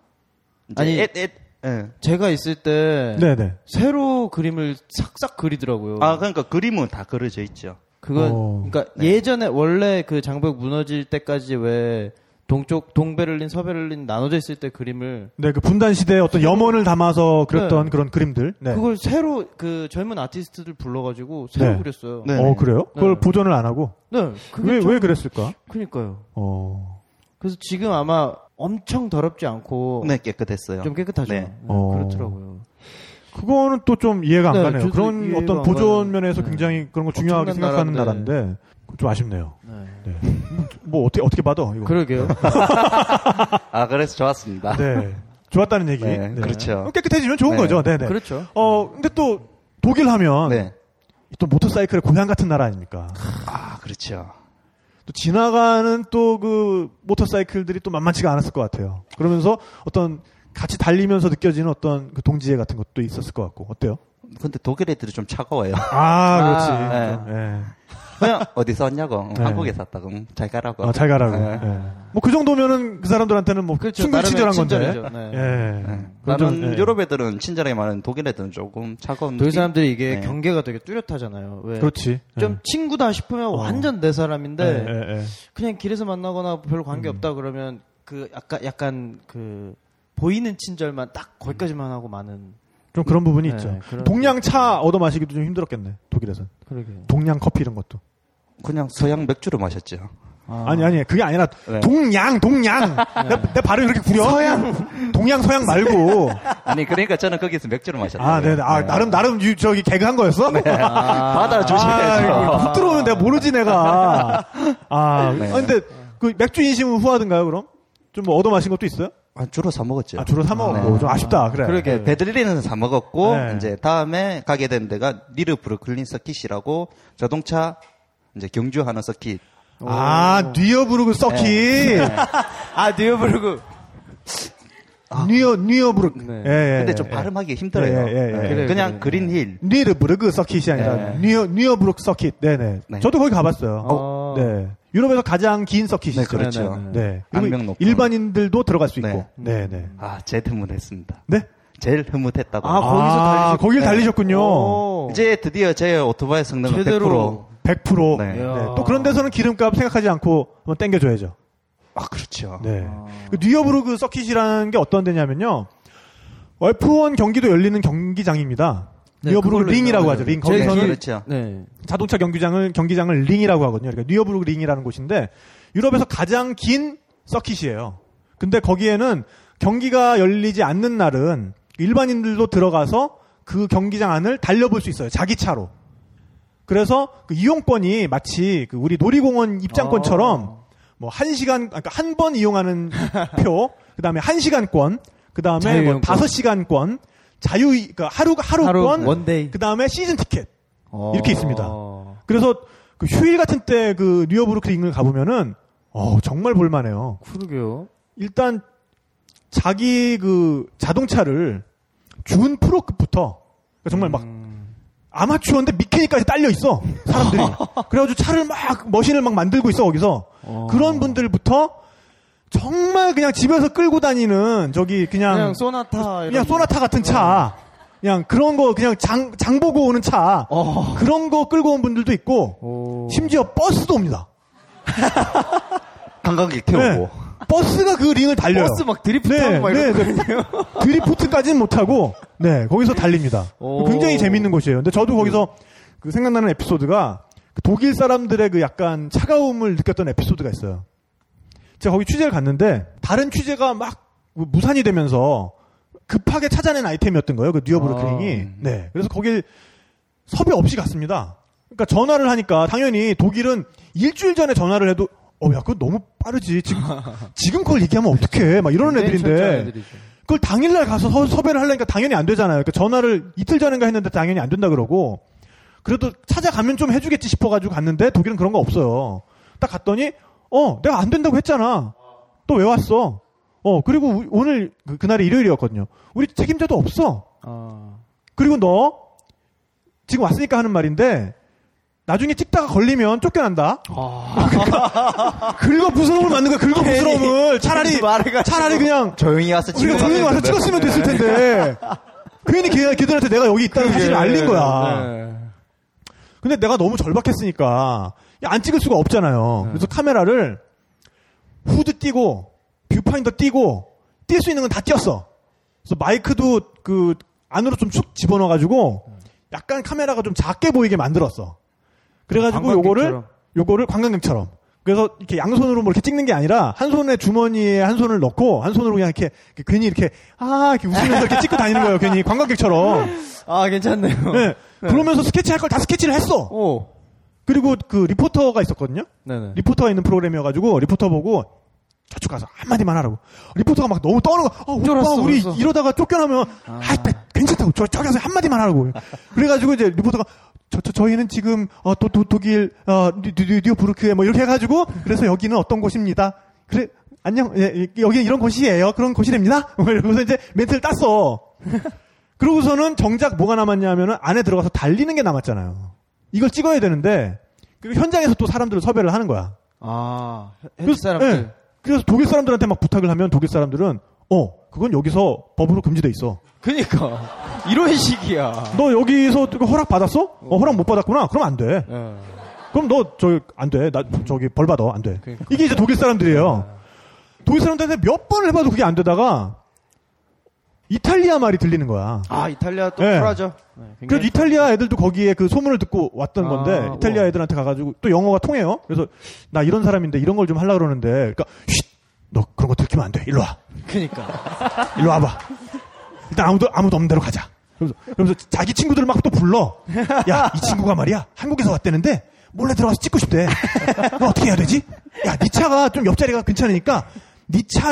이제
아니-
앳, 앳, 예.
제가 있을 때
네, 네.
새로 그림을 싹싹 그리더라고요.
아 그러니까 그림은 다 그려져 있죠.
그건
오.
그러니까 예전에 원래 그 장벽 무너질 때까지 왜 동쪽 동베를린 서베를린 나눠져 있을 때 그림을
네, 그 분단 시대의 어떤 염원을 담아서 그렸던 그런 그림들. 네.
그걸 새로 그 젊은 아티스트들 불러가지고 새로
네.
그렸어요.
네.
어, 그래요? 그걸
네.
보존을 안 하고
네, 그게
왜
좀-
왜 그랬을까?
그니까요.
어.
그래서 지금 아마 엄청 더럽지 않고
네 깨끗했어요.
좀 깨끗하죠.
네.
네,
어.
그렇더라고요.
그거는 또 좀 이해가 안
네,
가네요.
저도
그런
이해가
어떤
안
보존
가요.
면에서
네.
굉장히 그런 걸 중요하게
엄청난
생각하는 나라인데
나라인데.
좀 아쉽네요.
네.
네. 뭐 어떻게 어떻게 받아 이거?
그러게요.
아 그래서 좋았습니다.
네. 좋았다는 얘기.
네, 그렇죠.
깨끗해지면 좋은
네.
거죠. 네, 네.
그렇죠.
어, 근데 또 독일 하면
네.
또 모터사이클의 고향 같은 나라 아닙니까?
아 그렇죠.
또 지나가는 또 그 모터사이클들이 또 만만치가 않았을 것 같아요. 그러면서 어떤 같이 달리면서 느껴지는 어떤 그 동지애 같은 것도 있었을 것 같고 어때요?
근데 독일 애들이 좀 차가워요.
아,
아,
그렇지. 예.
그냥 어디서 왔냐고. 응,
네.
한국에서 왔다고. 응, 잘 가라고.
아, 잘 가라고.
네.
뭐 그 정도면은 그 사람들한테는 뭐
그렇죠.
충분히
나름의
친절한 건데.
친절이죠. 네.
예.
네.
그건 좀,
다른
예.
유럽 애들은 친절하게 말하는 독일 애들은 조금 차가운.
독일
느낌?
사람들이 이게
네.
경계가 되게 뚜렷하잖아요. 왜?
그렇지.
네. 좀 네.
예.
친구다 싶으면 완전 내 사람인데
예, 예, 예.
그냥 길에서 만나거나 별로 관계
음.
없다 그러면 그 약간 약간 그 보이는 친절만
음.
딱 거기까지만 하고 많은
좀 그런 부분이
네,
있죠.
그런-
동양 차 얻어 마시기도 좀 힘들었겠네. 독일에서.
그러게.
동양 커피 이런 것도.
그냥 서양 맥주를 마셨죠.
아. 니 아니 그게 아니라
네.
동양 동양. 내, 내 발음 이렇게 구려. 서양. 동양 서양 말고.
아니 그러니까 저는 거기서 맥주를 마셨다.
아, 네, 네. 아, 나름, 나름, 유- 저기, 개그한 거였어?
아. 받아주셔야죠.
아, 훅 들어오면 내가 모르지, 내가. 아,
네.
아, 근데, 그, 맥주 인심은 후하든가요, 그럼? 좀 뭐 얻어 마신 것도 있어요?
아, 주로 사 먹었죠.
아, 주로 사먹었고,
네.
좀 아쉽다, 그래.
그러게 베들린에서 사 먹었고
네.
이제 다음에 가게 된 데가 니르 브루클린 서킷이라고 자동차 이제 경주하는 서킷.
아, 뉴어부르크 서킷.
네.
아 뉴어부르크.
뉴어, 뉴어부르크.
네.
예, 예,
아. 근데
예,
좀
예.
발음하기 힘들어요.
예, 예, 예.
네.
그래요,
그냥
그래요.
그린힐
뉴르부르크 서킷이 아니라
네.
뉴어, 뉴어부르크 서킷. 네네.
네.
저도 거기 가봤어요.
어.
네. 유럽에서 가장 긴 서킷이죠.
네, 그렇죠.
네,
네. 그리고
악명 높은.
일반인들도 들어갈 수 있고. 네,
네.
네.
아, 제일 흐뭇했습니다.
네?
제일 흐뭇했다고.
아, 거기서 달리셨, 거길 달리셨군요.
네. 오.
이제 드디어 제 오토바이 성능은
제대로. 어,
100%.
100%.
네.
네.
이야.
또 그런 데서는 기름값 생각하지 않고 한번 땡겨줘야죠.
아, 그렇죠.
네. 그 뉴어부르크 서킷이라는 게 어떤 데냐면요. F1 경기도 열리는 경기장입니다.
네,
뉴어브룩
그걸로
링이라고
있어요.
하죠. 링
거기서
거기서는
그렇죠.
네.
자동차 경기장을 경기장을 링이라고 하거든요. 그러니까 뉴어브룩 링이라는 곳인데 유럽에서 가장 긴 서킷이에요. 근데 거기에는 경기가 열리지 않는 날은 일반인들도 들어가서 그 경기장 안을 달려볼 수 있어요. 자기 차로. 그래서 그 이용권이 마치 그 우리 놀이공원
아.
입장권처럼 뭐 한 시간 그러니까 한 번 이용하는 표, 그다음에 한 시간권, 그다음에 뭐
자유이용권.
다섯 시간권, 자유 그러니까 하루
하루
하루권,
원데이
그다음에 시즌 티켓.
어.
이렇게 있습니다. 그래서 그 휴일 같은 때 그 뉴어브루크 링을 가보면은 어 정말 볼만해요.
그러게요.
일단 자기 그 자동차를 준 프로급부터 그러니까 정말 막
음.
아마추어인데 미케니까지 딸려 있어 사람들이. 그래가지고 차를 막 머신을 막 만들고 있어 거기서
어.
그런 분들부터 정말 그냥 집에서 끌고 다니는 저기
그냥
그냥
소나타
그냥 소나타 같은 차.
네.
그냥 그런 거 그냥 장 장 보고 오는 차.
어.
그런 거 끌고 온 분들도 있고
오.
심지어 버스도 옵니다.
관광객
네. 버스가 그 링을 달려요.
버스 막 드리프트하고
네,
막
네,
이런
네. 드리프트까지는 못하고, 네, 거기서 달립니다.
오. 음.
굉장히 재밌는 곳이에요. 근데 저도 거기서 그 생각나는 에피소드가 그 독일 사람들의 그 약간 차가움을 느꼈던 에피소드가 있어요. 제가 거기 취재를 갔는데, 다른 취재가 막뭐 무산이 되면서 급하게 찾아낸 아이템이었던 거예요. 그 뉴어브루클링이.
아.
네. 그래서 거길 섭외 없이 갔습니다. 그러니까 전화를 하니까 당연히 독일은 일주일 전에 전화를 해도 어, 야, 그거 너무 빠르지. 지금, 지금 그걸 얘기하면 어떡해. 막 이런
굉장히 철저한
애들인데.
애들이죠.
그걸 당일날 가서 서- 섭외를 하려니까 당연히 안 되잖아요. 그러니까 전화를 이틀 전인가 했는데 당연히 안 된다 그러고. 그래도 찾아가면 좀 해주겠지 싶어가지고 갔는데 독일은 그런 거 없어요. 딱 갔더니, 어, 내가 안 된다고 했잖아. 또 왜 왔어? 어, 그리고 우- 오늘, 그, 그날이 일요일이었거든요. 우리 책임자도 없어.
아.
그리고 너 지금 왔으니까 하는 말인데 나중에 찍다가 걸리면 쫓겨난다.
아.
긁어 부스럼을 맞는 거야. 긁어 부스럼을 차라리 차라리 그냥
조용히 와서
아,
우리가 조용히 와서 찍었으면 됐을 텐데 괜히 걔, 걔들한테 내가 여기 있다는 사실을 알린 거야.
네.
근데 내가 너무 절박했으니까 야, 안 찍을 수가 없잖아요.
네.
그래서 카메라를 후드 띄고 뷰파인더 띄고 뛸 수 있는 건 다 띄었어. 그래서 마이크도 그 안으로 좀 축 집어넣어가지고
음.
약간 카메라가 좀 작게 보이게 만들었어. 그래가지고 요거를
관광객처럼.
요거를 관광객처럼. 그래서 이렇게 양손으로 뭐 이렇게 찍는 게 아니라 한 손에 주머니에 한 손을 넣고 한 손으로 그냥 이렇게, 이렇게 괜히 이렇게 아 이렇게 웃으면서 이렇게 찍고 다니는 거예요. 괜히 관광객처럼.
아, 괜찮네요.
네. 그러면서 스케치할 걸 다 스케치를 했어.
오.
그리고 그 리포터가 있었거든요.
네네.
리포터가 있는 프로그램이어가지고 리포터 보고 저쪽 가서 한마디만 하라고. 리포터가 막 너무 떠는 거. 아, 오빠
쫄았어,
우리
벌써.
이러다가 쫓겨나면 아, 나 괜찮다고 저 저기 가서 한마디만 하라고. 그래가지고 이제 리포터가 저, 저 저희는 지금 어, 도, 도, 독일 어, 뉴- 뉴- 뉴부르크에 뭐 이렇게 해가지고 그래서 여기는 어떤 곳입니다. 그래 안녕 예, 예, 여기 이런 곳이에요. 그런 곳이랍니다. 뭐 이러면서 이제 멘트를 땄어. 그러고서는 정작 뭐가 남았냐면은 안에 들어가서 달리는 게 남았잖아요. 이걸 찍어야 되는데 그리고 현장에서 또 사람들을 섭외를 하는 거야.
아,
그래서-
햇 사람들.
예. 그래서 독일 사람들한테 막 부탁을 하면 독일 사람들은 어 그건 여기서 법으로 금지돼 있어.
그니까. 이런 식이야.
너 여기서 이거 허락 받았어? 어 허락 못 받았구나. 그럼 안 돼.
예.
그럼 너 저기 안 돼. 나 저기 벌 받아 안 돼.
그러니까. 네.
이게 이제 독일 사람들이에요. 독일 사람들한테 몇 번을 해봐도 그게 안 되다가 이탈리아 말이 들리는 거야.
아, 이탈리아 또
예.
쿨하죠. 네, 굉장히
그래서 이탈리아 애들도 거기에 그 소문을 듣고 왔던
아,
건데 이탈리아
우와.
애들한테 가가지고 또 영어가 통해요. 그래서 나 이런 사람인데 이런 걸 좀 하려 그러는데 그러니까 쉿, 너 그런 거 들키면 안 돼. 일로 와.
그니까.
일로 와봐. 일단 아무도 아무도 없는 데로 가자. 그러면서, 그러면서 자기 친구들을 막 또 불러. 야, 이 친구가 말이야 한국에서 왔대는데 몰래 들어가서 찍고 싶대. 너 어떻게 해야 되지? 야, 네 차가 좀 옆자리가 괜찮으니까 네 차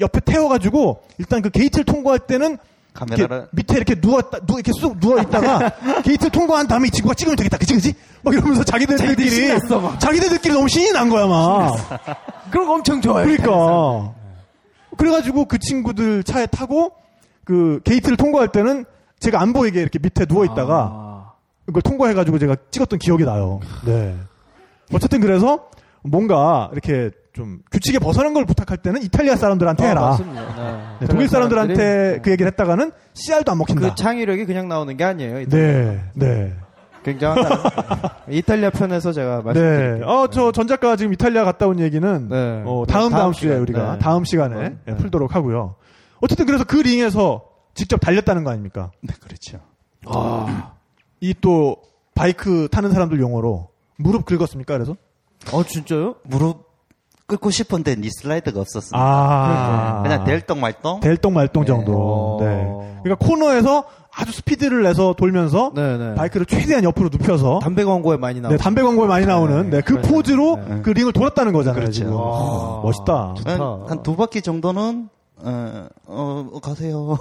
옆에 태워가지고 일단 그 게이트를 통과할 때는 이렇게
카메라를-
밑에 이렇게 누웠다 누 이렇게 쑥 누워 있다가 게이트를 통과한 다음에 이 친구가 찍으면 되겠다. 그치 그치? 막 이러면서 자기들끼리
신났어, 막.
자기들끼리 너무 신이 난 거야 막.
그런 거 엄청 좋아해.
그러니까. 그래가지고 그 친구들 차에 타고 그 게이트를 통과할 때는 제가 안 보이게 이렇게 밑에 누워 있다가
아,
그걸 통과해가지고 제가 찍었던 기억이 나요. 네. 어쨌든 그래서 뭔가 이렇게 좀 규칙에 벗어난 걸 부탁할 때는 이탈리아 사람들한테
아,
해라.
맞습니다.
네, 독일 사람들한테 그 얘기를 했다가는 씨알도 안
그
먹힌다.
창의력이 그냥 나오는 게 아니에요. 이탈리아.
네, 네,
굉장하다. 이탈리아 편에서 제가
네.
말씀드릴게요.
어, 저 전작가 지금 이탈리아 갔다 온 얘기는
네.
어, 다음
다음
다음 주에
시간,
우리가
네.
다음 시간에
네.
예, 풀도록 하고요. 어쨌든 그래서 그 링에서 직접 달렸다는 거 아닙니까?
네, 그렇죠.
이 또 바이크 타는 사람들 용어로 무릎 긁었습니까? 그래서
어 진짜요?
무릎 꿇고 싶은데 니 슬라이드가 없었어.
아
그냥 델떡 말떡.
델똥 말똥 정도.
네.
네. 그러니까 코너에서 아주 스피드를 내서 돌면서
네네.
바이크를 최대한 옆으로 눕혀서
담배 광고에 많이 나오고.
네, 담배 광고에 많이 나오는 네, 그
그렇죠.
포즈로
네.
그 링을 돌았다는 거잖아요.
그렇죠.
지금. 어,
아.
멋있다.
좋다.
한 두 바퀴 정도는 어, 어, 어, 가세요.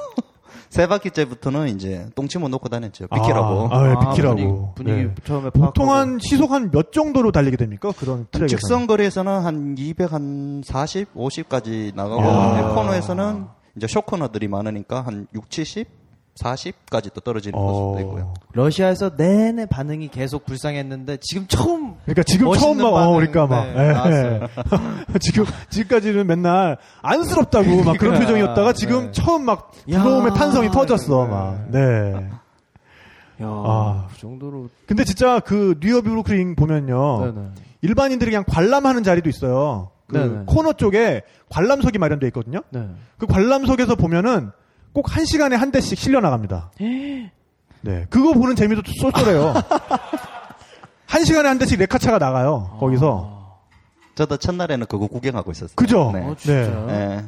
세 바퀴째부터는 이제 똥침을 놓고 다녔죠. 비키라고.
아, 아, 네,
아,
비키라고.
분위기, 분위기
네.
처음에 파악하고.
보통 한 시속 한 몇 정도로 달리게 됩니까? 그런 트랙에서.
직선 거리에서는 한 200, 한 40, 50까지 나가고
아.
네, 코너에서는 이제 쇼코너들이 많으니까 한 6, 70, 40까지 또 떨어지는 모습도 있고요.
러시아에서 내내 반응이 계속 불쌍했는데 지금 처음
그러니까 지금 처음
멋있는
막, 어,
반응,
그러니까 막.
네,
예.
나왔어요.
지금, 지금까지는 맨날 안쓰럽다고 막 그런
그러니까,
표정이었다가 지금
네.
처음 막
야,
부러움의 탄성이 터졌어,
네.
막. 네.
야,
아.
그 정도로
근데 진짜 그 뉴욕 브루클린 보면요.
네네.
일반인들이 그냥 관람하는 자리도 있어요. 그
네네.
코너 쪽에 관람석이 마련돼 있거든요.
네.
그 관람석에서 보면은 꼭 한 시간에 한 대씩 실려 나갑니다.
예.
네, 그거 보는 재미도 쏠쏠해요. 한 시간에 한 대씩 네 레카차가
아.
나가요. 거기서
저도 첫날에는 그거 구경하고 있었어요.
그죠?
네.
어, 진짜요?
네.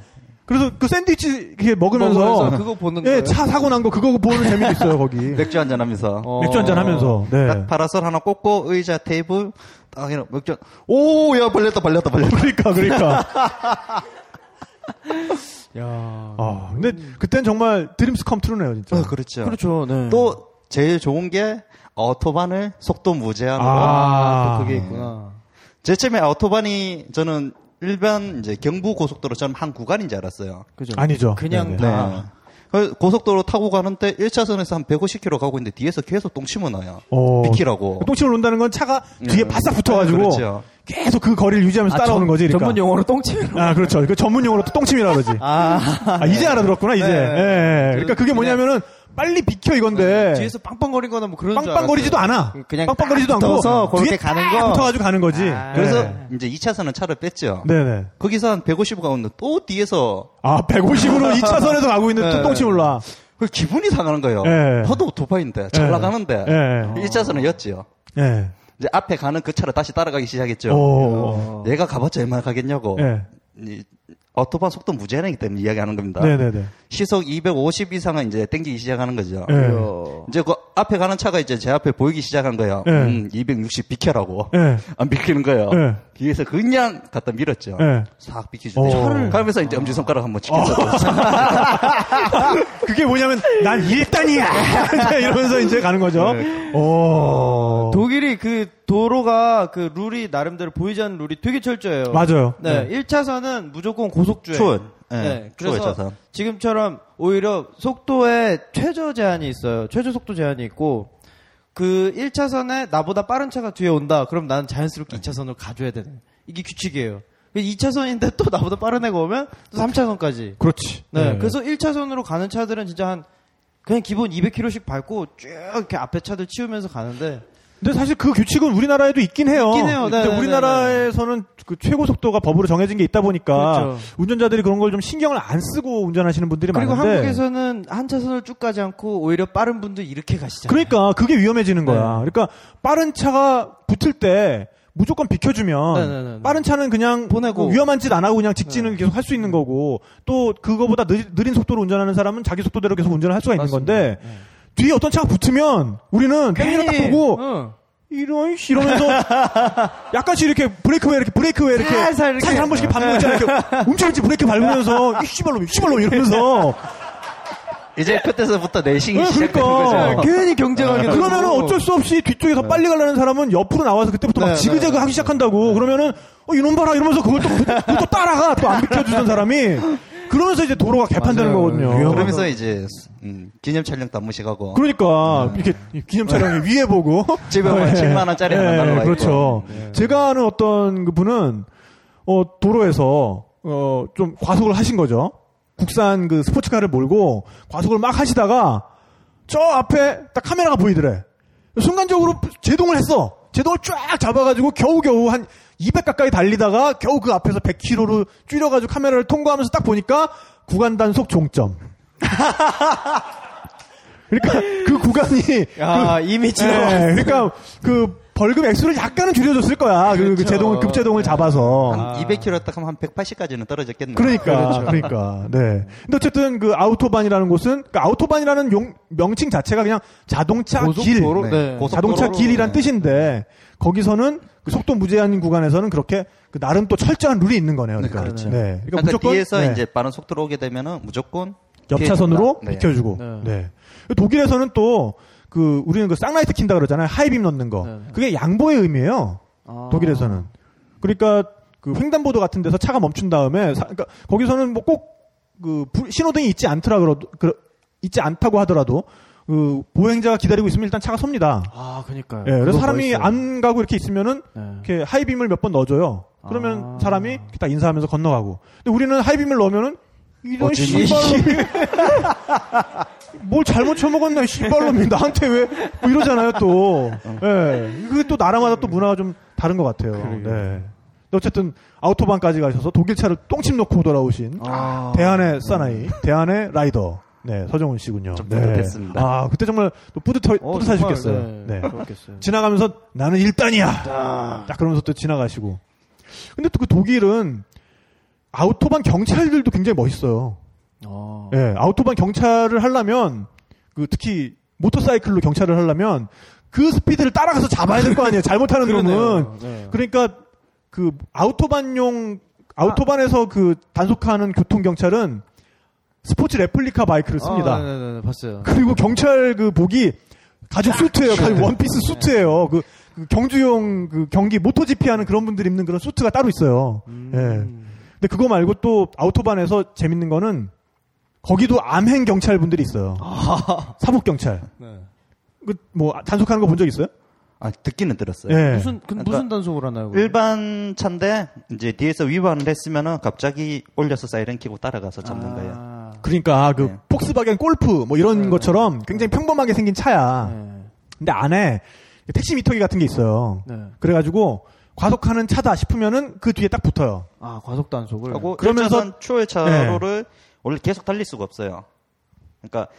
그래서 그 샌드위치 이렇게 먹으면서
먹으면서 그거 보는
예,
거예요?
차 사고 난 거 그거 보는 재미도 있어요 거기.
네. 맥주 한잔 하면서
어.
맥주 한잔 하면서. 네.
딱 파라솔 하나 꽂고 의자 테이블 딱 이런 맥주 오야 발렸다 발렸다 발렸다
그러니까 그러니까.
야.
아, 근데 그땐 정말 드림스 컴 트루네요 진짜.
어, 그렇죠.
그렇죠. 네.
또 제일 좋은 게 오토반을 속도 무제한으로
아,
아.
또 그게 있구나.
제 처음에 오토반이 저는 일반 이제 경부 고속도로 처럼 한 구간인 줄 알았어요.
그죠.
아니죠.
그냥
네네.
네.
다
그 고속도로 타고 가는데 1차선에서 한 150km 가고 있는데 뒤에서 계속 똥침을 놔요.
어.
비키라고.
똥침을 논다는 건 차가 뒤에
네.
바싹 붙어가지고
그렇죠.
계속 그 거리를 유지하면서 따라오는
전-
거지. 그러니까.
아, 전문 용어로 똥침.
아, 그렇죠. 그 전문 용어로 또 똥침이라 그러지.
아.
아, 이제 알아들었구나, 이제.
네.
예, 예. 그러니까 그게 뭐냐면은 빨리 비켜 이건데.
네, 뒤에서 빵빵거리거나 뭐 그런 줄
빵빵거리지도
알았어요. 음,
않아.
그냥
빵빵거리지도
딱
않고
붙어서 그렇게
뒤에
가는
딱
거.
붙어가지고 가는 거지.
아.
그래서
네.
이제 2차선은 차를 뺐죠.
네네.
거기서 한 150 가는데 또 뒤에서
아, 150으로 2차선에서 가고 있는 또
네.
똥침 올라.
그 기분이 상하는 거예요.
예.
저도 오토바이인데 잘
예.
나가는데
예.
1차선은였지요.
예.
이제 앞에 가는 그 차를 다시 따라가기
네,
시작했죠.
오.
내가 가봤자 얼마나 가겠냐고.
예.
이 오토반 속도 무제한이기 때문에 이야기하는 겁니다.
네네네.
시속 250 이상은 이제 땡기기 시작하는 거죠.
예.
이제 그 앞에 가는 차가 이제 제 앞에 보이기 시작한 거예요.
예.
음, 260 비켜라고.
네.
예.
안 비키는 거예요.
예.
뒤에서 그냥 갖다 밀었죠.
예.
싹
오. 어.
비키죠. 차를 가면서 이제 엄지손가락 한번 치켜서
그게 뭐냐면 난 일단이야 이러면서 이제 가는 거죠.
네.
오.
독일이 그 도로가 그 룰이 나름대로 보이지 않는 룰이 되게 철저해요.
맞아요.
네, 1차선은 무조건 고속주행.
추운. 예. 추워요,
네, 그래서
차선.
지금처럼 오히려 속도에 최저 제한이 있어요. 최저 속도 제한이 있고 그 1차선에 나보다 빠른 차가 뒤에 온다. 그럼 나는
네.
자연스럽게 2차선으로 가줘야 되는. 이게 규칙이에요. 2차선인데 또 나보다 빠른 애가 오면 또 3차선까지.
그렇지.
네.
예.
그래서 1차선으로 가는 차들은 진짜 한 그냥 기본 200km씩 밟고 쭉 이렇게 앞에 차들 치우면서 가는데
근데 사실 그 규칙은 우리나라에도 있긴 해요.
있긴 해요. 네,
근데
네,
우리나라에서는 그 최고 속도가 법으로 정해진 게 있다 보니까
그렇죠.
운전자들이 그런 걸 좀 신경을 안 쓰고 운전하시는 분들이
그리고
많은데.
한국에서는 한 차선을 쭉 가지 않고 오히려 빠른 분들 이렇게 가시잖아요.
그러니까 그게 위험해지는 거야.
네.
그러니까 빠른 차가 붙을 때 무조건 비켜주면
네, 네, 네, 네.
빠른 차는 그냥
보내고. 네.
위험한 짓 안 하고 그냥 직진을 계속 할 수 있는 거고 또 그거보다 느리- 느린 속도로 운전하는 사람은 자기 속도대로 계속 운전을 할 수가 있는 건데 뒤에 어떤 차가 붙으면 우리는 뺑이를 딱
네. 괜히, 어.
보고
응.
이런 씨 이러면서 약간씩 이렇게 브레이크 왜 이렇게 브레이크 왜 이렇게
살살 이렇게. 네.
살살 한 번씩 밟는 거 있잖아요. 이렇게 움찔움찔 브레이크 밟으면서 이 씨발놈 이 씨발놈 이러면서
이제 그때서부터 내싱이
네,
시작되는
그러니까.
거죠.
괜히 경쟁하게
네. 그러면은
되고.
어쩔 수 없이 뒤쪽에서 빨리 가려는 사람은 옆으로 나와서 그때부터 막
네,
지그재그
네,
하기 시작한다고 그러면은 어 이놈 봐라 이러면서 그걸 또, 그- 그걸 또 따라가 또 안 비켜주던 사람이 그러면서 이제 도로가 개판되는
맞아요.
거거든요.
그러면서 이제 음, 기념 촬영도 한 번씩 하고 네.
그러니까 이렇게 기념 촬영 위에 보고 네.
집에 오면 7만 원짜리 하나 날라가 있고. 네.
그렇죠. 제가 아는 어떤 그 분은 어 도로에서 어 좀 과속을 하신 거죠. 국산 그 스포츠카를 몰고 과속을 막 하시다가 저 앞에 딱 카메라가 보이더래. 순간적으로 제동을 했어. 제동을 쫙 잡아가지고 겨우겨우 한 200 가까이 달리다가 겨우 그 앞에서 100km로 줄여가지고 카메라를 통과하면서 딱 보니까 구간 단속 종점. 그러니까 그 구간이
아, 이미 지나왔어.
그 네, 그러니까 그 벌금 액수를 약간은 줄여줬을 거야. 그, 그
그렇죠.
제동 급제동을
한
잡아서.
200km 딱 하면 한 180까지는 떨어졌겠네요.
그러니까,
그렇죠.
그러니까 네. 근데 어쨌든 그 아우토반이라는 곳은 그 아우토반이라는 용- 명칭 자체가 그냥 자동차 길,
고속도로? 네.
자동차
고속도로로,
길이란
네.
뜻인데 거기서는 그 속도 무제한 구간에서는 그렇게 그 나름 또 철저한 룰이 있는 거네요. 그러니까,
네, 그렇죠.
네.
그러니까 뒤에서 이제 빠른 속도로 오게 되면은 무조건
옆차선으로
피해준다. 네.
비켜주고.
네.
네. 독일에서는 또 그 우리는 그 쌍라이트 킨다 그러잖아요. 하이빔 넣는 거.
네.
그게 양보의 의미예요.
아.
독일에서는. 그러니까 그 횡단보도 같은 데서 차가 멈춘 다음에 사- 그러니까 거기서는 뭐 꼭 그 신호등이 있지 않더라 그러도 그러- 있지 않다고 하더라도 그 보행자가 기다리고 있으면 일단 차가 섭니다.
아, 그니까요.
예, 그래서
그거
사람이
멋있어요.
안 가고 이렇게 있으면은
네.
이렇게 하이빔을 몇 번 넣어줘요. 그러면
아.
사람이 이렇게 딱 인사하면서 건너가고. 근데 우리는 하이빔을 넣으면은 이런
어찌니?
씨발로 뭘 잘못 쳐먹었네 씨발로 나한테 왜 뭐 이러잖아요 또. 예, 그게 또 나라마다 또 문화가 좀 다른 것 같아요. 네. 근데 어쨌든 아우토반까지 가셔서 독일 차를 똥침 놓고 돌아오신
아.
대한의 사나이, 대한의 라이더. 네, 서정훈 씨군요.
좀
네.
뿌듯했습니다.
아, 그때 정말 또 뿌듯하,
어,
뿌듯하셨겠어요.
정말,
네.
네. 그렇겠어요.
지나가면서 나는 일단이야.
아.
딱 그러면서 또 지나가시고. 근데 또 그 독일은 아우토반 경찰들도 굉장히 멋있어요.
아.
예, 아우토반 경찰을 하려면 그 특히 모터사이클로 경찰을 하려면 그 스피드를 따라가서 잡아야 될 거 아니에요. 잘못하는 놈은.
네.
그러니까 그 아우토반용 아우토반에서 그 단속하는 교통 경찰은 스포츠 레플리카 바이크를 씁니다.
아, 네네네, 봤어요.
그리고 경찰 그 복이 가죽 수트예요.
네.
가죽 원피스 수트예요. 그, 그 경주용 그 경기 모토 GP 하는 그런 분들이 입는 그런 수트가 따로 있어요.
음.
예. 근데 그거 말고 또 아우토반에서 재밌는 거는 거기도 암행 경찰 분들이 있어요.
아.
사복 경찰.
네.
그 뭐 단속하는 거 본 적 있어요?
아, 듣기는 들었어요.
예.
무슨, 그, 무슨 단속을 하나요? 그거?
일반 차인데 이제 뒤에서 위반을 했으면은 갑자기 올려서 사이렌 키고 따라가서 잡는
아.
거예요.
그러니까 그
네.
폭스바겐 골프 뭐 이런 것처럼 굉장히 평범하게 생긴 차야.
네.
근데 안에 택시 미터기 같은 게 있어요.
네.
그래가지고 과속하는 차다 싶으면은 그 뒤에 딱 붙어요.
아, 과속 단속을.
하고
그러면서- 네.
그러면서 추월 차로를 원래 계속 달릴 수가 없어요. 그러니까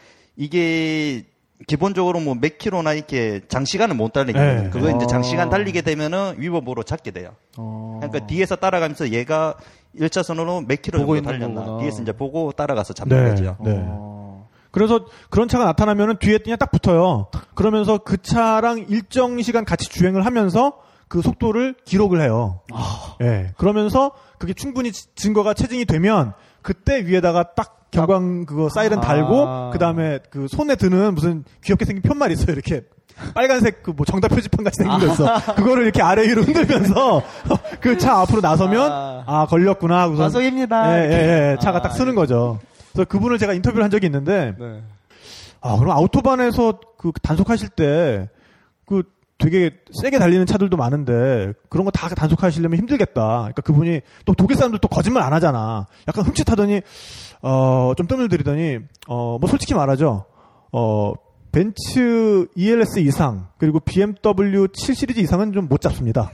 이게 기본적으로 뭐 몇 킬로나 이렇게 장시간을 못 달리거든요.
네.
그거 이제
아.
장시간 달리게 되면은 위법으로 잡게 돼요.
어.
그러니까 뒤에서 따라가면서 얘가 1차선으로 몇 킬로
보고
정도
있는
달렸나.
거구나.
뒤에서 이제 보고 따라가서 잡는 거죠.
네.
어.
그래서 그런 차가 나타나면은 뒤에 그냥 딱 붙어요. 그러면서 그 차랑 일정 시간 같이 주행을 하면서 그 속도를 기록을 해요. 예. 그러면서 그게 충분히 지- 증거가 체증이 되면 그때 위에다가 딱 경광 그거 사이렌
아.
달고 그다음에 그 손에 드는 무슨 귀엽게 생긴 편말 있어요. 이렇게 빨간색 그 뭐 정답 표지판 같이 생긴 거 있어. 그거를 이렇게 아래 위로 흔들면서 그 차 앞으로 나서면
아.
아 걸렸구나 하고서
과속입니다.
예, 예, 예. 차가
아,
딱 쓰는 거죠. 그래서 그분을 제가 인터뷰를 한 적이 있는데,
네.
아, 그럼 아우토반에서 그 단속하실 때, 그 되게 세게 달리는 차들도 많은데, 그런 거 다 단속하시려면 힘들겠다. 그러니까 그분이, 또 독일 사람들 또 거짓말 안 하잖아. 약간 흠칫하더니, 어, 좀 뜸을 들이더니, 어, 뭐 솔직히 말하죠. 어, 벤츠 ELS 이상, 그리고 BMW 7 시리즈 이상은 좀 못 잡습니다.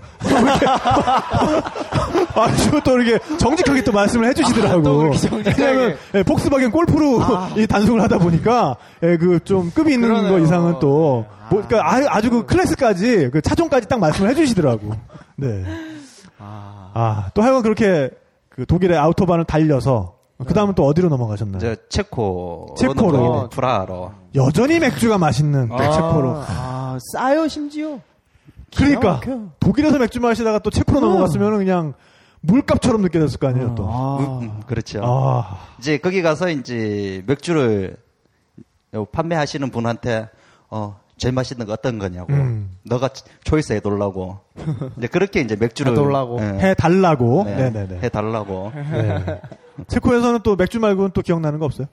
아주 또 이렇게 정직하게 또 말씀을
아, 또
해주시더라고.
그렇게 정직하게.
왜냐면 예, 폭스바겐 골프로 이 단속을 하다 보니까 그 좀 급이 있는
아. 그러네요.
거 이상은 또 뭐, 그러니까 아, 아주 그 클래스까지 그 차종까지 딱 말씀을 해주시더라고. 네. 아, 또 하여간 그렇게 그 독일의 아우토반을 달려서
네.
그 다음은 또 어디로 넘어가셨나요?
이제 체코로
체코로.
넘어가게 돼, 프라하로.
여전히 맥주가 맛있는 체코로.
아, 싸요, 심지어.
그러니까
막혀. 음.
독일에서 맥주 마시다가 또 체코로 넘어갔으면 그냥 물값처럼 느껴졌을 거 아니에요 또.
음, 음, 그렇죠.
아,
이제 거기 가서 이제 맥주를 판매하시는 분한테 어 제일 맛있는 거 어떤 거냐고
음.
너가 초이스 해달라고 이제 그렇게 이제 맥주를 예,
해달라고.
해 달라고.
네,
네, 네, 네.
해달라고
네. 체코에서는 또 맥주 말고는 또 기억나는 거 없어요?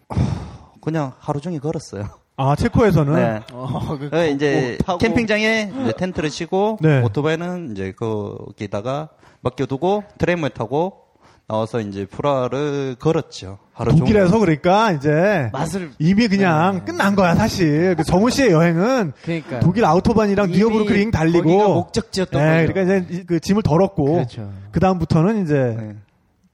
그냥 하루 종일 걸었어요.
아, 체코에서는
네.
어, 그,
어, 이제
걷고 타고.
캠핑장에 이제 텐트를 치고
네.
오토바이는 이제 거기다가 맡겨두고 트램을 타고 나와서 이제 프라를 걸었죠. 하루
그렇죠.
종일.
독일에서 그러니까 이제
맛을.
이미 그냥 끝난 거야 사실. 그 정우 씨의 여행은
네. 그러니까.
독일 아우토반이랑
이미
니어브루크링 달리고
거기가 목적지였던
네,
거죠.
그러니까 이제 이- 그 짐을 덜었고
그렇죠.
다음부터는 이제
네.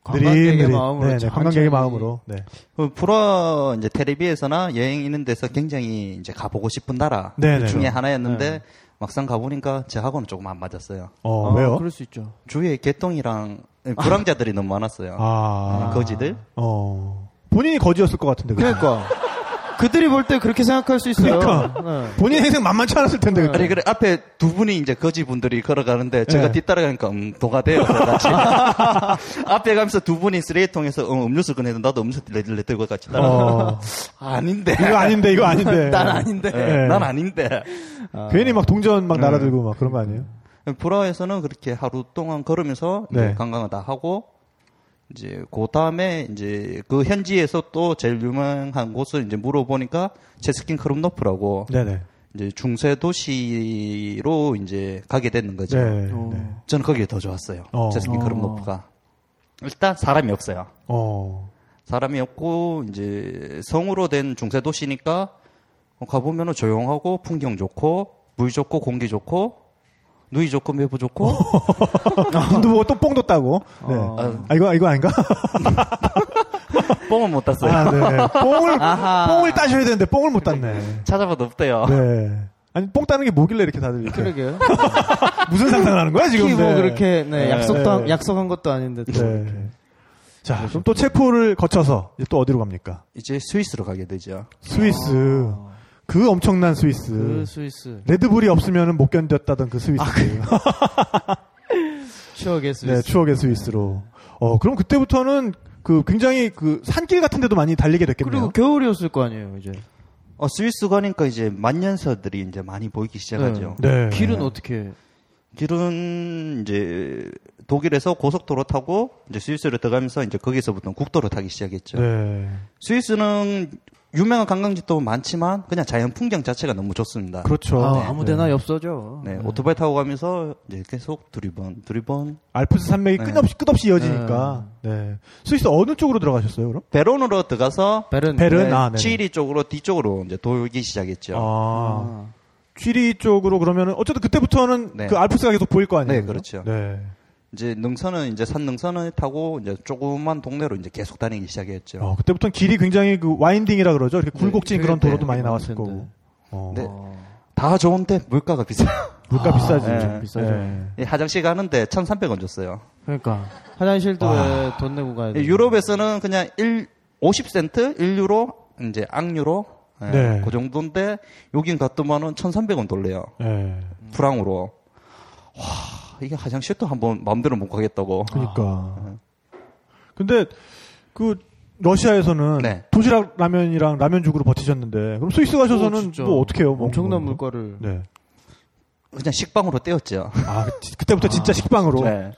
관광객의
느릿느릿.
마음으로
네, 네,
천천히.
관광객의 마음으로. 네.
그 프로 이제 텔레비에서나 여행 있는 데서 굉장히 이제 가보고 싶은 나라
네,
그
네.
중에 하나였는데 막상 가보니까 저하고는 조금 안 맞았어요.
어,
아,
왜요?
그럴 수 있죠.
주위에 개똥이랑 불황자들이 너무 많았어요.
아,
거지들.
어. 본인이 거지였을 것 같은데. 그죠?
네. 그러니까 그들이 볼 때 그렇게 생각할 수 있어요.
그러니까.
네.
본인 인생 만만치 않았을 텐데. 그죠?
그렇죠.
아니 그래 앞에 두 분이 이제 거지 분들이 걸어가는데 제가
네.
뒤따라가니까 음, 도가 돼요. 같이 앞에 가면서 두 분이 쓰레기통에서 음, 음료수 꺼내서 나도 음료수 릴레 들고 같이 따라.
어.
아닌데.
이거 아닌데, 이거 아닌데.
난 아닌데.
예,
예.
난 아닌데.
괜히 막 동전 막 날아들고 막 그런 거 아니에요?
불화에서는 그렇게 하루 동안 걸으면서 이제
네.
관광을 다 하고 이제 그 다음에 이제 그 현지에서 또 제일 유명한 곳을 이제 물어보니까 제스킨 크롬노프라고
네네.
이제 중세 도시로 이제 가게 되는 거죠.
네.
어.
네.
저는 거기에 더 좋았어요.
어.
제스킨
어.
크롬노프가 일단 사람이 없어요.
어.
사람이 없고 이제 성으로 된 중세 도시니까 어, 가보면은 조용하고 풍경 좋고 물 좋고 공기 좋고 누이 좋고 매부 좋고
눈도 보고 또 뽕도 따고. 네.
어.
아, 이거, 이거 아닌가?
뽕은 못 땄어요.
아, 네. 뽕을,
아하.
뽕을 따셔야 되는데 뽕을 못 땄네.
찾아봐도 없대요.
네. 아니, 뽕 따는 게 뭐길래 이렇게 다들 이렇게.
그러게요.
무슨 상상을 하는 거야, 지금?
특히 뭐
네.
그렇게 네,
네.
약속도 한-
네.
약속한 것도 아닌데. 또 이렇게.
네. 자, 그럼 또 체포를 거쳐서 이제 또 어디로 갑니까?
이제 스위스로 가게 되죠.
스위스. 그 엄청난 스위스.
아, 그 스위스
레드불이 없으면 못 견뎠다던 그 스위스.
추억의 스위스.
네, 추억의 스위스로. 어, 그럼 그때부터는 그 굉장히 그 산길 같은 데도 많이 달리게 됐겠네요.
그리고 겨울이었을 거 아니에요 이제.
어, 스위스 가니까 이제 만년설들이 이제 많이 보이기 시작하죠.
네.
길은 어떻게?
길은 이제 독일에서 고속도로 타고 이제 스위스로 들어가면서 이제 거기서부터 국도로 타기
그렇죠.
시작했죠.
네.
스위스는 유명한 관광지도 많지만 그냥 자연 풍경 자체가 너무 좋습니다.
그렇죠.
아,
네.
아무데나 엽서죠.
네, 오토바이 타고 가면서 이제 계속 두리번 두리번
알프스 산맥이
네.
끝없이 끝없이 이어지니까. 네. 스위스 어느 쪽으로 들어가셨어요, 그럼?
베론으로 들어가서
베른.
베른?
네,
아, 네.
치리 쪽으로 뒤쪽으로 이제 돌기 시작했죠.
음.
아. 취리 쪽으로 그러면은 어쨌든 그때부터는
네.
그 알프스가 계속 보일 거 아니에요.
네, 그렇죠.
네.
이제 능선은 이제 산 능선을 타고 이제 조그만 동네로 이제 계속 다니기 시작했죠.
어, 그때부터는 길이 굉장히 그 와인딩이라 그러죠. 이렇게 굴곡진
네,
그런
그래,
도로도
네,
많이 나왔을
많던데.
거고. 어.
네. 다 좋은데 물가가 비싸요.
물가
아.
비싸지.
네.
좀 비싸죠. 네.
이 화장실 가는데 1,300원 줬어요.
그러니까 화장실도 왜 돈 내고 가야
예,
이
돼?
네.
유럽에서는 그냥 1 50센트 1유로 이제 앙유로 예,
네.
그 정도인데 여긴 갔더만은 1,300원 돌려요.
네.
프랑으로. 와, 이게 화장실도 한번 마음대로 못 가겠다고.
아.
그러니까.
네.
근데 그 러시아에서는
네.
도시락 라면이랑 라면죽으로 버티셨는데 그럼 스위스 가셔서는
진짜.
또 어떻게 해요? 먹는
엄청난
거는?
물가를.
네.
그냥 식빵으로 떼었죠.
아 그- 지- 그때부터 진짜 식빵으로
네.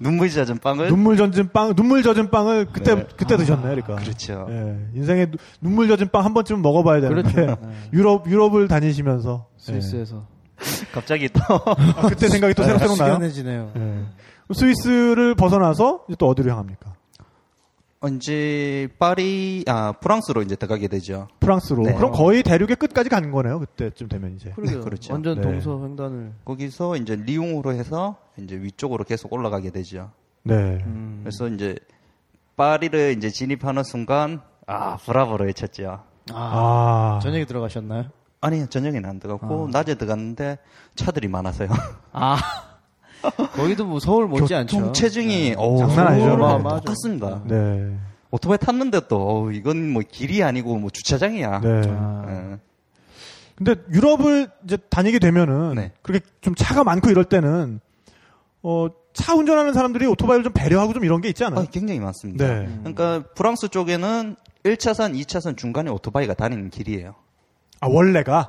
눈물 젖은 빵을
그렇죠. 눈물 젖은 빵 눈물 젖은 빵을 그때
네.
그때 드셨네, 그러니까.
그렇죠.
예, 인생에 누- 눈물 젖은 빵 한 번쯤은 먹어봐야 되는데
그렇죠. 네.
유럽 유럽을 다니시면서 예.
스위스에서
갑자기 또
아, 그때 생각이 또 새록새록 나요.
시간해지네요.
예. 스위스를 벗어나서 이제 또 어디로 향합니까?
언제 파리 아 프랑스로 이제 들어가게 되죠.
프랑스로.
네.
그럼 거의 대륙의 끝까지 가는 거네요. 그때쯤 되면 이제.
그러게요.
네, 그렇죠.
완전
네.
동서 횡단을.
거기서 이제 리옹으로 해서 이제 위쪽으로 계속 올라가게 되죠.
네.
음.
그래서 이제 파리를 이제 진입하는 순간 아 브라보로 외쳤죠.
아,
아.
저녁에 들어가셨나요?
아니 저녁에는 안 들어갔고 낮에 들어갔는데 차들이 많아서요.
아 거기도 뭐 서울 못지 않죠.
통체증이 어우,
네. 장난 아니죠.
서울하고
네.
똑같습니다.
네.
오토바이 탔는데 또 어우, 이건 뭐 길이 아니고 뭐 주차장이야.
네.
예.
근데 유럽을 이제 다니게 되면은
네.
그렇게 좀 차가 많고 이럴 때는 어 차 운전하는 사람들이 오토바이를 좀 배려하고 좀 이런 게 있지 않아요?
아, 굉장히 많습니다.
네.
그러니까 프랑스 쪽에는 1차선, 2차선 중간에 오토바이가 다니는 길이에요.
아 원래가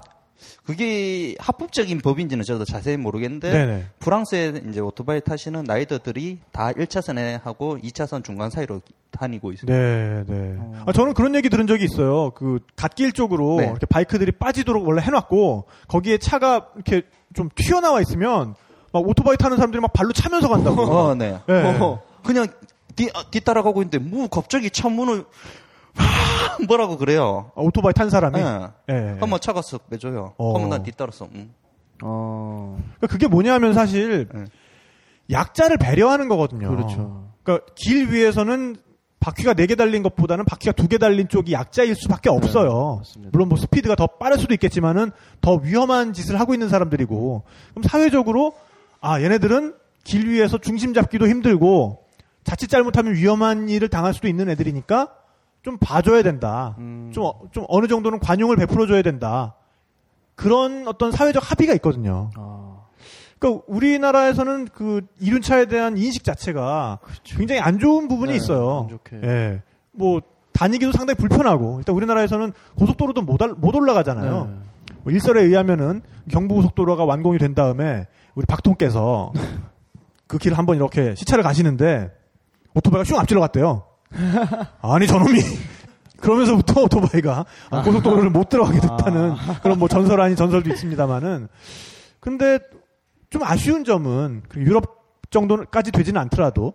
그게 합법적인 법인지는 저도 자세히 모르겠는데
네네.
프랑스에 이제 오토바이 타시는 라이더들이 다 1차선에 하고 2차선 중간 사이로 다니고 있어요.
네, 네. 아, 저는 그런 얘기 들은 적이 있어요. 그 갓길 쪽으로
네.
이렇게 바이크들이 빠지도록 원래 해놨고 거기에 차가 이렇게 좀 튀어나와 있으면 막 오토바이 타는 사람들이 막 발로 차면서 간다고.
어, 네.
네.
어, 그냥 뒤, 아, 뒤따라가고 있는데 뭐 갑자기 차 문을 확 뭐라고 그래요.
아, 오토바이 탄 사람이.
네.
예.
한번 차가 쓱 빼줘요.
어.
그러면 난 뒤따라서 음.
어
그러니까 그게 뭐냐면 사실
네.
약자를 배려하는 거거든요.
그렇죠.
그러니까 그러니까 길 위에서는 바퀴가 네 개 달린 것보다는 바퀴가 두 개 달린 쪽이 약자일 수밖에 없어요.
네, 맞습니다.
물론 뭐 스피드가 더 빠를 수도 있겠지만은 더 위험한 짓을 하고 있는 사람들이고 그럼 사회적으로 아 얘네들은 길 위에서 중심 잡기도 힘들고 자칫 잘못하면 위험한 일을 당할 수도 있는 애들이니까 좀 봐줘야 된다. 좀, 어- 좀 어느 정도는 관용을 베풀어줘야 된다. 그런 어떤 사회적 합의가 있거든요.
아,
그러니까 우리나라에서는 그 이륜차에 대한 인식 자체가 굉장히 안 좋은 부분이
그렇죠. 네,
있어요.
안 좋게.
예. 뭐 다니기도 상당히 불편하고 일단 우리나라에서는 고속도로도 못, 알- 못 올라가잖아요.
네.
뭐 일설에 의하면은 경부고속도로가 완공이 된 다음에 우리 박통께서 그 길을 한번 이렇게 시차를 가시는데 오토바이가 슝 앞질러 갔대요. 아니 저놈이 그러면서부터 오토바이가 아, 고속도로를 못 들어가게 됐다는 그런 뭐 전설 아닌 전설도 있습니다만은 근데 좀 아쉬운 점은 그 유럽 정도까지 되지는 않더라도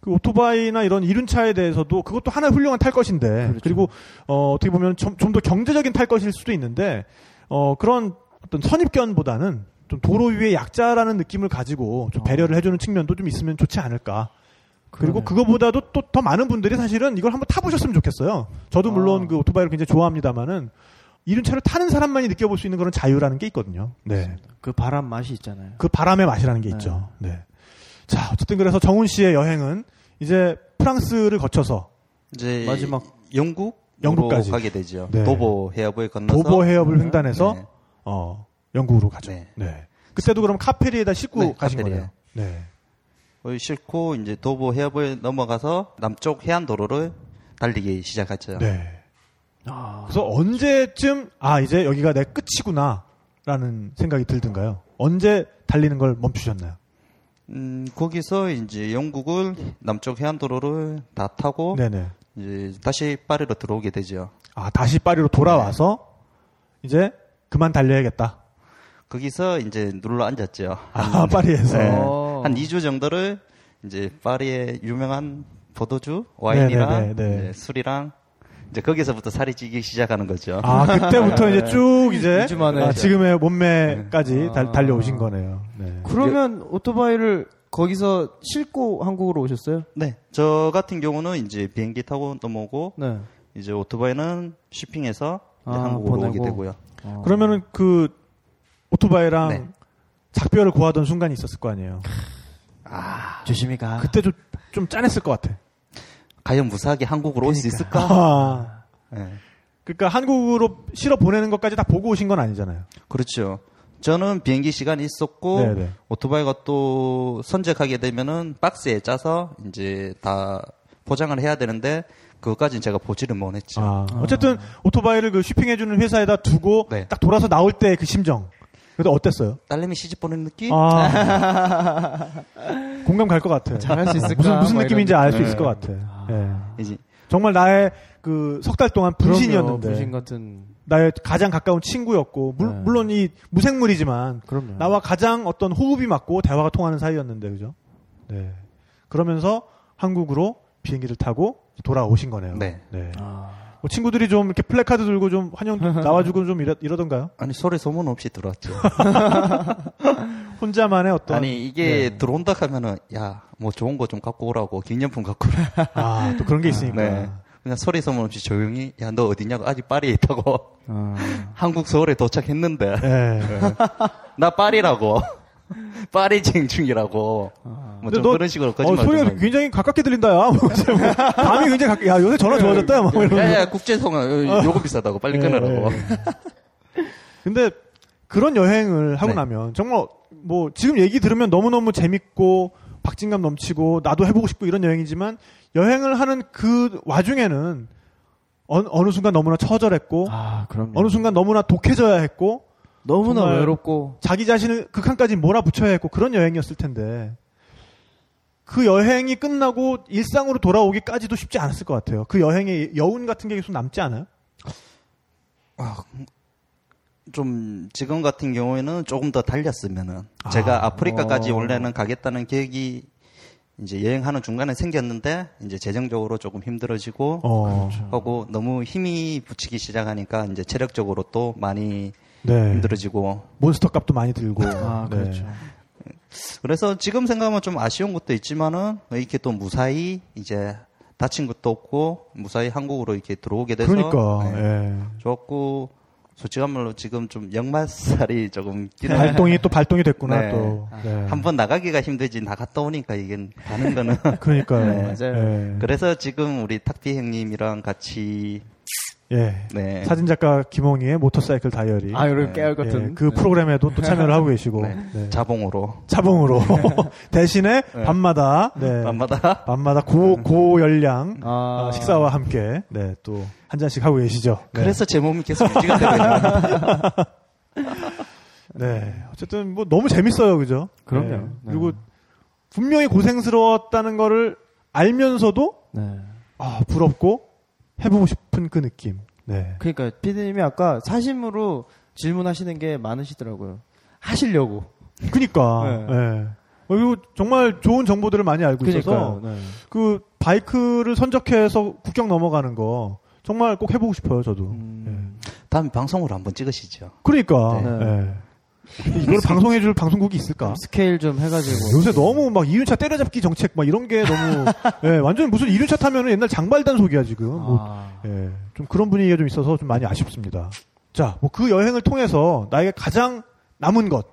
그 오토바이나 이런 이륜차에 대해서도 그것도 하나의 훌륭한 탈 것인데 그리고 어, 어떻게 보면 좀 더 경제적인 탈 것일 수도 있는데 어, 그런 어떤 선입견보다는 좀 도로 위의 약자라는 느낌을 가지고 좀 배려를 해주는 측면도 좀 있으면 좋지 않을까. 그리고
어. 그러네요.
그거보다도 또 더 많은 분들이 사실은 이걸 한번 타보셨으면 좋겠어요. 저도 물론
아.
그 오토바이를 굉장히 좋아합니다만은 이륜차를 타는 사람만이 느껴볼 수 있는 그런 자유라는 게 있거든요. 네.
그 바람 맛이 있잖아요.
그 바람의 맛이라는 게 있죠. 네. 자, 어쨌든 그래서 정훈 씨의 여행은 이제 프랑스를 거쳐서
이제
마지막.
영국
영국까지.
가게 되죠.
네.
도보 해협을 건너서
도보 해협을 횡단해서
음, 네.
어, 영국으로 가죠. 네.
네.
그때도 그럼 카페리에다 싣고
네,
가신
카페리에.
거예요. 네.
거의 싣고 이제 도보 해협을 넘어가서 남쪽 해안 도로를 달리기 시작하죠.
네.
아.
그래서 언제쯤 아, 이제 여기가 내 끝이구나라는 생각이 들든가요? 언제 달리는 걸 멈추셨나요?
음, 거기서 이제 영국을 남쪽 해안 도로를 다
어?
타고
네, 네.
이제 다시 파리로 들어오게 되죠.
아, 다시 파리로 돌아와서
네.
이제 그만 달려야겠다.
거기서 이제 눌러 앉았죠.
아,
음.
파리에서.
네.
어.
한 2주 정도를 이제 파리의 유명한 포도주,
네,
와인이랑
네, 네, 네.
이제 술이랑 이제 거기서부터 살이 찌기 시작하는 거죠.
아 그때부터 이제 쭉 이제
이주 만에.
아, 지금의 몸매까지
네.
달,
아.
달려오신 거네요. 네.
그러면 오토바이를 거기서 싣고 한국으로 오셨어요?
네. 저 같은 경우는 이제 비행기 타고 넘어오고
네.
이제 오토바이는 쇼핑해서 이제
아,
한국으로
보내고.
오게 되고요.
그러면은 그 오토바이랑
네.
작별을 고하던 순간이 있었을 거 아니에요.
어, 조심히 가.
그때 좀, 좀 짠했을 것 같아.
과연 무사하게 한국으로 올 수 있을까?
아.
네.
그러니까 한국으로 실어 보내는 것까지 다 보고 오신 건 아니잖아요.
그렇죠. 저는 비행기 시간이
어.
있었고
네, 네.
오토바이가 또 선적하게 되면은 박스에 짜서 이제 다 포장을 해야 되는데 그것까지는 제가 보지를
그렇죠.
못했죠.
아. 어쨌든 오토바이를 그 쇼핑해주는 회사에다 두고
네.
딱 돌아서 나올 때 그 심정. 그래도 어땠어요?
딸내미 시집 보낸 느낌?
아. 공감 갈 것 같아.
잘할 수 있을까?
무슨, 무슨
뭐
느낌인지
이런
알 수
느낌. 네.
있을 것 같아. 예.
이제
정말 나의 그 석 달 동안
그럼요,
분신이었는데
분신 같은.
나의 가장 가까운 친구였고 물,
네.
물론 이 무생물이지만
그럼요.
음.
나와 가장 어떤 호흡이 맞고 대화가 통하는 사이였는데 그죠? 네. 그러면서 한국으로 비행기를 타고 돌아오신 거네요.
네.
아.
뭐 친구들이 좀 이렇게 플래카드 들고 좀 환영 나와주고 좀 이러, 이러던가요?
아니 소리 소문 없이 들어왔죠.
혼자만의 어떤 네.
아니 이게 들어온다 하면은 야 뭐 좋은 거 좀 갖고 오라고 기념품 갖고 오라.
아, 또 그런 게 있으니까.
네. 그냥 소리 소문 없이 조용히 야 너 어디냐고 아직 파리에 있다고
아.
한국 서울에 도착했는데
예.
네, 나 파리라고 파리 행 중이라고 뭐
근데
좀
너-
그런 식으로
어,
거짓말
소리가
좀
굉장히 가깝게 들린다, 야. 뭐, 이제 뭐 감이 굉장히 가깝게, 야, 요새 전화 좋아졌다, 막
하고.
이러면서.
야, 야, 국제통화 어, 요거 비싸다고 빨리
예,
끊으라고.
예, 예. 근데 그런 여행을 하고
네.
나면 정말 뭐 지금 얘기 들으면 너무너무 재밌고 박진감 넘치고 나도 해보고 싶고 이런 여행이지만 여행을 하는 그 와중에는 어, 느 순간 너무나 처절했고
아, 그럼요.
어느 순간 너무나 독해져야 했고
너무나
정말-
외롭고.
자기 자신을 극한까지 몰아붙여야 했고 그런 여행이었을 텐데 그 여행이 끝나고 일상으로 돌아오기까지도 쉽지 않았을 것 같아요. 그 여행의 여운 같은 게 계속 남지 않아요?
좀 지금 같은 경우에는 조금 더 달렸으면은
아.
제가
어.
아프리카까지 원래는 가겠다는 계획이 이제 여행하는 중간에 생겼는데 이제 재정적으로 조금 힘들어지고 그렇죠.
어,
하고 너무 힘이 붙이기 시작하니까 이제 체력적으로 또 많이
네.
힘들어지고
몬스터 값도 많이 들고.
아,
네.
그렇죠.
그래서 지금 생각하면 좀 아쉬운 것도 있지만은 이렇게 또 무사히 이제 다친 것도 없고 무사히 한국으로 이렇게 들어오게 돼서
그러니까.
네,
예.
좋았고 솔직한 말로 지금 좀 역마살이 조금 길어
네. 발동이 또 발동이 됐구나
네.
또. 네.
한 번 나가기가 힘들지 나갔다 오니까 이게 가는 거는
그러니까요.
네,
예.
그래서 지금 우리 탁비 형님이랑 같이
예.
네.
사진 작가 김홍희의 모터사이클 다이어리.
아, 이런 깨알
예,
같은. 네.
그 프로그램에도 또 참여를 하고 계시고
네,
네.
자봉으로
자봉으로 대신에 밤마다 네.
밤마다
밤마다 고 고열량
아.
어, 식사와 함께 네, 또 한 잔씩 하고 계시죠. 네.
그래서 제 몸이 계속 유지가 되고 있는 거예요.
네. 어쨌든 뭐 너무 재밌어요, 그죠?
그럼요.
네.
네.
그리고 분명히 고생스러웠다는 거를 알면서도
네.
아, 부럽고 해보고 싶은 그 느낌. 네.
그러니까 피디님이 아까 사심으로 질문하시는 게 많으시더라고요. 하시려고.
그니까.
네.
예. 어, 이거 정말 좋은 정보들을 많이 알고 있어서
네.
그 바이크를 선적해서 국경 넘어가는 거 정말 꼭 해보고 싶어요, 저도.
음.
다음 방송으로 한번 찍으시죠.
그러니까.
네.
예. 이걸 방송해줄 방송국이 있을까?
스케일 좀 해가지고.
요새 너무 막 이륜차 때려잡기 정책 막 이런 게 너무 예, 완전 무슨 이륜차 타면은 옛날 장발단 속이야 지금. 뭐
아.
예, 좀 그런 분위기가 좀 있어서 좀 많이 아쉽습니다. 자, 뭐 그 여행을 통해서 나에게 가장 남은 것,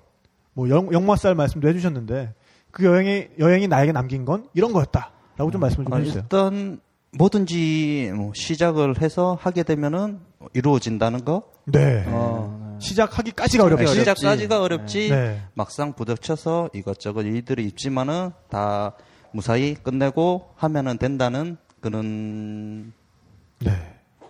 뭐 영, 영마살 말씀도 해주셨는데 그 여행이 여행이 나에게 남긴 건 이런 거였다라고 좀 말씀을 좀
아,
해주세요.
일단 뭐든지 뭐 시작을 해서 하게 되면은 이루어진다는 거.
네,
어, 네.
시작하기까지가 어렵지.
시작까지가 어렵지.
네.
막상 부딪혀서 이것저것 일들이 있지만은 다 무사히 끝내고 하면은 된다는 그런
네,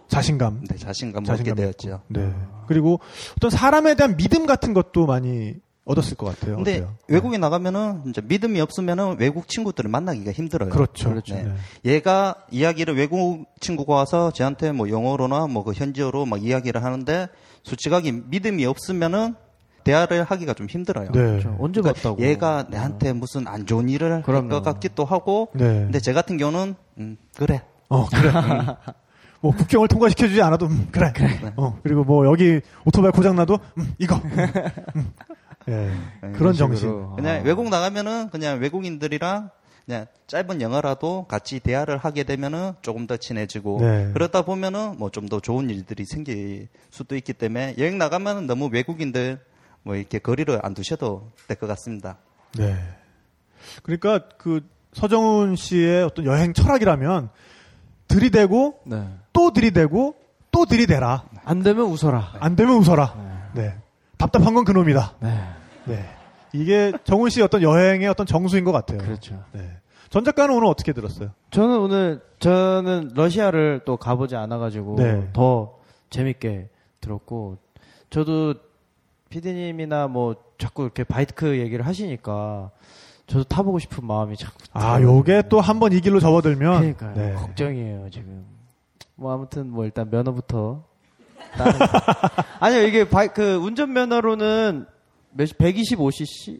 자신감.
네, 자신감을 얻게
자신감.
되었죠.
네. 그리고 어떤 사람에 대한 믿음 같은 것도 많이 얻었을 것 같아요.
근데
어때요?
외국에 나가면은 이제 믿음이 없으면은 외국 친구들을 만나기가 힘들어요.
그렇죠.
네.
네.
얘가 이야기를 외국 친구가 와서 저한테 뭐 영어로나 뭐 그 현지어로 막 이야기를 하는데 솔직하게 믿음이 없으면은 대화를 하기가 좀 힘들어요. 그러니까
네.
저 그렇죠. 언제 봤다고.
얘가 내한테 무슨 안 좋은 일을 할
그럼요.
것 같기도 하고
네.
근데 제 같은 경우는 음, 그래
어, 그래. 뭐 국경을 통과시켜주지 않아도 음, 그래. 어, 그리고 뭐 여기 오토바이 고장나도 음, 이거. 음, 음. 예, 그런 정신.
그냥 외국 나가면은 그냥 외국인들이랑 그냥 짧은 영어라도 같이 대화를 하게 되면은 조금 더 친해지고
네.
그러다 보면은 뭐 좀 더 좋은 일들이 생길 수도 있기 때문에 여행 나가면은 너무 외국인들 뭐 이렇게 거리를 안 두셔도 될 것 같습니다.
네. 그러니까 그 서정훈 씨의 어떤 여행 철학이라면 들이대고
네.
또 들이대고 또 들이대라.
안 되면 웃어라.
안 되면 웃어라. 네. 답답한 건 그놈이다.
네.
네. 이게 정훈 씨의 어떤 여행의 어떤 정수인 것 같아요.
그렇죠.
네. 전 작가는 오늘 어떻게 들었어요?
저는 오늘 저는 러시아를 또 가보지 않아가지고
네.
더 재밌게 들었고 저도 피디님이나 뭐 자꾸 이렇게 바이크 얘기를 하시니까 저도 타보고 싶은 마음이 자꾸
아,
들어요.
요게 또 한 번 이 길로 접어들면
그러니까
네.
요 걱정이에요 지금 뭐 아무튼 뭐 일단 면허부터 따는 거. 아니요 이게 바이크 운전 면허로는 몇 125cc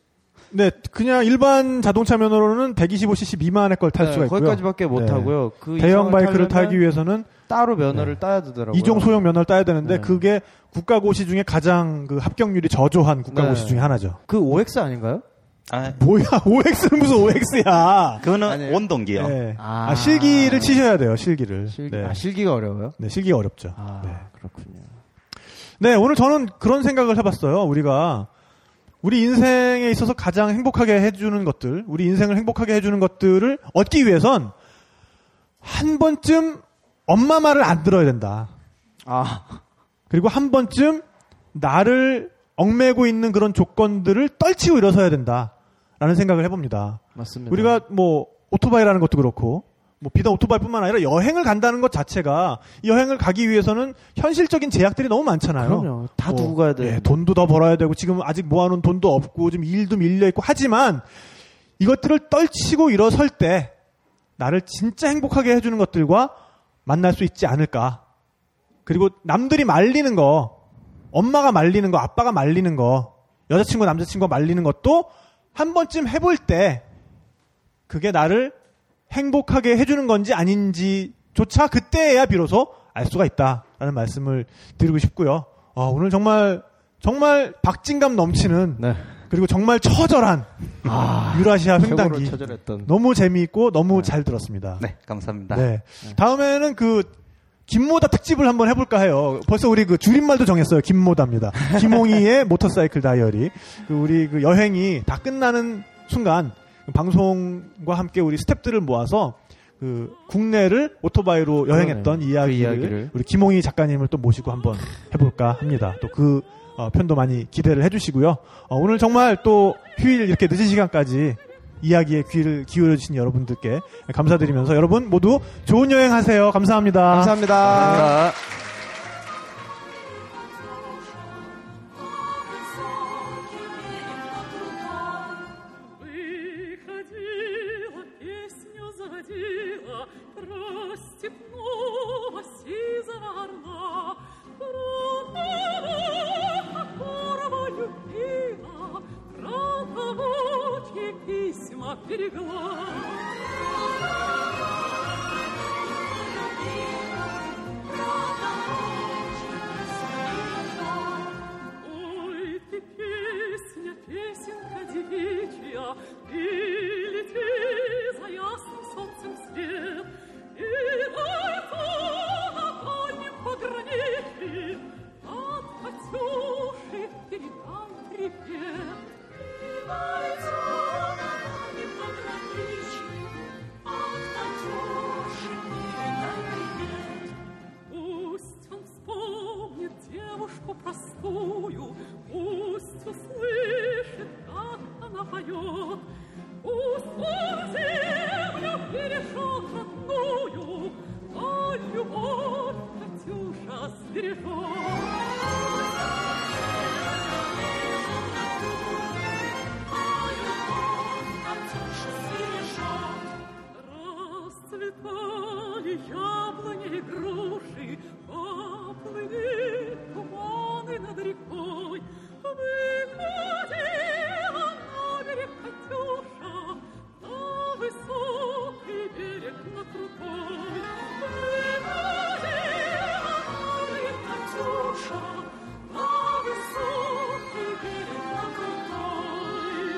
네, 그냥 일반 자동차 면허로는 125cc 미만의 걸 탈 수가 있고요.
거기까지밖에 못
네.
하고요 그
대형
이상을
바이크를
타려면
타기 위해서는 네.
따로 면허를 따야 되더라고요
이종 소형 면허를 따야 되는데
네.
그게 국가고시 중에 가장 그 합격률이 저조한 국가고시
네.
중에 하나죠.
그 OX 아닌가요?
아
뭐야, OX는 무슨 OX야?
그거는
아니에요.
원동기요.
아,
아.
실기를 치셔야 돼요, 실기를.
실기,
네.
아, 실기가 어려워요?
네, 실기가 어렵죠.
아,
네.
그렇군요.
네, 오늘 저는 그런 생각을 해봤어요. 우리가 우리 인생에 있어서 가장 행복하게 해주는 것들, 우리 인생을 행복하게 해주는 것들을 얻기 위해선 한 번쯤 엄마 말을 안 들어야 된다.
아,
그리고 한 번쯤 나를 얽매고 있는 그런 조건들을 떨치고 일어서야 된다. 라는 생각을 해봅니다.
맞습니다.
우리가 뭐 오토바이라는 것도 그렇고 뭐 비단 오토바이뿐만 아니라 여행을 간다는 것 자체가 이 여행을 가기 위해서는 현실적인 제약들이 너무 많잖아요.
그럼요. 다 두고 가야 돼요.
예, 돈도 더 벌어야 되고 지금 아직 모아놓은 돈도 없고 지금 일도 밀려 있고 하지만 이것들을 떨치고 일어설 때 나를 진짜 행복하게 해주는 것들과 만날 수 있지 않을까. 그리고 남들이 말리는 거, 엄마가 말리는 거, 아빠가 말리는 거, 여자친구, 남자친구가 말리는 것도 한 번쯤 해볼 때 그게 나를 행복하게 해주는 건지 아닌지조차 그때야 비로소 알 수가 있다라는 말씀을 드리고 싶고요. 아, 오늘 정말 정말 박진감 넘치는
네.
그리고 정말 처절한 유라시아
최고로
횡단기
처절했던.
너무 재미있고 너무 잘 들었습니다.
네, 감사합니다.
네. 다음에는 그 김모다 특집을 한번 해볼까 해요. 벌써 우리 그 줄임말도 정했어요. 김모다입니다. 김홍희의 모터사이클 다이어리. 그 우리 그 여행이 다 끝나는 순간 그 방송과 함께 우리 스탭들을 모아서 그 국내를 오토바이로 여행했던
그러네요.
이야기를,
그 이야기를.
우리 김홍희 작가님을 또 모시고 한번 해볼까 합니다. 또 그 편도 많이 기대를 해주시고요. 어, 오늘 정말 또 휴일 이렇게 늦은 시간까지 이야기에 귀를 기울여 주신 여러분들께 감사드리면서 여러분 모두 좋은 여행 하세요. 감사합니다.
감사합니다.
감사합니다.
Выходила, песню заводила Про степного сизого орла, Про того, которого любила, Про того, чьи письма берегла. Ой, ты песня, песенка девичья, И лети за ясным солнцем свет, И ойду на дальнем пограничье От Катюши передай привет. И ойду на дальнем пограничье От Катюши передай привет. Пусть он вспомнит девушку простую, Пусть услышит, как она поет, Пусть он землю перешел родную, А любовь Катюша сбережет. Расцветали яблони и груши, поплыли туманы над рекой. Выходила на берег Катюша, на высокий берег на крутой. Выходила на берег Катюша, на высокий берег на крутой.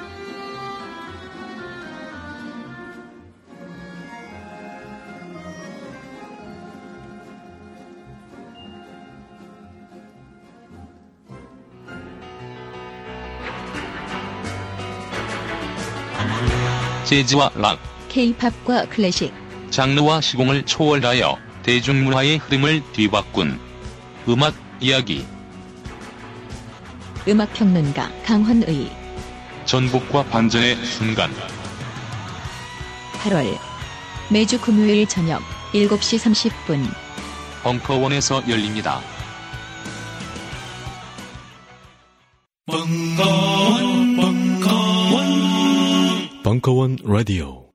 재즈와 락,
K-팝과 클래식,
장르와 시공을 초월하여 대중문화의 흐름을 뒤바꾼 음악 이야기
음악 평론가 강헌의
전복과 반전의 순간
8월 매주 금요일 저녁 7시 30분
벙커원에서 열립니다.
벙커원, 벙커원,
벙커원 라디오.